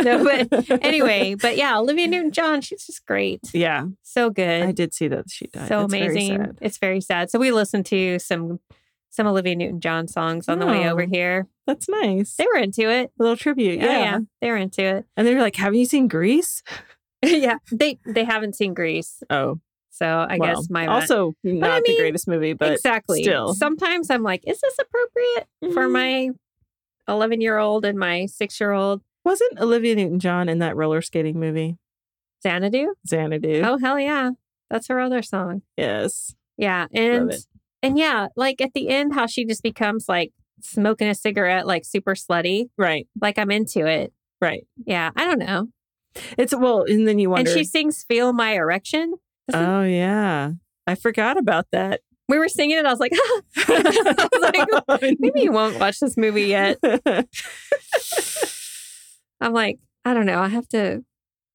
[SPEAKER 2] no,
[SPEAKER 1] but anyway, but yeah, Olivia Newton-John, she's just great.
[SPEAKER 2] Yeah,
[SPEAKER 1] So
[SPEAKER 2] I
[SPEAKER 1] good.
[SPEAKER 2] did see that she died.
[SPEAKER 1] so
[SPEAKER 2] That's very
[SPEAKER 1] amazing.
[SPEAKER 2] sad.
[SPEAKER 1] it's very sad. So we listened to some some Olivia Newton-John songs on the way
[SPEAKER 2] Oh.
[SPEAKER 1] over here.
[SPEAKER 2] That's nice.
[SPEAKER 1] They were into it.
[SPEAKER 2] a little tribute.
[SPEAKER 1] Yeah,
[SPEAKER 2] Yeah.
[SPEAKER 1] yeah they were into it.
[SPEAKER 2] And they were like, haven't you seen Greece?
[SPEAKER 1] yeah, they they haven't seen Greece,
[SPEAKER 2] Oh,
[SPEAKER 1] so I
[SPEAKER 2] well.
[SPEAKER 1] guess my
[SPEAKER 2] also not
[SPEAKER 1] I mean,
[SPEAKER 2] the greatest movie, but
[SPEAKER 1] exactly.
[SPEAKER 2] still.
[SPEAKER 1] sometimes I'm like, is this appropriate for
[SPEAKER 2] Mm.
[SPEAKER 1] my eleven year old and my six year old
[SPEAKER 2] wasn't Olivia Newton John in that roller skating movie
[SPEAKER 1] Xanadu?
[SPEAKER 2] Xanadu?
[SPEAKER 1] Oh hell yeah, that's her other song.
[SPEAKER 2] Yes,
[SPEAKER 1] Yeah, and
[SPEAKER 2] love it.
[SPEAKER 1] and yeah, like at the end, how she just becomes like smoking a cigarette, like super slutty.
[SPEAKER 2] Right,
[SPEAKER 1] Like I'm into it.
[SPEAKER 2] right.
[SPEAKER 1] Yeah, I don't know.
[SPEAKER 2] It's well, and then you wonder.
[SPEAKER 1] And she sings "Feel My Erection."
[SPEAKER 2] oh yeah, I forgot about that.
[SPEAKER 1] We were singing it. I was like, I was like, maybe you won't watch this movie yet. I'm like, I don't know. I have to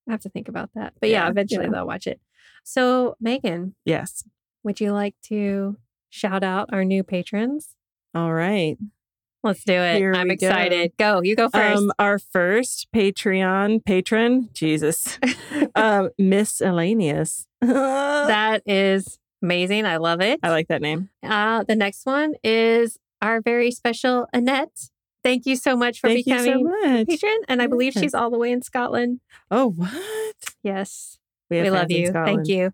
[SPEAKER 1] I have to think about that. But yeah,
[SPEAKER 2] Yeah,
[SPEAKER 1] eventually
[SPEAKER 2] yeah.
[SPEAKER 1] they'll watch it. So, Megan,
[SPEAKER 2] yes.
[SPEAKER 1] would you like to shout out our new patrons?
[SPEAKER 2] All right.
[SPEAKER 1] Let's do it.
[SPEAKER 2] Here
[SPEAKER 1] I'm
[SPEAKER 2] we go.
[SPEAKER 1] excited. Go. You go first.
[SPEAKER 2] Um, our first Patreon patron, Jesus, um, Miscellaneous. I
[SPEAKER 1] that is amazing. I love it.
[SPEAKER 2] uh, like that name.
[SPEAKER 1] uh, the next one is our very special Annette. Thank you so much for
[SPEAKER 2] Thank you so
[SPEAKER 1] becoming a
[SPEAKER 2] much.
[SPEAKER 1] patron. And I believe
[SPEAKER 2] Yeah.
[SPEAKER 1] she's all the way in Scotland.
[SPEAKER 2] Oh, what?
[SPEAKER 1] Yes.
[SPEAKER 2] have
[SPEAKER 1] we love
[SPEAKER 2] fans in
[SPEAKER 1] you. Thank
[SPEAKER 2] Scotland.
[SPEAKER 1] you.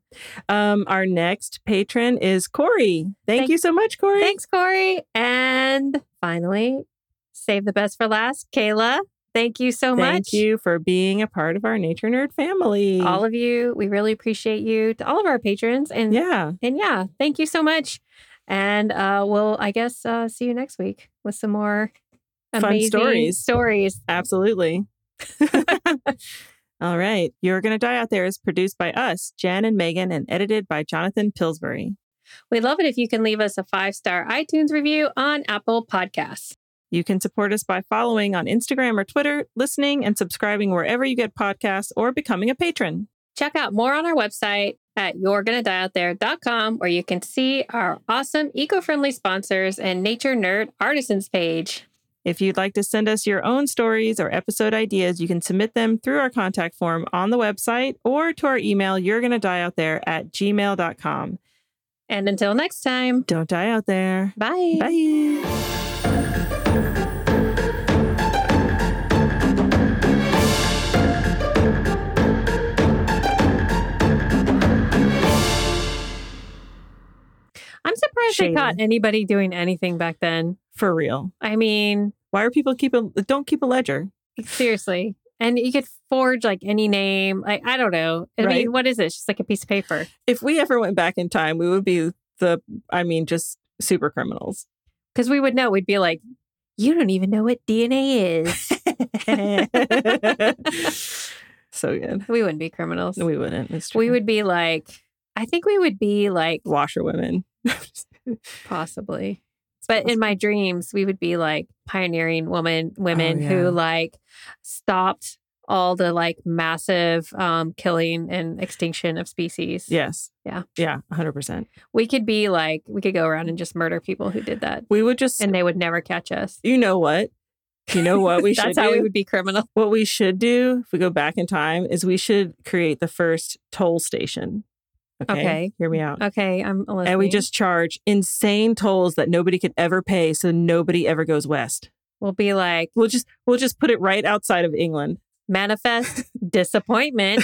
[SPEAKER 2] Um, our next patron is Corey. Thank,
[SPEAKER 1] Thank-
[SPEAKER 2] you so much, Corey.
[SPEAKER 1] Thanks, Corey. And finally, save the best for last, Kayla. Thank you so
[SPEAKER 2] Thank
[SPEAKER 1] much.
[SPEAKER 2] you for being a part of our Nature Nerd family.
[SPEAKER 1] All of you. We really appreciate you to all of our patrons. And yeah,
[SPEAKER 2] yeah.
[SPEAKER 1] and yeah thank you so much. And uh, we'll, I guess, uh, see you next week with some more
[SPEAKER 2] Fun
[SPEAKER 1] amazing
[SPEAKER 2] stories.
[SPEAKER 1] stories.
[SPEAKER 2] Absolutely. All right. You're Gonna Die Out There is produced by us, Jen and Megan, and edited by Jonathan Pillsbury.
[SPEAKER 1] We love it if you can leave us a five star iTunes review on Apple Podcasts.
[SPEAKER 2] You can support us by following on Instagram or Twitter, listening and subscribing wherever you get podcasts, or becoming a patron.
[SPEAKER 1] Check out more on our website at you'regonnadieoutthere.com where you can see our awesome eco-friendly sponsors and nature nerd artisans page.
[SPEAKER 2] If you'd like to send us your own stories or episode ideas, you can submit them through our contact form on the website or to our email, you're going to die out there at gmail.com.
[SPEAKER 1] And until next time,
[SPEAKER 2] Don't die out there.
[SPEAKER 1] bye.
[SPEAKER 2] Bye.
[SPEAKER 1] I'm surprised
[SPEAKER 2] Shady.
[SPEAKER 1] they caught anybody doing anything back then.
[SPEAKER 2] For real.
[SPEAKER 1] I mean,
[SPEAKER 2] Why are people keeping, don't keep a ledger?
[SPEAKER 1] seriously. And you could forge like any name. Like I don't know. I mean,
[SPEAKER 2] Right.
[SPEAKER 1] what is it? It's just like a piece of paper.
[SPEAKER 2] If we ever went back in time, we would be the, I mean, just super criminals.
[SPEAKER 1] Because we would know. We'd be like, you don't even know what DNA is.
[SPEAKER 2] so good.
[SPEAKER 1] we wouldn't be criminals.
[SPEAKER 2] We wouldn't. It's true.
[SPEAKER 1] we would be like, I think we would be like
[SPEAKER 2] washerwomen.
[SPEAKER 1] possibly. But in my dreams, we would be like pioneering woman women
[SPEAKER 2] Oh, yeah.
[SPEAKER 1] who like stopped all the like massive um, killing and extinction of species.
[SPEAKER 2] Yes.
[SPEAKER 1] Yeah.
[SPEAKER 2] Yeah. 100%.
[SPEAKER 1] We could be like, we could go around and just murder people who did that
[SPEAKER 2] We would just,
[SPEAKER 1] and they would never catch us.
[SPEAKER 2] you know what? You know what we should
[SPEAKER 1] That's how
[SPEAKER 2] do?
[SPEAKER 1] we would be criminal.
[SPEAKER 2] What we should do if we go back in time is we should create the first toll station. Okay.
[SPEAKER 1] Okay.
[SPEAKER 2] Hear me out.
[SPEAKER 1] Okay, I'm listening.
[SPEAKER 2] And we just charge insane tolls that nobody could ever pay so nobody ever goes west.
[SPEAKER 1] will be like
[SPEAKER 2] We'll just we'll just put it right outside of England.
[SPEAKER 1] manifest disappointment.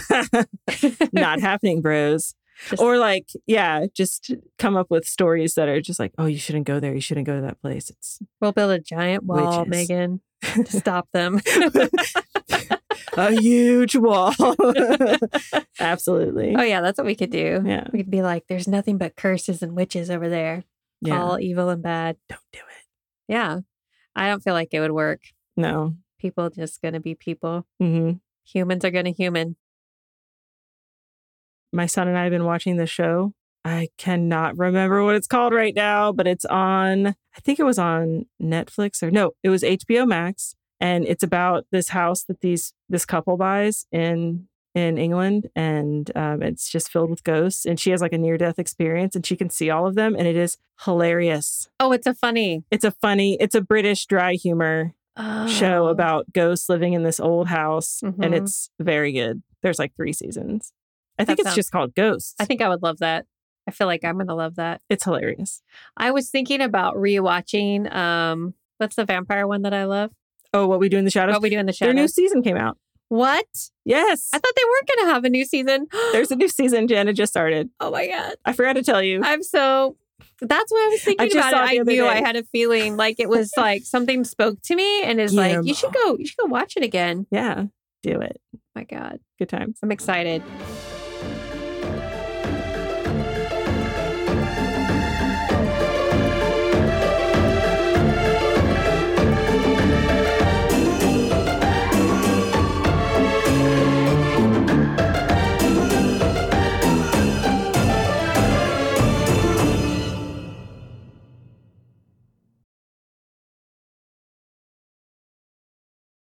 [SPEAKER 2] Not happening, bros.
[SPEAKER 1] Just-
[SPEAKER 2] or like, yeah, just come up with stories that are just like, oh, you shouldn't go there. You shouldn't go to that place. It's
[SPEAKER 1] We'll build a giant wall,
[SPEAKER 2] Witches.
[SPEAKER 1] Megan, to stop them.
[SPEAKER 2] a huge wall. Absolutely.
[SPEAKER 1] oh yeah, that's what we could do.
[SPEAKER 2] Yeah.
[SPEAKER 1] We could be like, there's nothing but curses and witches over there,
[SPEAKER 2] Yeah.
[SPEAKER 1] all evil and bad.
[SPEAKER 2] Don't do it.
[SPEAKER 1] Yeah. I don't feel like it would work.
[SPEAKER 2] No.
[SPEAKER 1] People just going to be people.
[SPEAKER 2] hmm
[SPEAKER 1] Humans are going to human.
[SPEAKER 2] My son and I have been watching the show. I cannot remember what it's called right now, but it's on, I think it was on Netflix or no, it was HBO Max. And it's about this house that these this couple buys in in England, and um, it's just filled with ghosts. And she has like a near death experience, and she can see all of them, and it is hilarious.
[SPEAKER 1] Oh, it's a funny
[SPEAKER 2] It's a funny, it's a British dry humor show
[SPEAKER 1] Oh.
[SPEAKER 2] about ghosts living in this old house and
[SPEAKER 1] Mhm.
[SPEAKER 2] it's very good. There's like 3 seasons. I think
[SPEAKER 1] That
[SPEAKER 2] it's
[SPEAKER 1] sounds-
[SPEAKER 2] just called Ghosts.
[SPEAKER 1] I think I would love that. I feel like I'm going to love that.
[SPEAKER 2] it's hilarious.
[SPEAKER 1] I was thinking about rewatching. Um, what's the vampire one that I love?
[SPEAKER 2] Oh, what we do in the shadows?
[SPEAKER 1] What we do in the
[SPEAKER 2] Their
[SPEAKER 1] shadows.
[SPEAKER 2] new season came out.
[SPEAKER 1] what?
[SPEAKER 2] Yes.
[SPEAKER 1] I thought they weren't going to have a new season.
[SPEAKER 2] There's a new season Jana just started.
[SPEAKER 1] oh my god!
[SPEAKER 2] I forgot to tell you.
[SPEAKER 1] I'm so. That's what I was thinking
[SPEAKER 2] just
[SPEAKER 1] about.
[SPEAKER 2] saw it
[SPEAKER 1] It.
[SPEAKER 2] the
[SPEAKER 1] I
[SPEAKER 2] other
[SPEAKER 1] knew I
[SPEAKER 2] day.
[SPEAKER 1] had a feeling like it was like something spoke to me and is like you should go. You should go watch it again.
[SPEAKER 2] yeah. Do it.
[SPEAKER 1] my god,
[SPEAKER 2] Good times.
[SPEAKER 1] I'm excited.